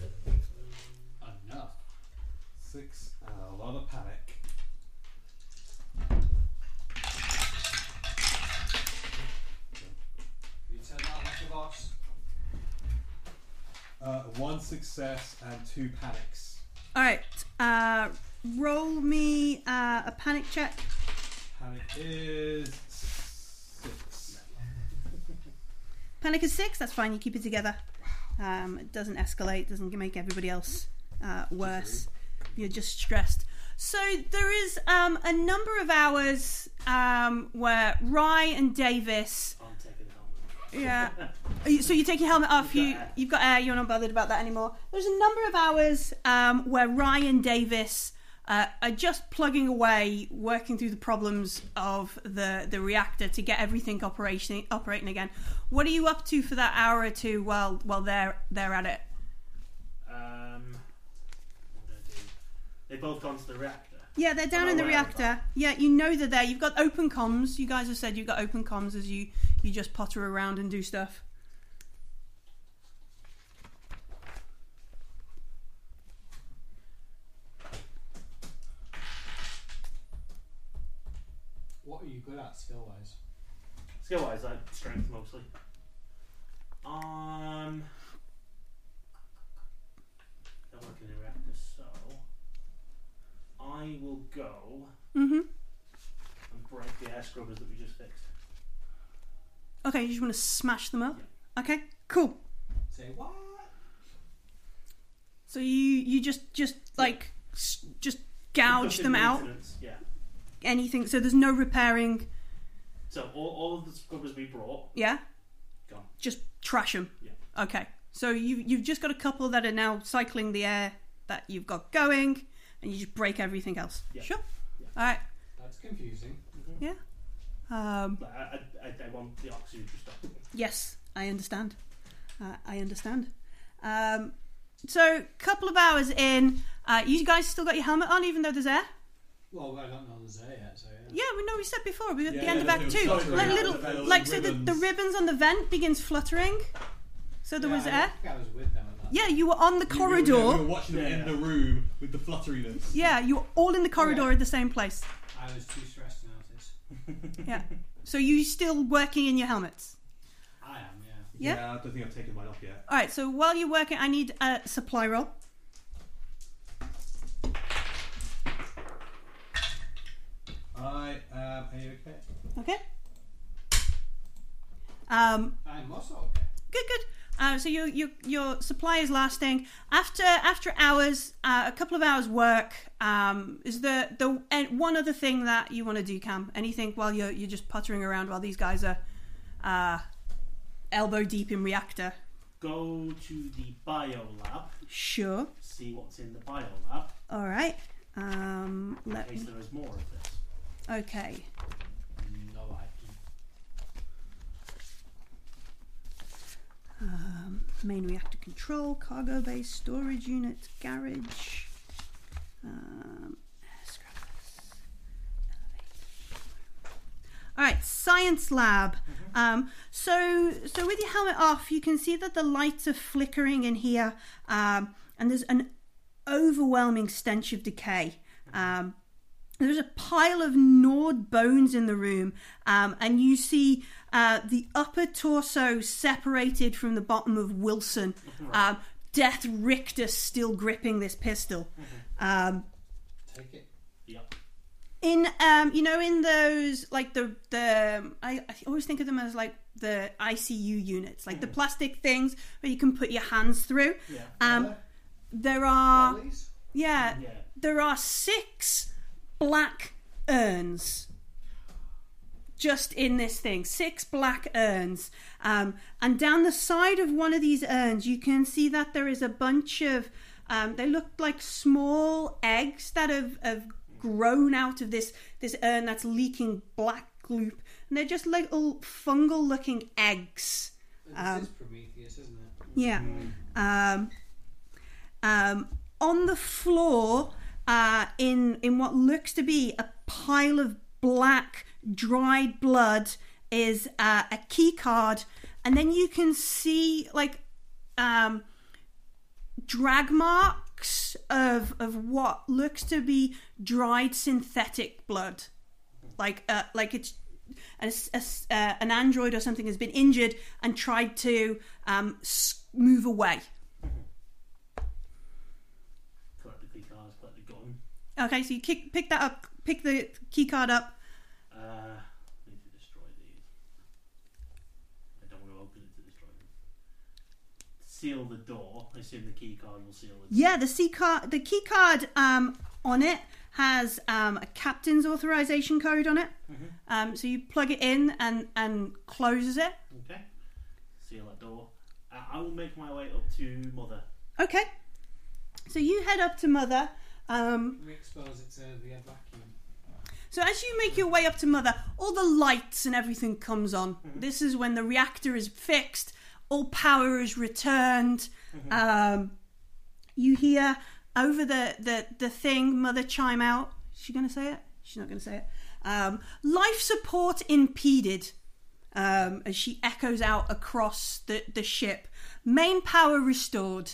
Enough. Six. And Uh, a lot of panic. You turn that like a boss. Uh, one success and two panics. All right. Uh, roll me uh, a panic check. Panic is six. Panic is six. That's fine. You keep it together. Um, it doesn't escalate. Doesn't make everybody else uh, worse. You're just stressed. So there is um, a number of hours um, where Rye and Davis. I'm taking the helmet. Yeah. Are you- So you take your helmet off. You've you got air. you've got air. You're not bothered about that anymore. There's a number of hours um, where Ryan Davis uh, are just plugging away, working through the problems of the the reactor to get everything operating operating again. What are you up to for that hour or two while while they're they're at it? Um, I'm going to do They've both gone to the reactor. Yeah, they're down I'm in the aware of that. reactor. Yeah, you know they're there. You've got open comms. You guys have said you've got open comms as you you just potter around and do stuff. What are you good at skill wise? Skill wise, like strength mostly. Um, don't work in the reactor, so I will go Mm-hmm. and break the air scrubbers that we just fixed. Okay, you just want to smash them up. Okay, cool. Say what? So you you just just like s- just gouge Conducted them out. maintenance, Yeah. Anything. So there's no repairing. So all, all of the scrubbers we brought, Yeah. Gone. Just trash them. Yeah. Okay. So you you've just got a couple that are now cycling the air that you've got going, and you just break everything else. Yeah. Sure. Yeah. All right. That's confusing. Um, like, I, I, I- I want the oxygen to stop. Yes, I understand. Uh, I understand. Um, so, couple of hours in, uh, you guys still got your helmet on, even though there's air. Well, I don't know the Zay yet, so yeah. Yeah, we know we said before we got Yeah, the end yeah, of Act it was Two. fluttering Like out little, of the little like so, the, the ribbons. ribbons on the vent begins fluttering. So there was I, air. think I was with them at that. Yeah, you were on the We were- yeah, We corridor. were watching them Yeah. in the room with the flutteriness. Yeah, you were all in the corridor Yeah. at the same place. I was too stressed to notice. Yeah. So you still working in your helmets? I am, yeah. Yeah. I don't think I've taken mine off yet. All right. So while you're working, I need a supply roll. I am. Are you okay? Okay. Um, I'm also okay. good, good. Uh, so your your your supply is lasting after after hours, uh, a couple of hours work. Um, is the the and one other thing that you want to do, Cam? Anything while you're you're just puttering around while these guys are uh, elbow deep in reactor? Go to the bio lab, Sure. see what's in the bio lab, All right. Um, in let case me. there is more of this. Okay. No idea. Um, main reactor control, cargo bay, storage unit, garage, um, scrubbers, elevator. All right, science lab. Um, so, so with your helmet off, you can see that the lights are flickering in here, um, and there's an overwhelming stench of decay. Um, there's a pile of gnawed bones in the room, um, and you see uh, the upper torso separated from the bottom of Wilson. Um, Death Richter still gripping this pistol. Um, Take it. Yep. in um, you know, in those like the the um, I, I always think of them as like the ICU units, like the plastic things where you can put your hands through. Yeah. Um, Other there are lollies? yeah, Yeah. there are six black urns just in this thing six black urns um, and down the side of one of these urns you can see that there is a bunch of um, they look like small eggs that have, have grown out of this this urn that's leaking black gloop and they're just little fungal looking eggs This Um, is Prometheus, isn't it? yeah. Um, um, on the floor, uh, in in what looks to be a pile of black dried blood, is uh, a key card, and then you can see like um, drag marks of of what looks to be dried synthetic blood, like uh, like it's a s- a s- uh, an android or something has been injured and tried to um, s- move away. Collect the key cards, collect the gun. Okay, so you kick, pick that up, pick the key card up. Uh, I need to destroy these. I don't want to open it to destroy them. Seal the door. I assume the key card will seal the door. Yeah, the C card, the key card um, on it has um, a captain's authorization code on it. Um, so you plug it in and and closes it. Okay. Seal that door. Uh, I will make my way up to Mother. Okay, so you head up to mother. Um, We expose it to the air vacuum. So as you make your way up to Mother, all the lights and everything comes on. This is when the reactor is fixed, all power is returned. Um, you hear over the the the thing. Mother chime out. Is she gonna say it? She's not gonna say it. Um, life support impeded. Um, as she echoes out across the the ship. Main power restored.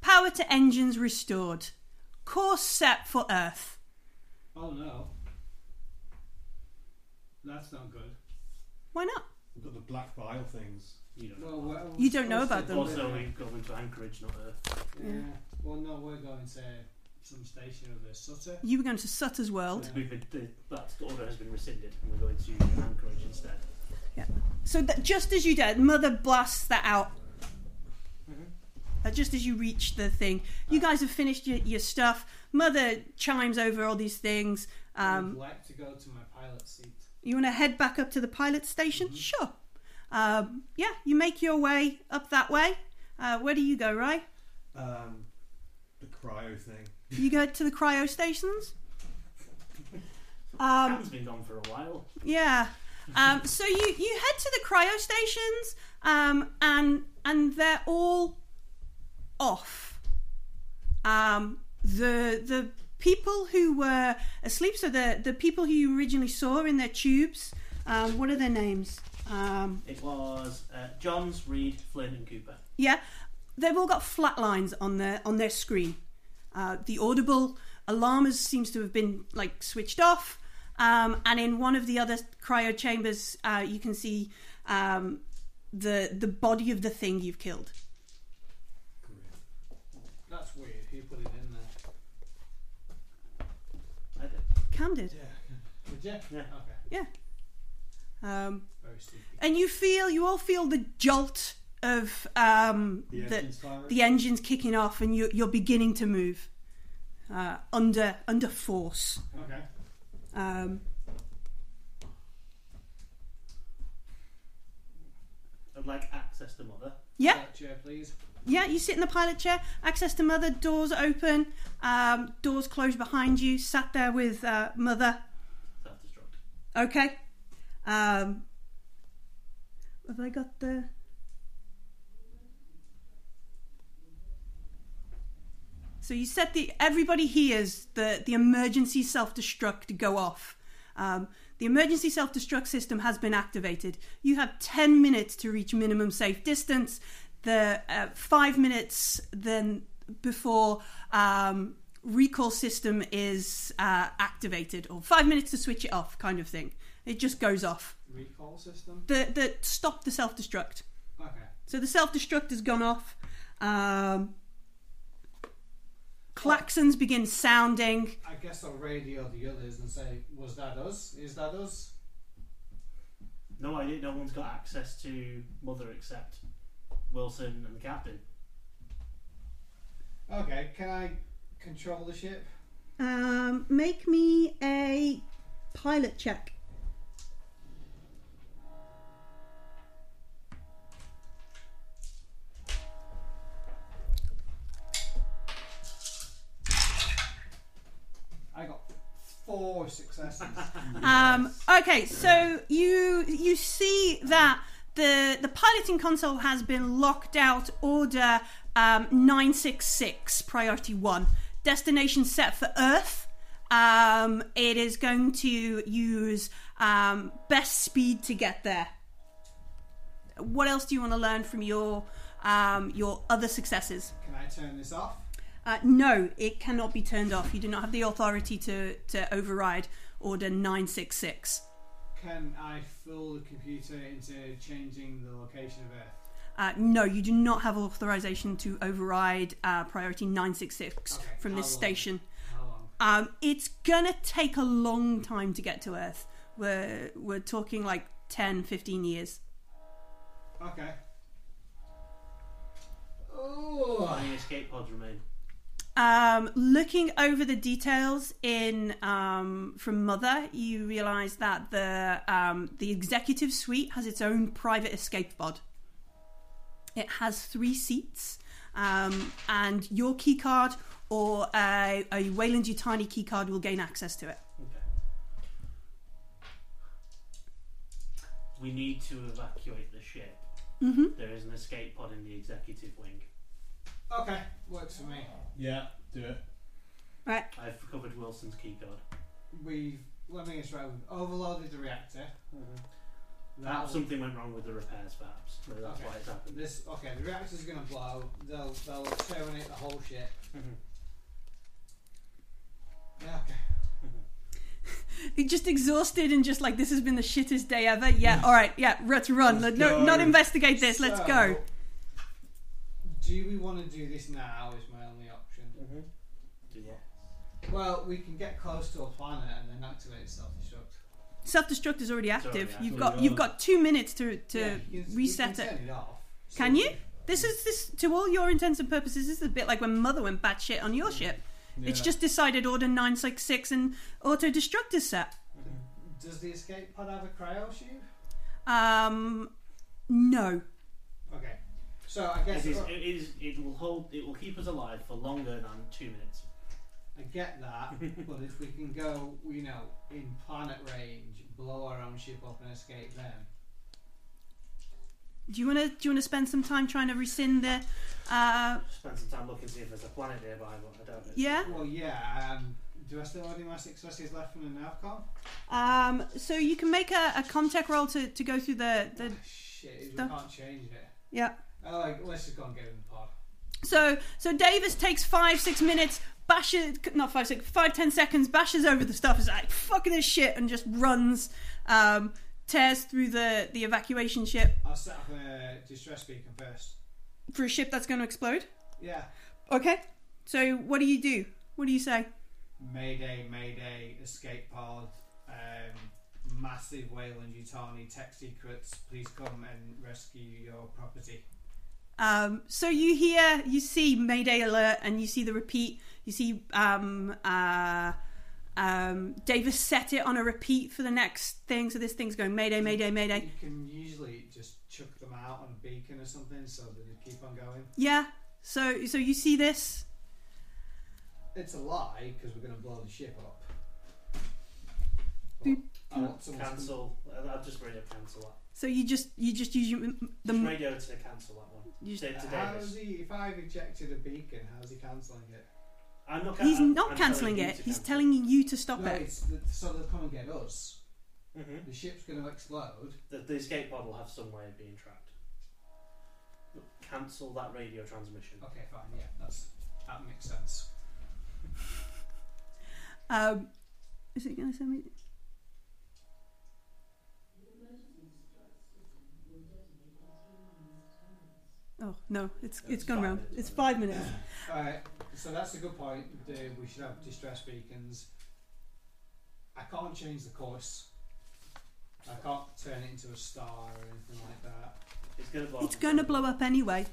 Power to engines restored. Course set for Earth. Oh no. That's not good. Why not? We've got the black bile things. You don't Well, know. well You don't know about them. Also, we've gone to Anchorage, not Earth. Yeah. Well, no, we're going to some station over Sutter. You were going to Sutter's World. We've been, the, that order has been rescinded, and we're going to Anchorage instead. So that just as you did, Mother blasts that out. Uh, just as you reach the thing, you guys have finished your, your stuff. Mother chimes over all these things. I'd Um, like to go to my pilot seat. you want to head back up to the pilot station? Sure. Um, yeah, you make your way up that way. Uh, where do you go, Ray? Um, the cryo thing. You go to the cryo stations? Um, Cam's been gone for a while. Yeah. Um, so you, you head to the cryo stations, um, and and they're all off. Um, the the people who were asleep, so the the people who you originally saw in their tubes, um, what are their names? Um, It was uh, Johns, Reed, Flynn, and Cooper. yeah, they've all got flat lines on their on their screen. Uh, the audible alarm is- seems to have been like switched off, um, and in one of the other cryo chambers, uh, you can see um, the the body of the thing you've killed. That's weird. Who put it in there? I did. Cam did, Yeah. Did you? Yeah. Okay. yeah. Um, Very stupid. and you feel you all feel the jolt of um, The engines firing. the engines kicking off, and you, you're beginning to move uh, under under force. Okay. Um, I'd like access to mother. yeah. That chair, please. Yeah, you sit in the pilot chair, access to mother, doors open, um, doors closed behind you, sat there with uh, mother. Self destruct. Okay. Um, have I got the. So you set the. Everybody hears the, the emergency self destruct go off. Um, the emergency self destruct system has been activated. You have 10 minutes to reach minimum safe distance. The uh, five minutes then before um, recall system is uh, activated, or five minutes to switch it off, kind of thing. It just goes off. Recall system. The, the stop the self destruct. Okay. So the self destruct has gone off. Um, claxons begin sounding. I guess I'll radio the others and say, "Was that us? Is that us?" No idea. No one's got access to mother except Wilson and the captain. Okay. Can I control the ship? Um, make me a pilot check. I got four successes. Um, okay, so you you see that the the piloting console has been locked out. Order um, nine six six, priority one. Destination set for Earth. Um, it is going to use um, best speed to get there. What else do you want to learn from your um, your other successes? Can I turn this off? Uh, no, it cannot be turned off. You do not have the authority to to override order nine six six. Can I fool the computer into changing the location of Earth? Uh, no, you do not have authorization to override uh, priority 966 Okay, from how this long? station. How long? Um, it's gonna take a long time to get to Earth. We're, we're talking like 10, 15 years. Okay. Oh, Only escape pods remain. Um, looking over the details in um, from Mother, you realize that the um, the executive suite has its own private escape pod. It has three seats, um, and your keycard or a, a Wayland Yutani keycard will gain access to it. Okay. We need to evacuate the ship. Mm-hmm. There is an escape pod in the executive wing. okay, works for me. Yeah, do it. Right. I've recovered Wilson's keycard. We've let me get right. We've overloaded the reactor. Perhaps Mm-hmm. That'll- something went wrong with the repairs, perhaps. Maybe that's why it's happened. This okay. The reactor's gonna blow. They'll they'll terminate the whole ship. Mhm. Yeah. Okay. You're just exhausted and just like this has been the shittest day ever. Yeah, all right, yeah, let's run. Let, Let's no, go. not investigate this. Let's So, go. Do we want to do this now? Is my only option. Mm-hmm. Yeah. Well, we can get close to a planet and then activate itself destruct. Self destruct is already already active. active. You've got you've got two minutes to to you can- you reset can it. Turn it off. Can you? This is this to all your intents and purposes. This is a bit like when Mother went batshit on Mm. your ship. It's just decided order nine six six and auto destruct is set. Does the escape pod have a cryo shield? Um, no. Okay. So I guess It is, what- it is. It will hold. It will keep us alive for longer than two minutes. I get that, but if we can go, you know, in planet range, blow our own ship up and escape them. Do you wanna do you wanna spend some time trying to rescind the? Uh, Spend some time looking to see if there's a planet nearby, but I doubt it. yeah. Well, yeah. Um, do I still have any more successes left from the Navcon? Um, so you can make a, a contact roll to, to go through the, the Ah, Shit, we Stuff. can't change it. yeah. Oh, like, let's just go and get in the pod. So so Davis takes five six minutes, bashes not five six five ten seconds, bashes over the stuff. Is like fucking this shit and just runs, um, tears through the the evacuation ship I'll set up a distress beacon first. for a ship that's going to explode. Yeah. Okay. So what do you do? What do you say? Mayday, Mayday, escape pod, um, massive Wayland Utani, tech secrets, please come and rescue your property. Um, so you hear, you see Mayday alert, and you see the repeat. You see um, uh, um, Davis set it on a repeat for the next thing. So this thing's going Mayday, Mayday, Mayday. You can usually just chuck them out on beacon or something so that they keep on going. Yeah. So so you see this. It's a lie because we're going to blow the ship up. Boop. I want someone to- Uh, Cancel. I- I'll just radio cancel that. So you just you just use your, the Just radio to cancel that one. you just, Say it to How's Davis. he? If I've ejected a beacon, how's he cancelling it? I'm not. he's I'm- not I'm telling cancelling you it. to He's cancel. telling you to stop no, it. it's the, so they'll come and get us. Mhm. The ship's going to explode. The, the escape pod will have some way of being trapped. Cancel that radio transmission. Okay, fine. Yeah, that's that makes sense. Um, is it going to send me? Oh no! It's That it's was gone five round. minutes, It's wasn't it? five minutes. All right. So that's a good point. The, we should have distress beacons. I can't change the course. I can't turn it into a star or anything like that. It's gonna blow. It's up. going to blow up anyway.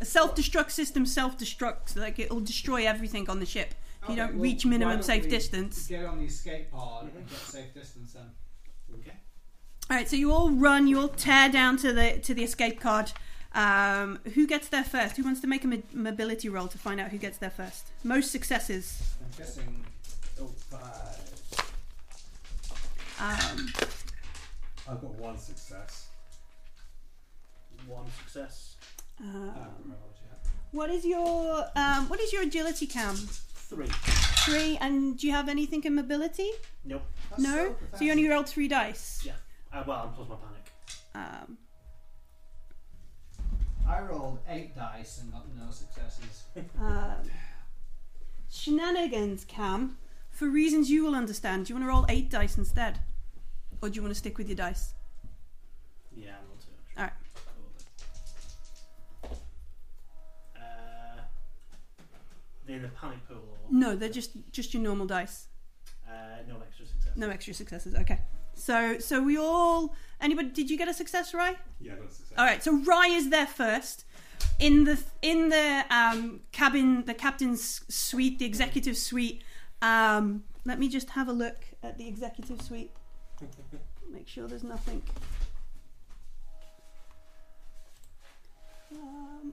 A self-destruct system self-destructs. Like it'll destroy everything on the ship if you Okay, don't well, reach why minimum don't safe we distance. Get on the escape pod and get safe distance then. Okay. All right, so you all run. You all tear down to the to the escape card. Um, who gets there first? Who wants to make a mo- mobility roll to find out who gets there first? Most successes. I'm guessing oh, five. Um, I've got one success. One success. I uh, haven't rolled yet. what is your um, what is your agility cam? Three. Three. And do you have anything in mobility? Nope. That's No. So you only rolled three dice. Yeah. Uh, well, I'm plus my panic. Um, I rolled eight dice and got no successes. um, shenanigans cam for reasons you will understand do you want to roll eight dice instead or do you want to stick with your dice Yeah, I'm not too. all right Uh, in the panic pool or no they're just just your normal dice uh, no extra success. no extra successes okay so so we all anybody did you get a success Rye? Yeah, I got a success. all right so Rye is there first in the in the um, cabin the captain's suite the executive suite um, let me just have a look at the executive suite make sure there's nothing um,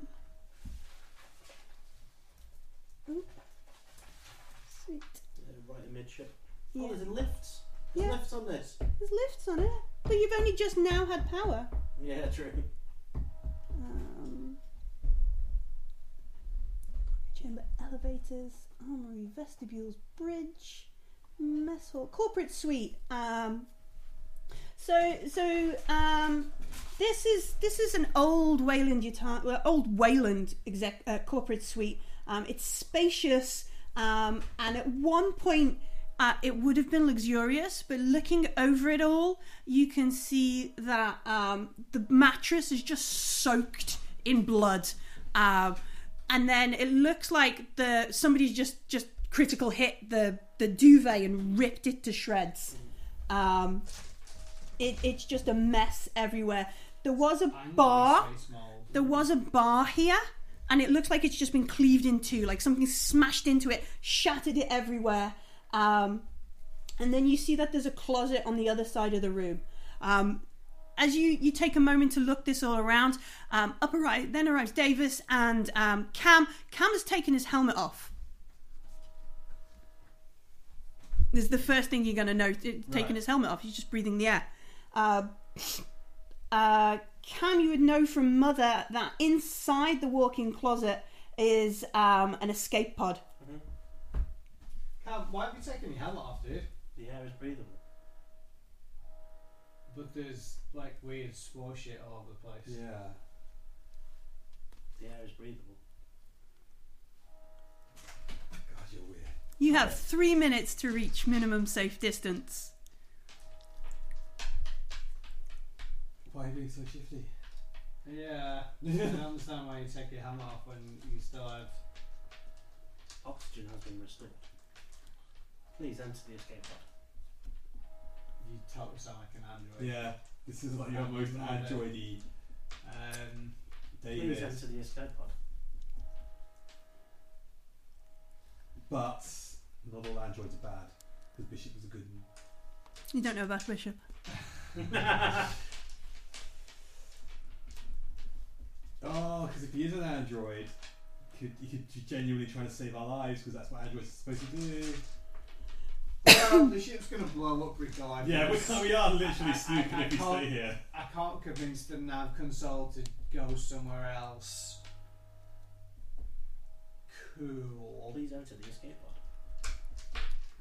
oop. Sweet. Uh, right amidship. Yeah. Oh, there's lifts. There's Yeah. lifts on this. There's lifts on it, but you've only just now had power. Yeah, true. Um, chamber elevators, armory, vestibules, bridge, mess hall, corporate suite. Um, so so um, this is this is an old Wayland Utah, well, old Wayland exec, uh, corporate suite. Um, it's spacious, um, and at one point. Uh, it would have been luxurious, but looking over it all, you can see that um, the mattress is just soaked in blood, um, and then it looks like the somebody's just just critical hit the the duvet and ripped it to shreds. Um, it, it's just a mess everywhere. There was a I'm bar really space mold. there was a bar here and it looks like it's just been cleaved in two like something smashed into it shattered it everywhere um, and then you see that there's a closet on the other side of the room um, as you, you take a moment to look this all around um, up arrive, then arrives davis and um, cam cam has taken his helmet off this is the first thing you're going to note it- taking Right. his helmet off he's just breathing the air uh, uh, Cam, you would know from Mother that inside the walk-in closet is um, an escape pod. Cam, why have you taken your helmet off, dude? The air is breathable. But there's like weird swore shit all over the place. Yeah. The air is breathable. God, you're weird. You have three minutes to reach minimum safe distance. Why are you being so shifty? Yeah. I don't understand why you take your helmet off when you still have. Oxygen has been restored. Please enter the escape pod. You totally sound like an android. Yeah. This is like your most androidy Um, Please Davis. enter the escape pod. But not all androids are bad. Because Bishop was a good one. You don't know about Bishop. Oh, because if he is an android, he could, he could be genuinely trying to save our lives because that's what androids are supposed to do. well, the ship's gonna blow up regardless. Yeah, we, can't- we are I- I- literally I stupid if we stay can't- here. I can't convince the nav console to go somewhere else. Cool. Please enter the escape pod.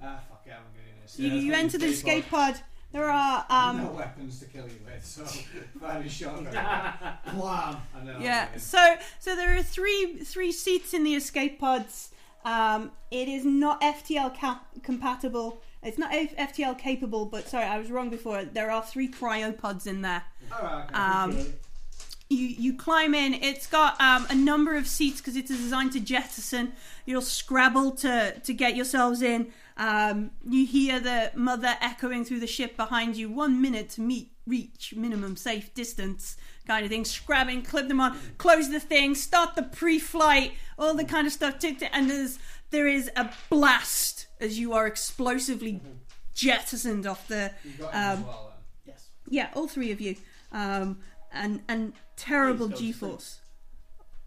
Ah, fuck it, I'm getting this. you it's you got enter the the escape escape pod. There are no um, weapons to kill you with, so that is shotgun. Wham! And then I'm yeah. in. So so there are three three seats in the escape pods. Um, it is not FTL cap- compatible. It's not F- FTL capable. But sorry, I was wrong before. There are three cryopods in there. Alright, okay. Um, you you climb in. It's got um, a number of seats because it's designed to jettison. You'll scrabble to to get yourselves in. Um, you hear the mother echoing through the ship behind you. One minute to meet reach minimum safe distance kind of thing. Scrabbing, clip them on, close the thing, start the pre-flight, all the kind of stuff. Tick, tick, and there's there is a blast as you are explosively jettisoned off the you got him um, as well then. Yes. yeah, all three of you. Um, and and terrible Please go to G force,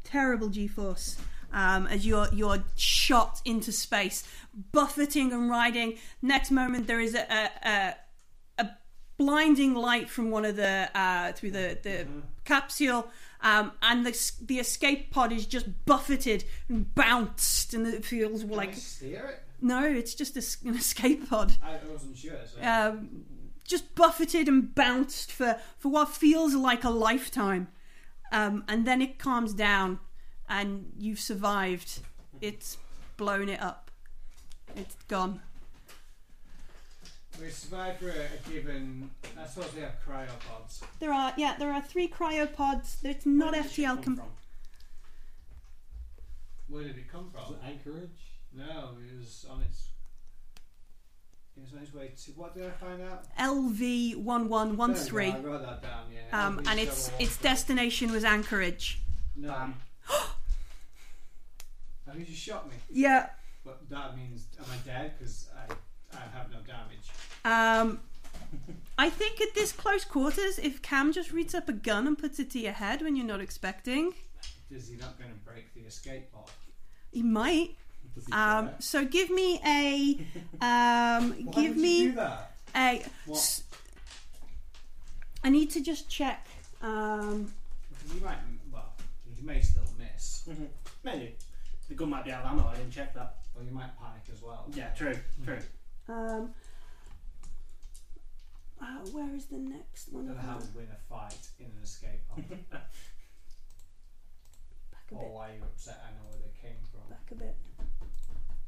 terrible G force. Um, as you're you're shot into space, buffeting and riding. Next moment, there is a a, a, a blinding light from one of the uh, through the the capsule. Um, and the, s- the escape pod is just buffeted and bounced, and it feels Can like I steer it? no, it's just a s an escape pod I, I wasn't sure, so. um, just buffeted and bounced for, for what feels like a lifetime. Um, and then it calms down and you've survived. It's blown it up. It's gone. We survived for a given. I suppose we have cryopods. There are, yeah, there are three cryopods. It's Where not did the ship FTL. come Com- from? Where did it come Was from? it Anchorage? No, it was on its. It was on its way to. What did I find out? There we LV1113. go, I wrote that down. Yeah. Um, We and just its have a its walk. destination was Anchorage. No. Bam. Have you just shot me? Yeah. But that means am I dead? Because I I have no damage. Um, I think at this close quarters, if Cam just reads up a gun and puts it to your head when you're not expecting, Is he not going to break the escape pod? he might. Does he Um, care? so give me a, um, Why give would you me do that? a. What? s- I need to just check. Um, Because he might. Well, he may still miss. Maybe. The gun might be out of ammo. I didn't check that. Or you might panic as well. Yeah, true, true. Um, uh, where is the next one? Don't know how to win a fight in an escape pod. Back a or bit. why you're upset. I know where they came from. Back a bit.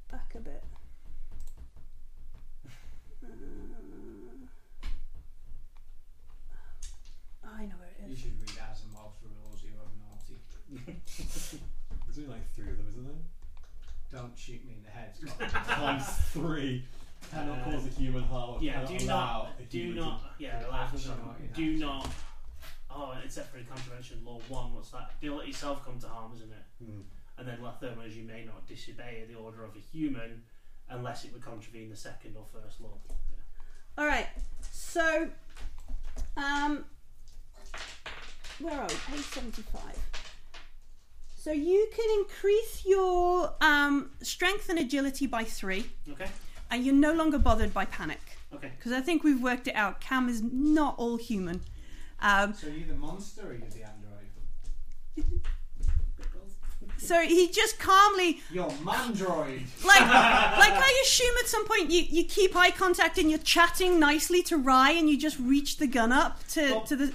Back a bit. Uh, I know where it You is. should read Asimov's rules. You're naughty. There's only like three of them, isn't there? Don't shoot me in the head. Scott. Times three. Cannot Uh, cause a human harm. Yeah, cannot do allow not, a do human to- not, yeah, the last action one. or in Do action. not. Oh, and except for the contravention law one, what's that? Do not let yourself come to harm, isn't it? Hmm. And then let them, as you may not disobey the order of a human, unless it would contravene the second or first law. All right. So, um, where are we? Page seventy-five. So you can increase your um, strength and agility by three, Okay, and you're no longer bothered by panic okay. because I think we've worked it out. Cam is not all human. Um, So you're the monster or you're the android? so he just calmly, You're mandroid. like, like I assume at some point you, you keep eye contact and you're chatting nicely to Rye, and you just reach the gun up to Well- to the.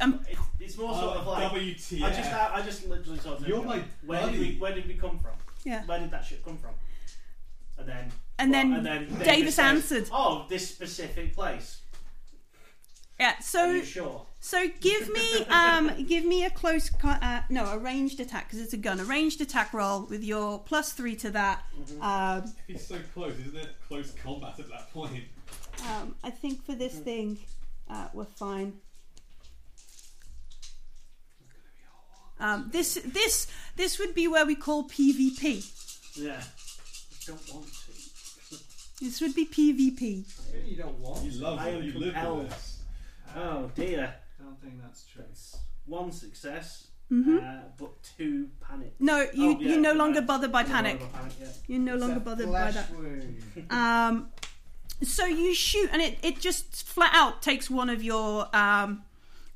Um, It's, it's more sort of Oh, like. WTF. I just, I, I just literally sort of. You're my Where did we, buddy. where did we come from? yeah. Where did that shit come from? And then. And then, and then Davis, says, answered. Oh, this specific place. Yeah. Are So you sure? so give me um give me a close co- uh, no a ranged attack because it's a gun a ranged attack roll with your plus three to that. Mm-hmm. Um, He's so close, isn't it? Close combat at that point. um, I think for Mm-hmm. this thing uh, we're fine. Um, this this this would be where we call PvP. Yeah. I don't want to. This would be PvP. you don't want. You love I it. am You live compelled. with this. Oh dear. I don't think that's true. That's one success, Mhm. uh, but two panic. No, you Oh, yeah, you're no yeah. longer bothered by No panic. longer panic, yeah. You're no It's longer a bothered by flesh that. wound. Um, so you shoot, and it, it just flat out takes one of your um,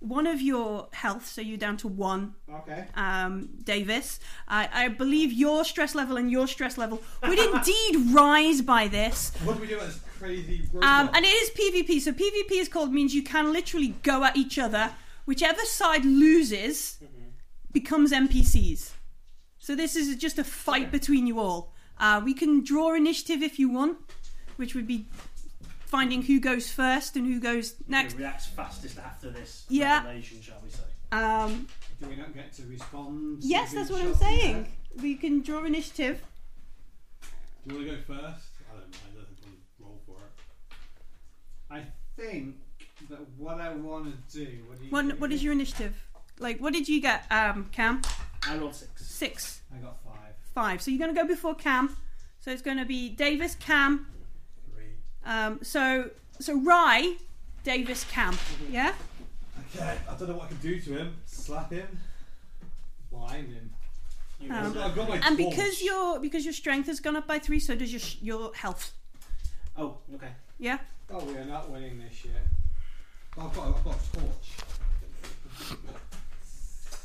one of your health. So you're down to one, Okay. um, Davis. I, I believe your stress level and your stress level would indeed rise by this. What do we do with this crazy robot? Um, and it is PvP. So PvP is called means you can literally go at each other. Whichever side loses Mm-hmm. becomes NPCs. So this is just a fight between you all. Uh, we can draw initiative if you want, which would be finding who goes first and who goes next. Who reacts fastest after this Yeah. revelation, shall we say? Um, Do we not get to respond? to yes, being that's what I'm shot in the head? saying. We can draw initiative. do you want to go first? I don't mind. I don't want to roll for it. I think that what I want to do. What, do you What, think? what is your initiative? Like, what did you get, um, Cam? I rolled six. Six, I got five. five. So you're going to go before Cam. So it's going to be Davis, Cam, Three. Um, so so Rye, Davis Camp, yeah. Okay, I don't know what I can do to him. Slap him. Blind him. You Um, rolled I've got my And torch. because your because your strength has gone up by three, so does your sh- your health. Oh, okay. Yeah. Oh, we are not winning this shit. Oh, I've got, I've got a torch.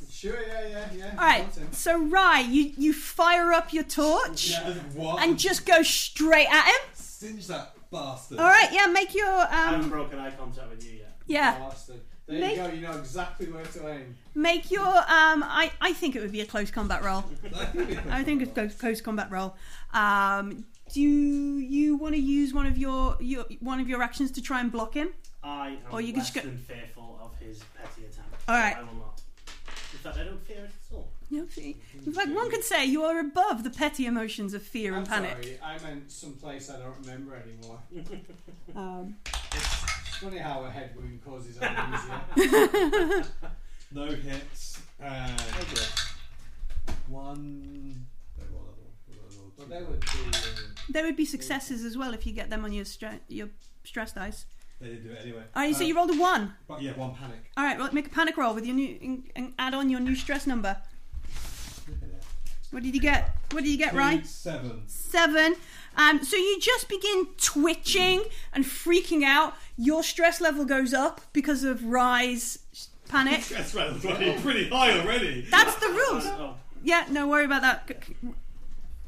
sure, yeah, yeah, yeah. All right. got him. So Rye, you you fire up your torch Yeah, there's one. and just go straight at him. Singe that bastard. All right. Yeah. Make your I haven't um. broken eye contact with you yet. Yeah. Bastard. There Make- you go. You know exactly where to aim. Make your um. I I think it would be a close combat roll. I think it's good. close, close combat roll. Um. Do you want to use one of your your one of your actions to try and block him? I am Or you could less just go- than fearful of his petty attack. All right. So I will not. In fact, I don't fear it at all. No, see, in fact, one could say you are above the petty emotions of fear I'm and panic. sorry. I meant someplace I don't remember anymore. Um, It's funny how a head wound causes amnesia. No hits. And one. Wait, what other one? What other one? but they would be. uh, there would be successes as well if you get them on your stre- your stress dice. They didn't do it anyway. All right, so Uh, Um, you rolled a one. But yeah, one panic. All right, well, make a panic roll with your new and- and add on your new stress number. What did you get? What did you get, Two, Ryan? Seven. Seven. Um, so you just begin twitching and freaking out. Your stress level goes up because of rise panic. That's right, that's already pretty high already. That's the rules. Oh, Yeah, no worry about that. C- c- I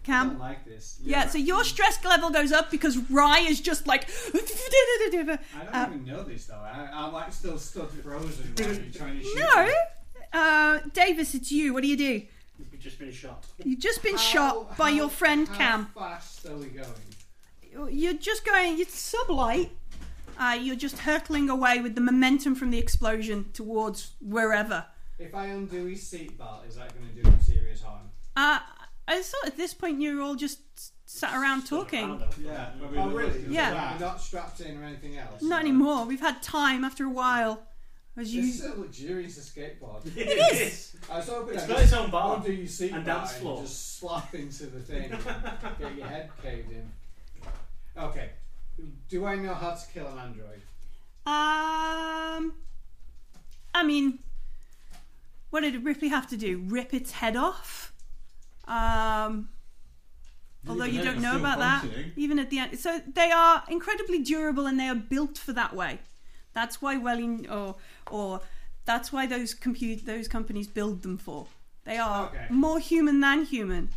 Cam. don't like this. Um, Yeah, so your stress level goes up because Rye is just like. I don't Uh, even know this though. I, I'm like still stood frozen while you're trying to shoot. No! me. Uh, Davis, it's you. What do you do? You've just been shot. You've just been How- shot by how- your friend how Cam. fast are we going? You're just going. It's sublight. Uh, you're just hurtling away with the momentum from the explosion towards wherever. If I undo his seatbelt, is that going to do him serious harm? Uh, I thought at this point you're all just sat around Stood talking. around, I thought. Oh, really? Yeah. We're not strapped in or anything else. Not anymore. We've had time after a while. As This you, is a luxurious escape pod. It is. I was hoping It's I'd got its own bar. undo your seatbelt and dance floor. and just slap into the thing, and get your head caved in. Okay. Do I know how to kill an android? um, I mean, what did Ripley have to do? Rip its head off. Um, although you don't know about that even at the end so they are incredibly durable and they are built for that way that's why welling or or that's why those compute those companies build them for they are Okay. more human than human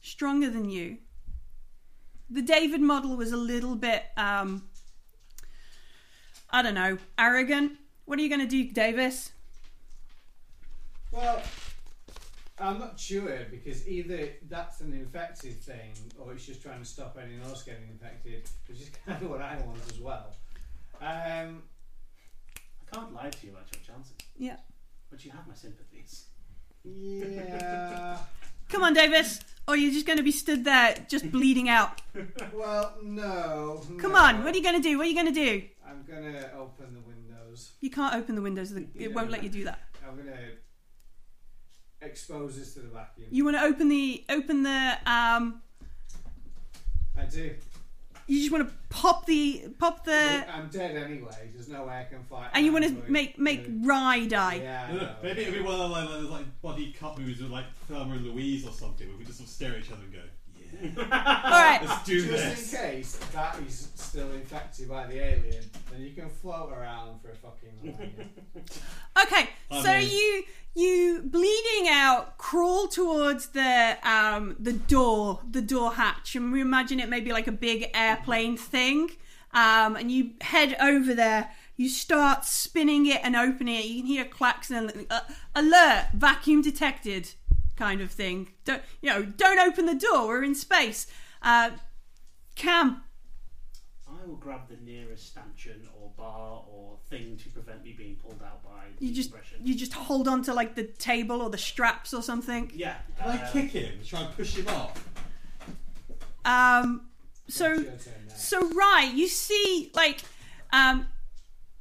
stronger than you the david model was a little bit um i don't know arrogant what are you going to do davis Well, I'm not sure because either that's an infected thing or it's just trying to stop anyone else getting infected, which is kind of what I want as well. Um, I can't lie to you about your chances, yeah but you have my sympathies. yeah. come on davis or you're just going to be stood there just bleeding out well, no. come no. on what are you going to do what are you going to do I'm gonna open the windows. you can't open the windows of the, it won't Yeah. let you do that I'm gonna expose this to the vacuum. You want to open the open the um. I do. You just want to pop the pop the, I'm dead anyway. There's no way I can fight. Uh, and you want to Android. make make Rye die. Yeah. I know. Maybe it'd be one of like, those, like body cut movies with like Thelma and Louise or something, where we just sort of stare at each other and go, "Yeah, All right. let's do Just this." in case that is still infected by the alien, then you can float around for a fucking while. Okay. So Amen. you you bleeding out crawl towards the um the door the door hatch and we imagine it may be like a big airplane thing um and you head over there. You start spinning it and opening it. You can hear clacks and uh, alert, vacuum detected, kind of thing. Don't you know? Don't open the door. We're in space. Uh, Cam, I will grab the nearest stanchion or bar or thing to prevent me being pulled out by the you just compression. you just hold on to like the table or the straps or something. yeah. Can I uh, kick him? Try and push him up. Um, so. It's your turn now. So right, you see, like, um,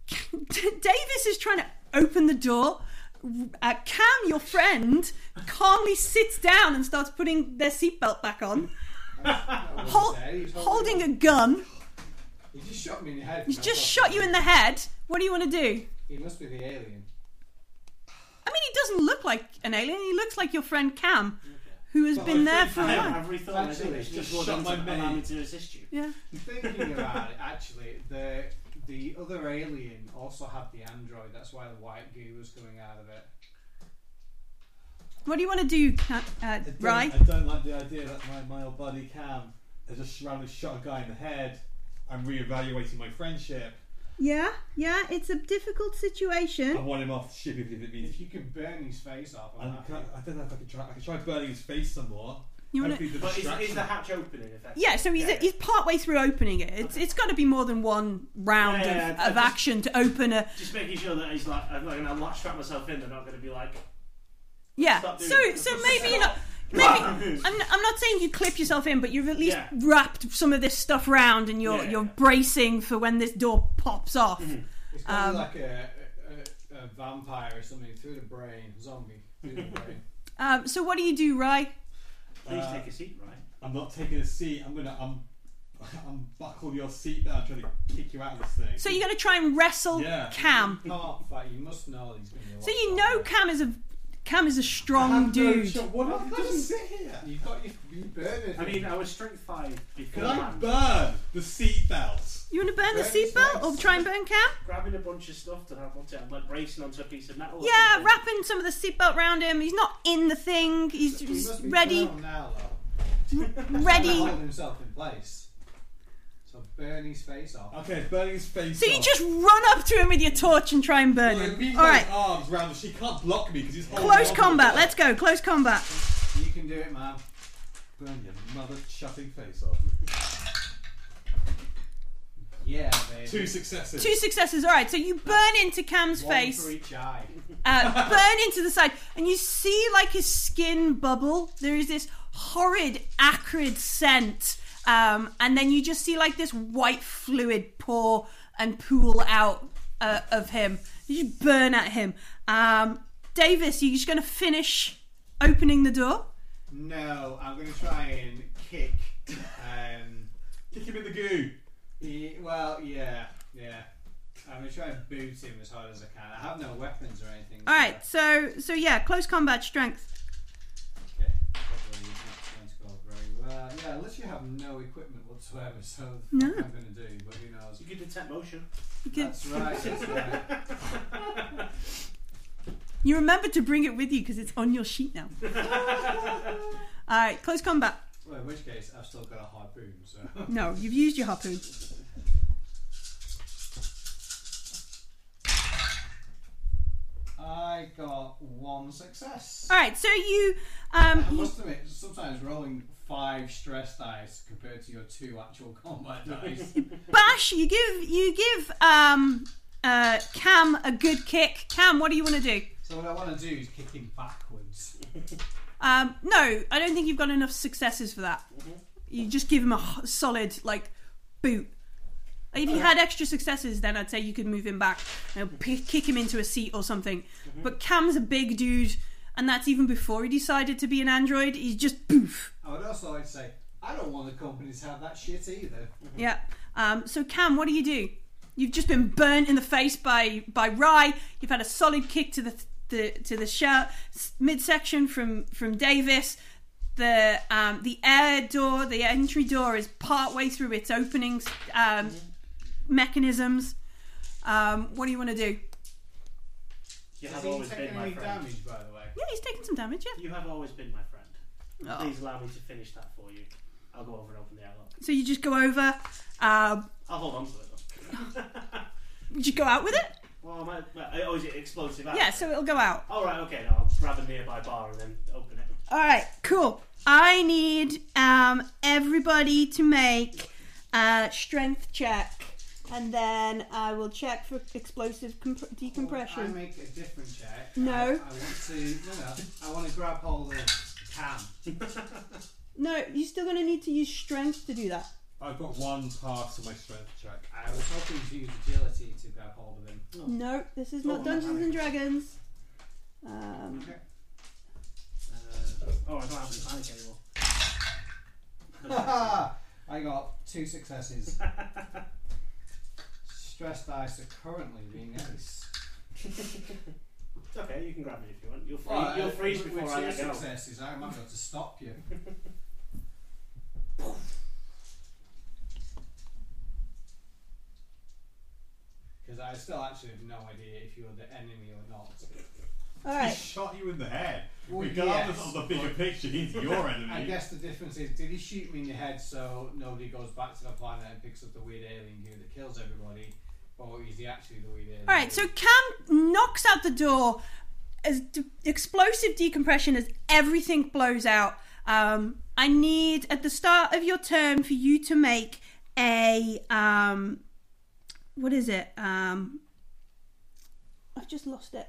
Davis is trying to open the door. Uh, Cam, your friend, calmly sits down and starts putting their seatbelt back on, That was hol- there. He was holding on. a gun. He just shot me in the head. He's just shot you in the head. What do you want to do? He must be the alien. I mean, he doesn't look like an alien. He looks like your friend Cam, who has been there for a I have while. every thought. I think Actually, I should just go shut down my to allow mate. me to assist you. Yeah. Thinking about it, actually, the the other alien also had the android. That's why the white goo was coming out of it. What do you want to do, Cam, uh, I don't- Rye? I don't like the idea that my, my old buddy Cam has just randomly shot a guy in the head. I'm reevaluating my friendship. Yeah, yeah. It's a difficult I situation. want him off the ship if it means. If you can burn his face off, I'm I, happy. can't, I don't know if I can try. I can try burning his face some more. You want to? Hopefully the But is, distraction- is the hatch opening? Effectively? Yeah, so he's, he's part way through opening it. It's, it's got to be more than one round Yeah, yeah, of, yeah, of I just- action to open a. Just making sure that he's like, I'm not going to latch strap myself in. They're not going to be like, Yeah. Stop doing So it. so Stop. maybe you're not. Maybe Uh, I'm, I'm not saying you clip yourself in, but you've at least Yeah. wrapped some of this stuff round and you're Yeah, Mm-hmm. yeah, you're yeah. bracing for when this door pops off. It's Um, kind of like a, a, a vampire or something through the brain, zombie through the brain. Um, so what do you do, Rye? please Uh, take a seat, right? I'm not taking a seat. I'm gonna um, unbuckle your seatbelt. Trying to kick you out of this thing. So you're gonna try and wrestle Yeah. Cam. Can't fight. You must know he's going to. be a So you lot know stronger. Cam is a Cam is a I have strong no dude. cho- What am I gonna Just- sit here? You've got your, you burn it. I mean, I was strength five Can before I burn the seatbelt? You want to burn the Burn his seatbelt or legs. try and burn Cam? grabbing a bunch of stuff to have onto it. I'm like bracing onto a piece of metal. or Yeah, something. wrapping some of the seatbelt round him. He's not in the thing. He's, He he's must be ready. down now, though. ready. Holding himself in place. So burn his face off. Okay, burning his face. So you off. just run up to him with your torch and try and burn Well, him. he's All got right, his arms round. She can't block me because he's oh, holding close on to combat. the- Let's go. Close combat. You can do it, man. burn your mother shutting face off. Yeah, baby. Two successes. Two successes. All right. So you burn into Cam's One face. for each eye. uh, burn into the side, and you see like his skin bubble. There is this horrid, acrid scent, um, and then you just see like this white fluid pour and pool out uh, of him. You just burn at him. Um, Davis, you're just going to finish opening the door. No, I'm going to try and kick. Um, Kick him in the goo. he, well, yeah, yeah. I'm going to try and boot him as hard as I can. I have no weapons or anything. All right. So, so yeah, close combat strength. so- Okay. Probably not going to go very well. Yeah, I literally have no equipment whatsoever, so No. what I'm going to do, but who knows? You can detect motion. You, can, That's right, that's right. you remember to bring it with you because it's on your sheet now. All right, close combat. Well, in which case, I've still got a harpoon, so. No, you've used your harpoon. I got one success. All right, so you, I um, you- must admit, sometimes rolling five stress dice compared to your two actual combat dice. bash. You give you give um, uh, Cam a good kick. Cam, what do you want to do? so what I want to do is kick him backwards. Um, no, I don't think you've got enough successes for that. You just give him a h- solid like boot. If you had extra successes, then I'd say you could move him back, you know, p- kick him into a seat or something. But Cam's a big dude, and that's even before he decided to be an android. He's just poof. I would also like to say, I don't want the company to have that shit either. Yeah. Um, so Cam, what do you do? You've just been burnt in the face by by Rye. You've had a solid kick to the the to the shout midsection from from Davis. The um, the air door, the entry door, is part way through its openings um, mechanisms. Um, what do you want to do? You Does have he always take been my any friend. damage, by the way? Yeah, he's taking some damage. Yeah. You have always been my friend. Oh. Please allow me to finish that for you. I'll go over and open the airlock. So you just go over. Um, I'll hold on to it though. you just go out with it. Well, my, my, oh, is it explosive? out? Yeah. So it'll go out. All right. Okay. No, I'll grab a nearby bar and then open it. All right, cool. I need um, everybody to make a strength check, and then I will check for explosive comp- I decompression. make a different check. No. I, I want to. No, no. I want to grab hold of Cam. No, you're still going to need to use strength to do that. I've got one pass on my strength check. I was hoping to use agility to grab hold of him. No, this is Oh, not I'm Dungeons and having- Dragons. Um, Okay. Uh, oh, I don't have any panic anymore. I got two successes. Stress dice are currently being ace. It's okay. You can grab me if you want. You'll freeze. Well, you'll uh, freeze with- before with I two let go. successes, eh? I might be able to stop you. Because I still actually have no idea if you're the enemy or not. all He right. shot you in the head. Well, Regardless yes, of the bigger picture, he's your enemy. I guess the difference is, did he shoot me in the head so nobody goes back to the planet and picks up the weird alien goo that kills everybody, or is he actually the weird alien? All right, goo? so Cam knocks out the door as d- explosive decompression as everything blows out. Um, I need at the start of your turn for you to make a um, what is it? Um, I've just lost it.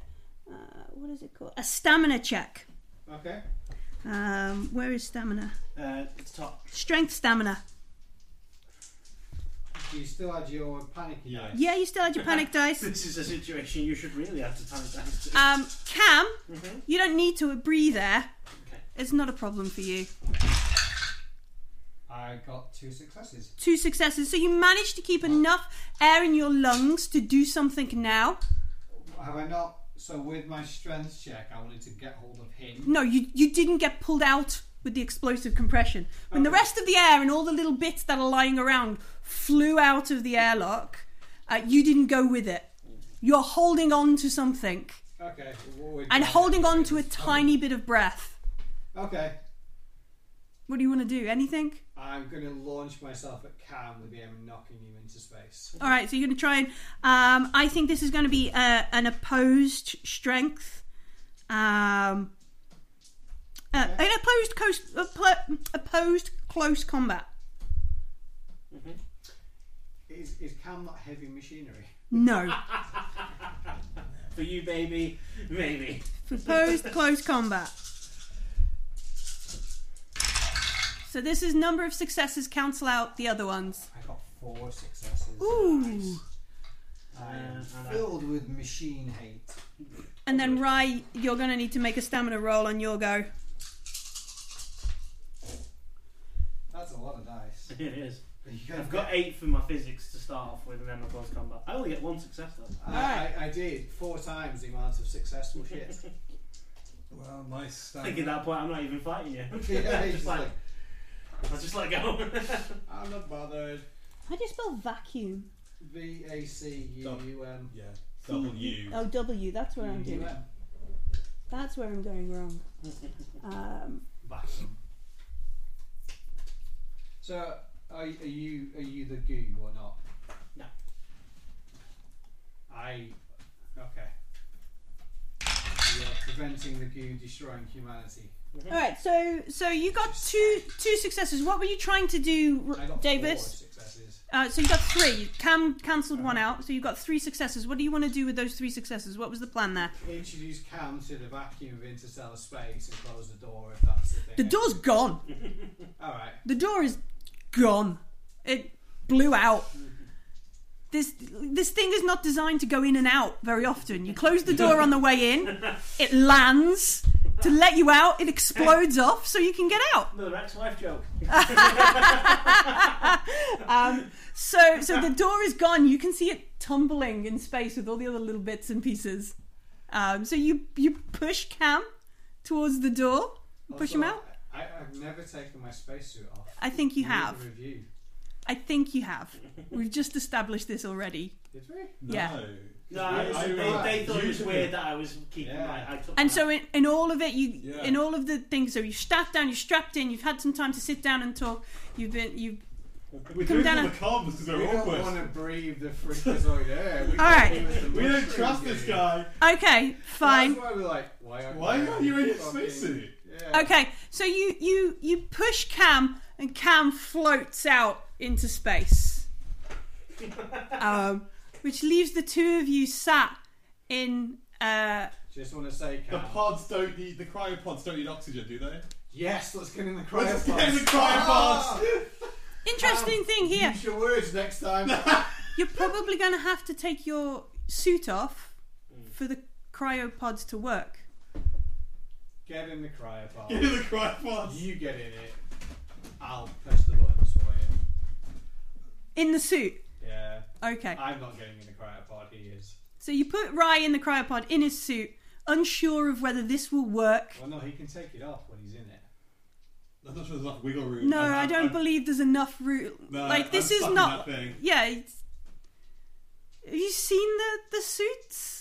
Uh, what is it called? A stamina check. okay. Um, where is stamina? Uh, it's top. Strength stamina. Do you still add your panicky Yeah. dice? Yeah, you still had your panic dice. This is a situation you should really have to panic dance to. Um, Cam, Mhm. you don't need to breathe air. Okay. It's not a problem for you. I got two successes. two successes. So you managed to keep enough air in your lungs to do something now. Have I not? So with my strength check, I wanted to get hold of him. No, you you didn't get pulled out with the explosive compression. When the Okay. rest of the air and all the little bits that are lying around flew out of the airlock, uh, you didn't go with it. You're holding on to something Okay. what would- and holding on to a tiny bit of breath. Okay. What do you want to do? Anything? I'm going to launch myself at Cam with the aim of knocking him into space. All right, so you're going to try and. Um, I think this is going to be uh an opposed strength. Um, uh, an opposed close, oppo- opposed close combat. Is, is Cam not heavy machinery? No, For you, baby, maybe. opposed close combat. So this is number of successes cancel out the other ones. I got four successes. Ooh. I am Uh, and I- filled with machine hate. And then Rai, you're going to need to make a stamina roll on your go. That's a lot of dice. It is. You gotta I've got eight for my physics to start off with, and then my close combat. I only get one success though. I, I, I did four times the amount of successful shit. Well, nice I stamina. think at that point, I'm not even fighting you. yeah, Just he's like- like, I'll just let go. I'm not bothered. How do you spell vacuum? V A C U U M. Yeah. W. Oh, W. That's where I'm U doing. it. M. That's where I'm going wrong. Um, Vacuum. So, are, y- are you are you the goo or not? No. I. Okay. You're preventing the goo destroying humanity. all right, so so you got two two successes. What were you trying to do, I got four Davis? successes. Uh, so you got three. Cam cancelled one out, so you got three successes. What do you want to do with those three successes? What was the plan there? Introduce Cam to the vacuum of interstellar space and close the door if that's the thing. The door's gone. All right. The door is gone. It blew out. This this thing is not designed to go in and out very often. You close the door on the way in, it lands. To let you out, it explodes off so you can get out. Another ex-wife joke. um, so, so the door is gone. You can see it tumbling in space with all the other little bits and pieces. Um, so you you push Cam towards the door, push him Also, out. I, I've never taken my spacesuit off. I think you Neither have. of you. I think you have. We've just established this already. Did we? No. Yeah. No, I, I- they, they thought it was usually- weird that I was keeping Yeah. my. I took And my- so in, in all of it, you Yeah. in all of the things. So you sat down, you strapped in, you've had some time to sit down and talk. You've been you. We're Come doing down the and- comms because We they're don't awkward. want to breathe the freakazoid air. We All right. We don't trust this guy. Okay, fine. That's why we're like, why are Why are you in your fucking- spacesuit? Yeah. Okay, so you you you push Cam and Cam floats out into space, um, which leaves the two of you sat in. Uh, Just want to say, The Cam. pods don't need the cryopods don't need oxygen, do they? yes, let's get in the cryopods. Let's get in the cryopods. interesting Um, thing here, Use your words next time. you're probably going to have to take your suit off for the cryopods to work. get in the Get in cryopod. the cryopods. you get in it. I'll press the buttons for you. In the suit, Yeah. okay. I'm not getting in the cryopod. He is. So you put Rye in the cryopod in his suit, unsure of whether this will work. Well, no, he can take it off when he's in it. I'm not sure there's enough wiggle room. No, I'm- I I'm- don't I'm- believe there's enough room. No, like this I'm is stuck in not. that thing. Yeah. It's, have you seen the the suits?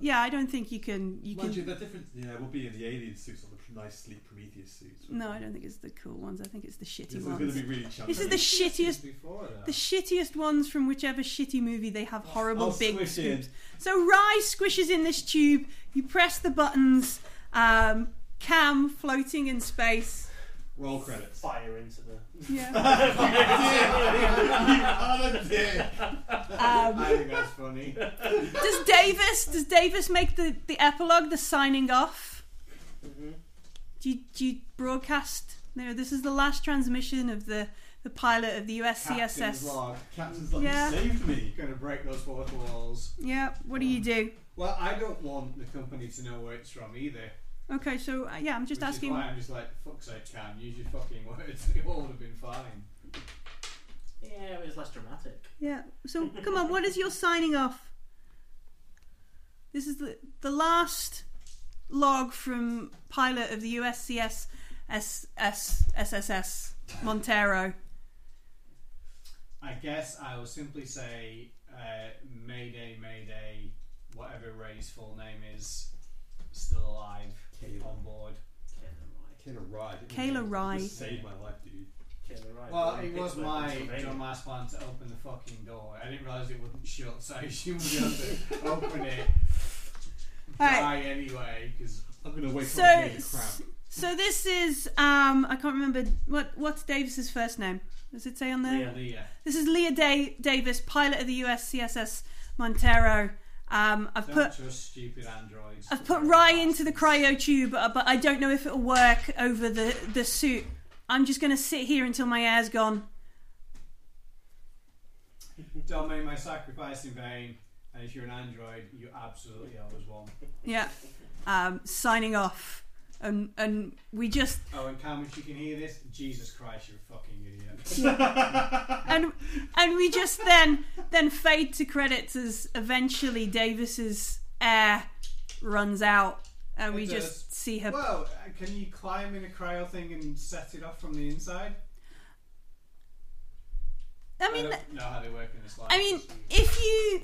Yeah, I don't think you can. You Mind can. you, they're different. Yeah, we'll be in the alien suits or the nice sleek Prometheus suits. No, I don't think it's the cool ones. I think it's the shitty This is going to ones. be really chunky. This is the shittiest, Before though. the shittiest ones from whichever shitty movie they have horrible I'll big squish in. scoops. So Rye squishes in this tube. You press the buttons. Um, Cam floating in space. roll credits. fire into the. Yeah. Um, I think that's funny. Does Davis does Davis make the, the epilogue, the signing off? Do you, do you broadcast? No, this is the last transmission of the, the pilot of the Captain's USCSS. log. Captain's like, Yeah. you saved me. You're gonna break those fourth walls. Yeah. What do you do? Well, I don't want the company to know where it's from either. Okay, so uh, yeah, I'm just which asking. Is why I'm just like, fuck's sake, Cam, use your fucking words. It all would have been fine. Yeah, but it's less dramatic. Yeah. So come on, what is your signing off? This is the the last log from pilot of the USCS SSS Montero. I guess I will simply say, uh, Mayday, Mayday, whatever Ray's full name is, still alive, Caleb. on board. Kill him, right. Kayla Rye. didn't you? Kayla You Rye. saved my life, dude. Killer, right? Well, Well, it was Pittsburgh, my Pennsylvania. dumbass plan to open the fucking door. I didn't realise it wouldn't shut, so I assumed we had to open it. Alright. Try anyway, because I'm gonna wake So, up and crap. so this is um I can't remember what what's Davis's first name. Does it say on there? Leah. Leah. This is Leah Day- Davis, pilot of the US CSS Montero. Um, I've Don't put trust stupid androids. I've put Rye into the cryo tube, uh, but I don't know if it'll work over the, the suit. I'm just going to sit here until my air's gone. Don't make my sacrifice in vain. And if you're an android, you absolutely always won. Yeah. Um, signing off. And, and we just Oh, and Cam, if you can hear this, Jesus Christ, you're a fucking idiot. and and we just then then fade to credits as eventually Davis's air runs out and we It does. just see her well, uh, can you climb in a cryo thing and set it off from the inside? I mean don't know how they work in this life. I mean, if you,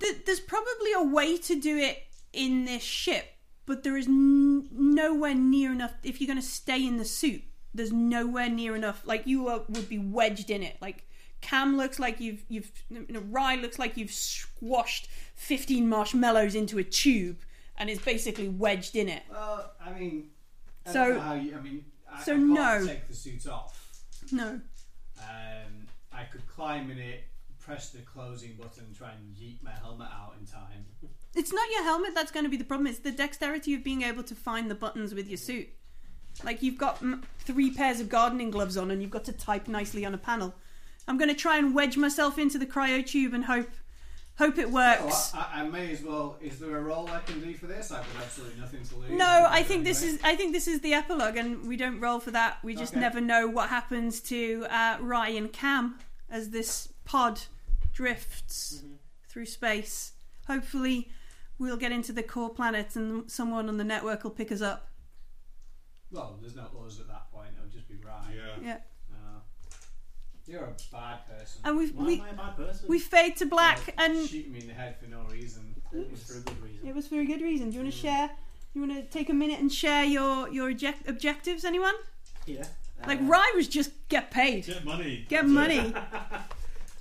th- there's probably a way to do it in this ship, but there is n- nowhere near enough. If you're going to stay in the suit, there's nowhere near enough. Like you are, would be wedged in it. Like Cam looks like you've you've you know, Rye looks like you've squashed 15 marshmallows into a tube and is basically wedged in it. Well, I mean, I So- don't know how you, I mean, I, so I can't no. take the suit off. No. Um, I could climb in it, press the closing button, and try and yeet my helmet out in time. It's not your helmet that's going to be the problem. It's the dexterity of being able to find the buttons with your suit. Like you've got mm, three pairs of gardening gloves on, and you've got to type nicely on a panel. I'm going to try and wedge myself into the cryo tube and hope, hope it Oh, works. I, I may as well. Is there a role I can do for this? I've got absolutely nothing to lose. No, I'll do I it think this anyway. is I think this is the epilogue, and we don't roll for that. We just Okay. never know what happens to uh, Rye and Cam as this pod drifts Mm-hmm. through space. Hopefully, we'll get into the core planet, and someone on the network will pick us up. Well, there's no us at that point. It'll just be right. Yeah. Yeah. No. you're a bad person. And we Why we am I a bad person? we fade to black, and shoot me in the head for no reason. It was for a good reason. it was for a good reason. Do you want Mm. to share? You want to take a minute and share your your object- objectives? Anyone? Yeah. Like Uh, Rye was just get paid, Get money. get money.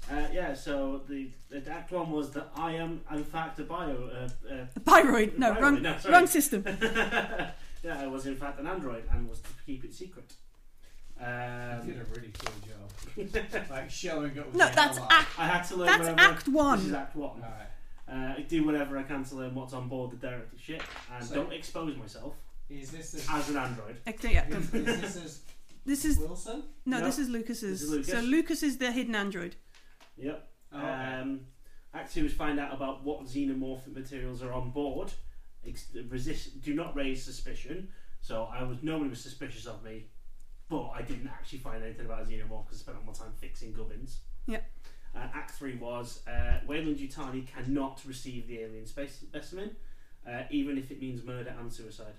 Uh, yeah, so the, the act one was that I am, in fact, a bio. Uh, uh, The pyroid. No, Pyroid, wrong no, sorry. wrong system. yeah, I was, in fact, an android and was to keep it secret. You did Um, a really cool job. like showing up. With No, your that's helmet. act. I had to learn. That's whatever- Act One. This is Act One. All right. Uh, I do whatever I can to learn what's on board the director ship and So- don't expose myself Is this as as an android. Act- yeah. is, is this This as is Wilson? no, No, this is Lucas's. this is Lucas. So Lucas is the hidden android. Yep. Oh, okay. Um, act two is find out about what xenomorphic materials are on board. Ex- resist. Do not raise suspicion. So I was nobody was suspicious of me, but I didn't actually find anything about a xenomorph because I spent all my time fixing gubbins. Yep. Uh, act three was uh, Wayland Yutani cannot receive the alien space specimen, uh, even if it means murder and suicide.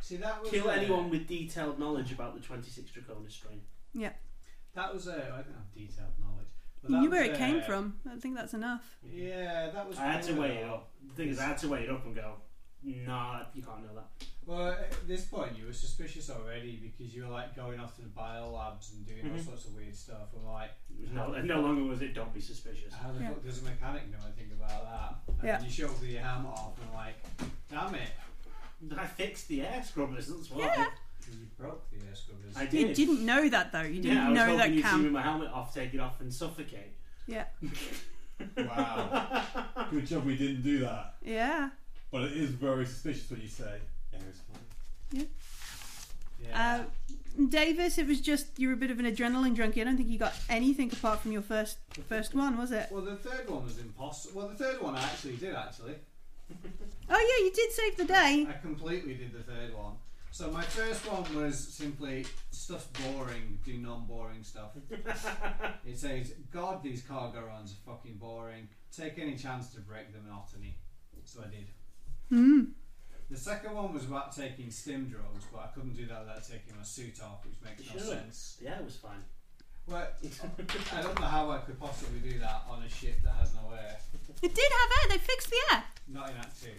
See, that was Kill a, anyone with detailed knowledge about the 26 Draconis strain. That was a. I don't have detailed knowledge. but You that knew where was it a- came from. I think that's enough. Yeah, that was. I had to cool. weigh it up. The thing is, I had to weigh it up and go, nah, you can't know that. Well, at this point, you were suspicious already because you were like going off to the bio labs and doing all Mm-hmm. Mhm. sorts of weird stuff. And like, It was no, no longer was it, don't be suspicious. how the Yeah. fuck does a mechanic know anything about that? And Yeah. You show up with your helmet off and like, damn it, I fixed the air scrubbers, that's why. Yeah. you broke the air scrubbers. I did. You didn't know that though. You didn't yeah, I was know hoping that you'd see me Cam. with my helmet off, take it off, and suffocate. Yeah. Wow. Good job we didn't do that. Yeah. But it is very suspicious what you say. Yeah, it's fine. yeah. Uh, Davis, it was just you were a bit of an adrenaline junkie. I don't think you got anything apart from your first first one, was it? well, the third one was impossible. Well, the third one I actually did actually. Oh yeah, you did save the day. I completely did the third one. So my first one was simply stuff's boring, do non-boring stuff. it says, God, these cargo runs are fucking boring. Take any chance to break the monotony. So I did. Hmm. The second one was about taking stim drugs, but I couldn't do that without taking my suit off, which makes You no should. sense. The air was fine. Well, I don't know how I could possibly do that on a ship that has no air. It did have air. They fixed the air. Not in Act 2.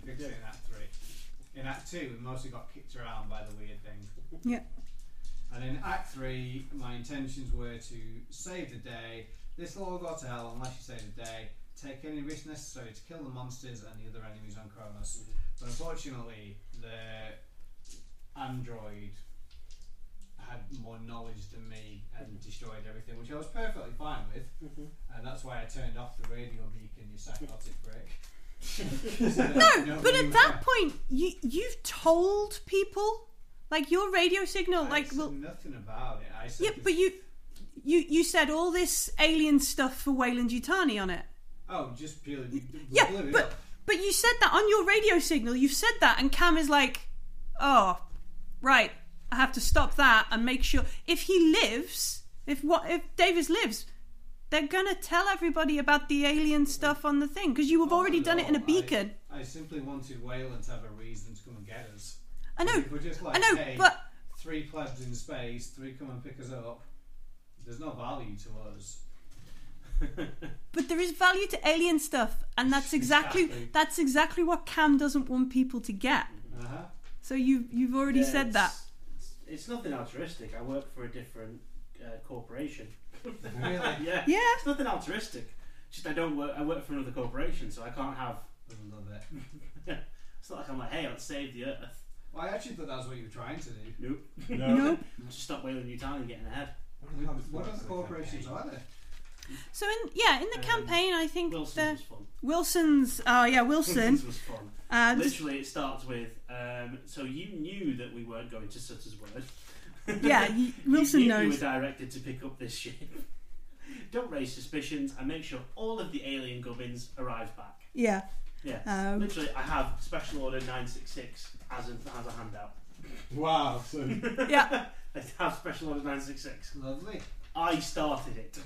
They fixed it in Act 3. in Act Two, we mostly got kicked around by the weird thing. Yeah. And in Act Three, my intentions were to save the day. This will all go to hell unless you save the day. Take any risk necessary to kill the monsters and the other enemies on Kronos. But unfortunately, the android had more knowledge than me and destroyed everything, which I was perfectly fine with. And that's why I turned off the radio geek and you psychotic prick. No, but at that point, you you've told people like your radio signal, I like said well, nothing about it. I said yeah, that- but you you you said all this alien stuff for Wayland Yutani on it. oh, just purely we Yeah, blew it but up. but you said that on your radio signal. You've said that, and Cam is like, oh, right. I have to stop that and make sure if he lives, if what if Davis lives. They're gonna tell everybody about the alien stuff on the thing because you have already done it in a Oh, No, I- beacon. I, simply wanted Wayland to have a reason to come and get us. I know, We're just like, I know, hey, but three plebs in space, three come and pick us up. There's no value to us. But there is value to alien stuff, and that's exactly, Exactly. that's exactly what Cam doesn't want people to get. Uh huh. So you you've already Yeah, said that. it's- It's, it's nothing altruistic. I work for a different uh, corporation. Really? Yeah. Yeah. It's nothing altruistic. Just I don't work. I work for another corporation, so I can't have. I love it. It's not like I'm like, hey, let's save the earth. Well, I actually thought that was what you were trying to do. Nope. No. No. Just stop wailing new town and getting ahead. What other corporations are there? So in yeah, in the Um, campaign, I think Wilson was the fun. Wilson's. Oh yeah, Wilson. Wilson's was fun. Uh, this- Literally, it starts with. Um, so you knew that we weren't going to Sutter's Word. yeah, y- You knew Wilson You knows. were directed to pick up this ship. Don't raise suspicions and make sure all of the alien gubbins arrive back. Yeah. Yeah. Um, Literally, I have special order 966 as a, as a handout. Wow. So yeah. I have special order 966. Lovely. I started it.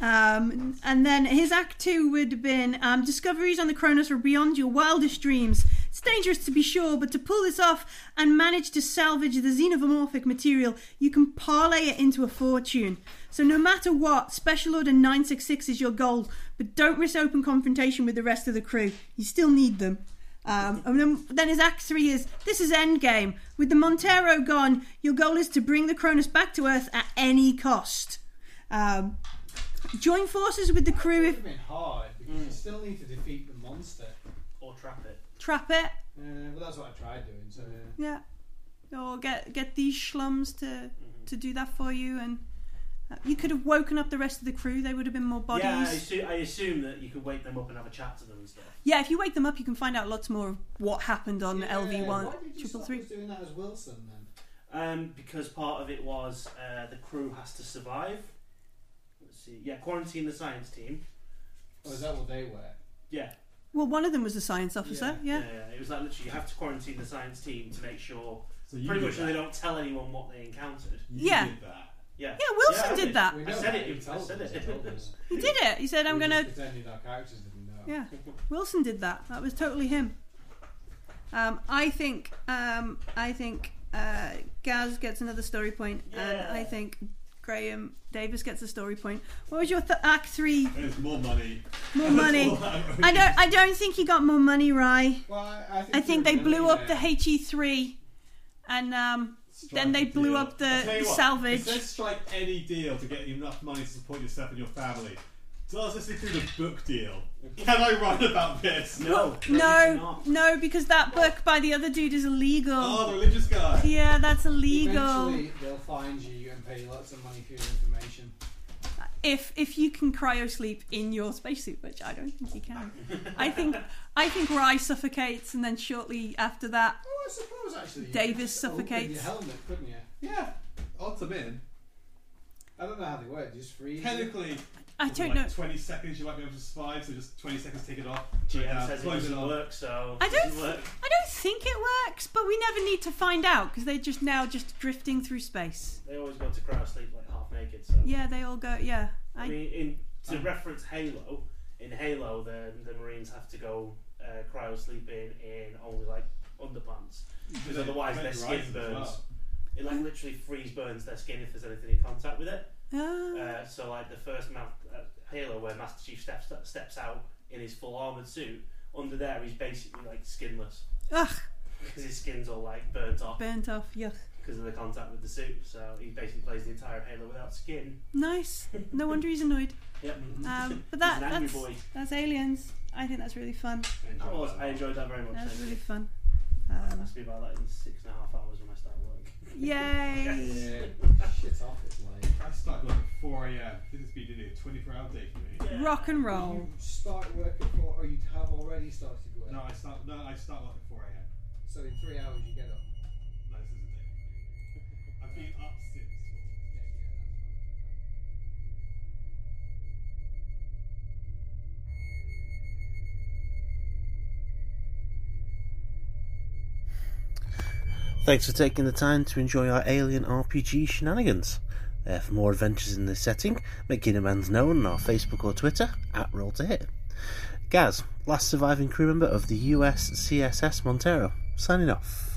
Um, and then his act two would have been um, discoveries on the Kronos were beyond your wildest dreams. It's dangerous to be sure, but to pull this off and manage to salvage the xenomorphic material, you can parlay it into a fortune. So no matter what, Special Order 966 is your goal, but don't risk open confrontation with the rest of the crew. You still need them. Um, and then, then his act three is this is endgame. With the Montero gone, your goal is to bring the Kronos back to Earth at any cost. Um, join forces with the crew It would if have been hard because you still need to defeat the monster. or trap it. trap it. Uh, well, that's what I tried doing. So uh, Yeah. Or get get these schlums to to do that for you, and uh, you could have woken up the rest of the crew. They would have been more bodies. Yeah, I assume, I assume that you could wake them up and have a chat to them and stuff. Yeah, if you wake them up, you can find out lots more of what happened on yeah, LV one Why did you triple stop three. us doing that as Wilson then? Um, because part of it was uh, the crew has to survive. Let's see. Yeah, quarantine the science team. Or is that what they were? Yeah. Well, one of them was a science officer. Yeah. Yeah. It was like literally you have to quarantine the science team to make sure So you pretty did much that. they don't tell anyone what they encountered. You Yeah. did that. Yeah. Yeah, Wilson Yeah, I did did. that. We I know said that, it, he I told said us, it. he told us. He did it. He said, "I'm We just gonna." pretended our characters didn't know. Yeah, Wilson did that. That was totally him. Um, I think. Um, I think uh, Gaz gets another story point, and I Yeah. think Graham Davis gets a story point. What was your th- act three? There's more money. More money. I don't. I don't think he got more money, Rye. Well, I, I think, I you think were they blew up the millionaire. HE three, and um, then they blew up the, Tell you the what, salvage. It says strike any deal to get enough money to support yourself and your family. Does this include a book deal? Can I write about this? No. really no, not. no, because that book by the other dude is illegal. Oh, the religious guy. Yeah, that's illegal. Eventually, they'll find you and pay you lots of money for your information. if if you can cryo sleep in your spacesuit, which I don't think you can. I think I think Rye suffocates, and then shortly after that, Oh, I suppose actually. you Davis could just open suffocates. Your helmet, couldn't you? Yeah. Odds them in. I don't know how they work. Just freeze. you. Technically, I with don't like know. 20 seconds you might be able to survive, so just 20 seconds take it off. GM Yeah, says it close doesn't on. work, so I it doesn't don't- work. I don't think it works, but we never need to find out because they're just now just drifting through space. They always go to crowd sleep like half naked. So Yeah, they all go. Yeah, I I, Oh. mean, in, to Um, reference Halo, in Halo, the the Marines have to go uh, cryo sleeping in only like underpants because They- otherwise they their rise skin as burns. well. It like literally freeze burns their skin if there's anything in contact with it. uh, Uh, so like the first ma- uh, Halo where Master Chief steps steps out in his full armored suit. Under there, he's basically like skinless. ugh. because his skin's all like burnt off Burnt off, yuck. because of the contact with the suit. So he basically plays the entire Halo without skin. Nice. No wonder he's annoyed. Yep. Mm-hmm. Um, but He's that, an angry that's, boy. that's Aliens. I think that's really fun. I, was, I enjoyed that very much. That was thank really you. fun. It Um, must be about like in six and a half hours when I start work. yay! Yeah. Shit off, it's like. I started work at 4 a.m. This has been nearly a 24 hour day for me. Rock and roll. You start work at four, or you have already started work. No, I start. No, I start work at 4 a.m. So in three hours you get up. No, this is a day. I've been up since. Thanks for taking the time to enjoy our Alien RPG shenanigans. Uh, for more adventures in this setting, make your demands known on our Facebook or Twitter at Roll to Hit. Gaz, last surviving crew member of the USCSS Montero, signing off.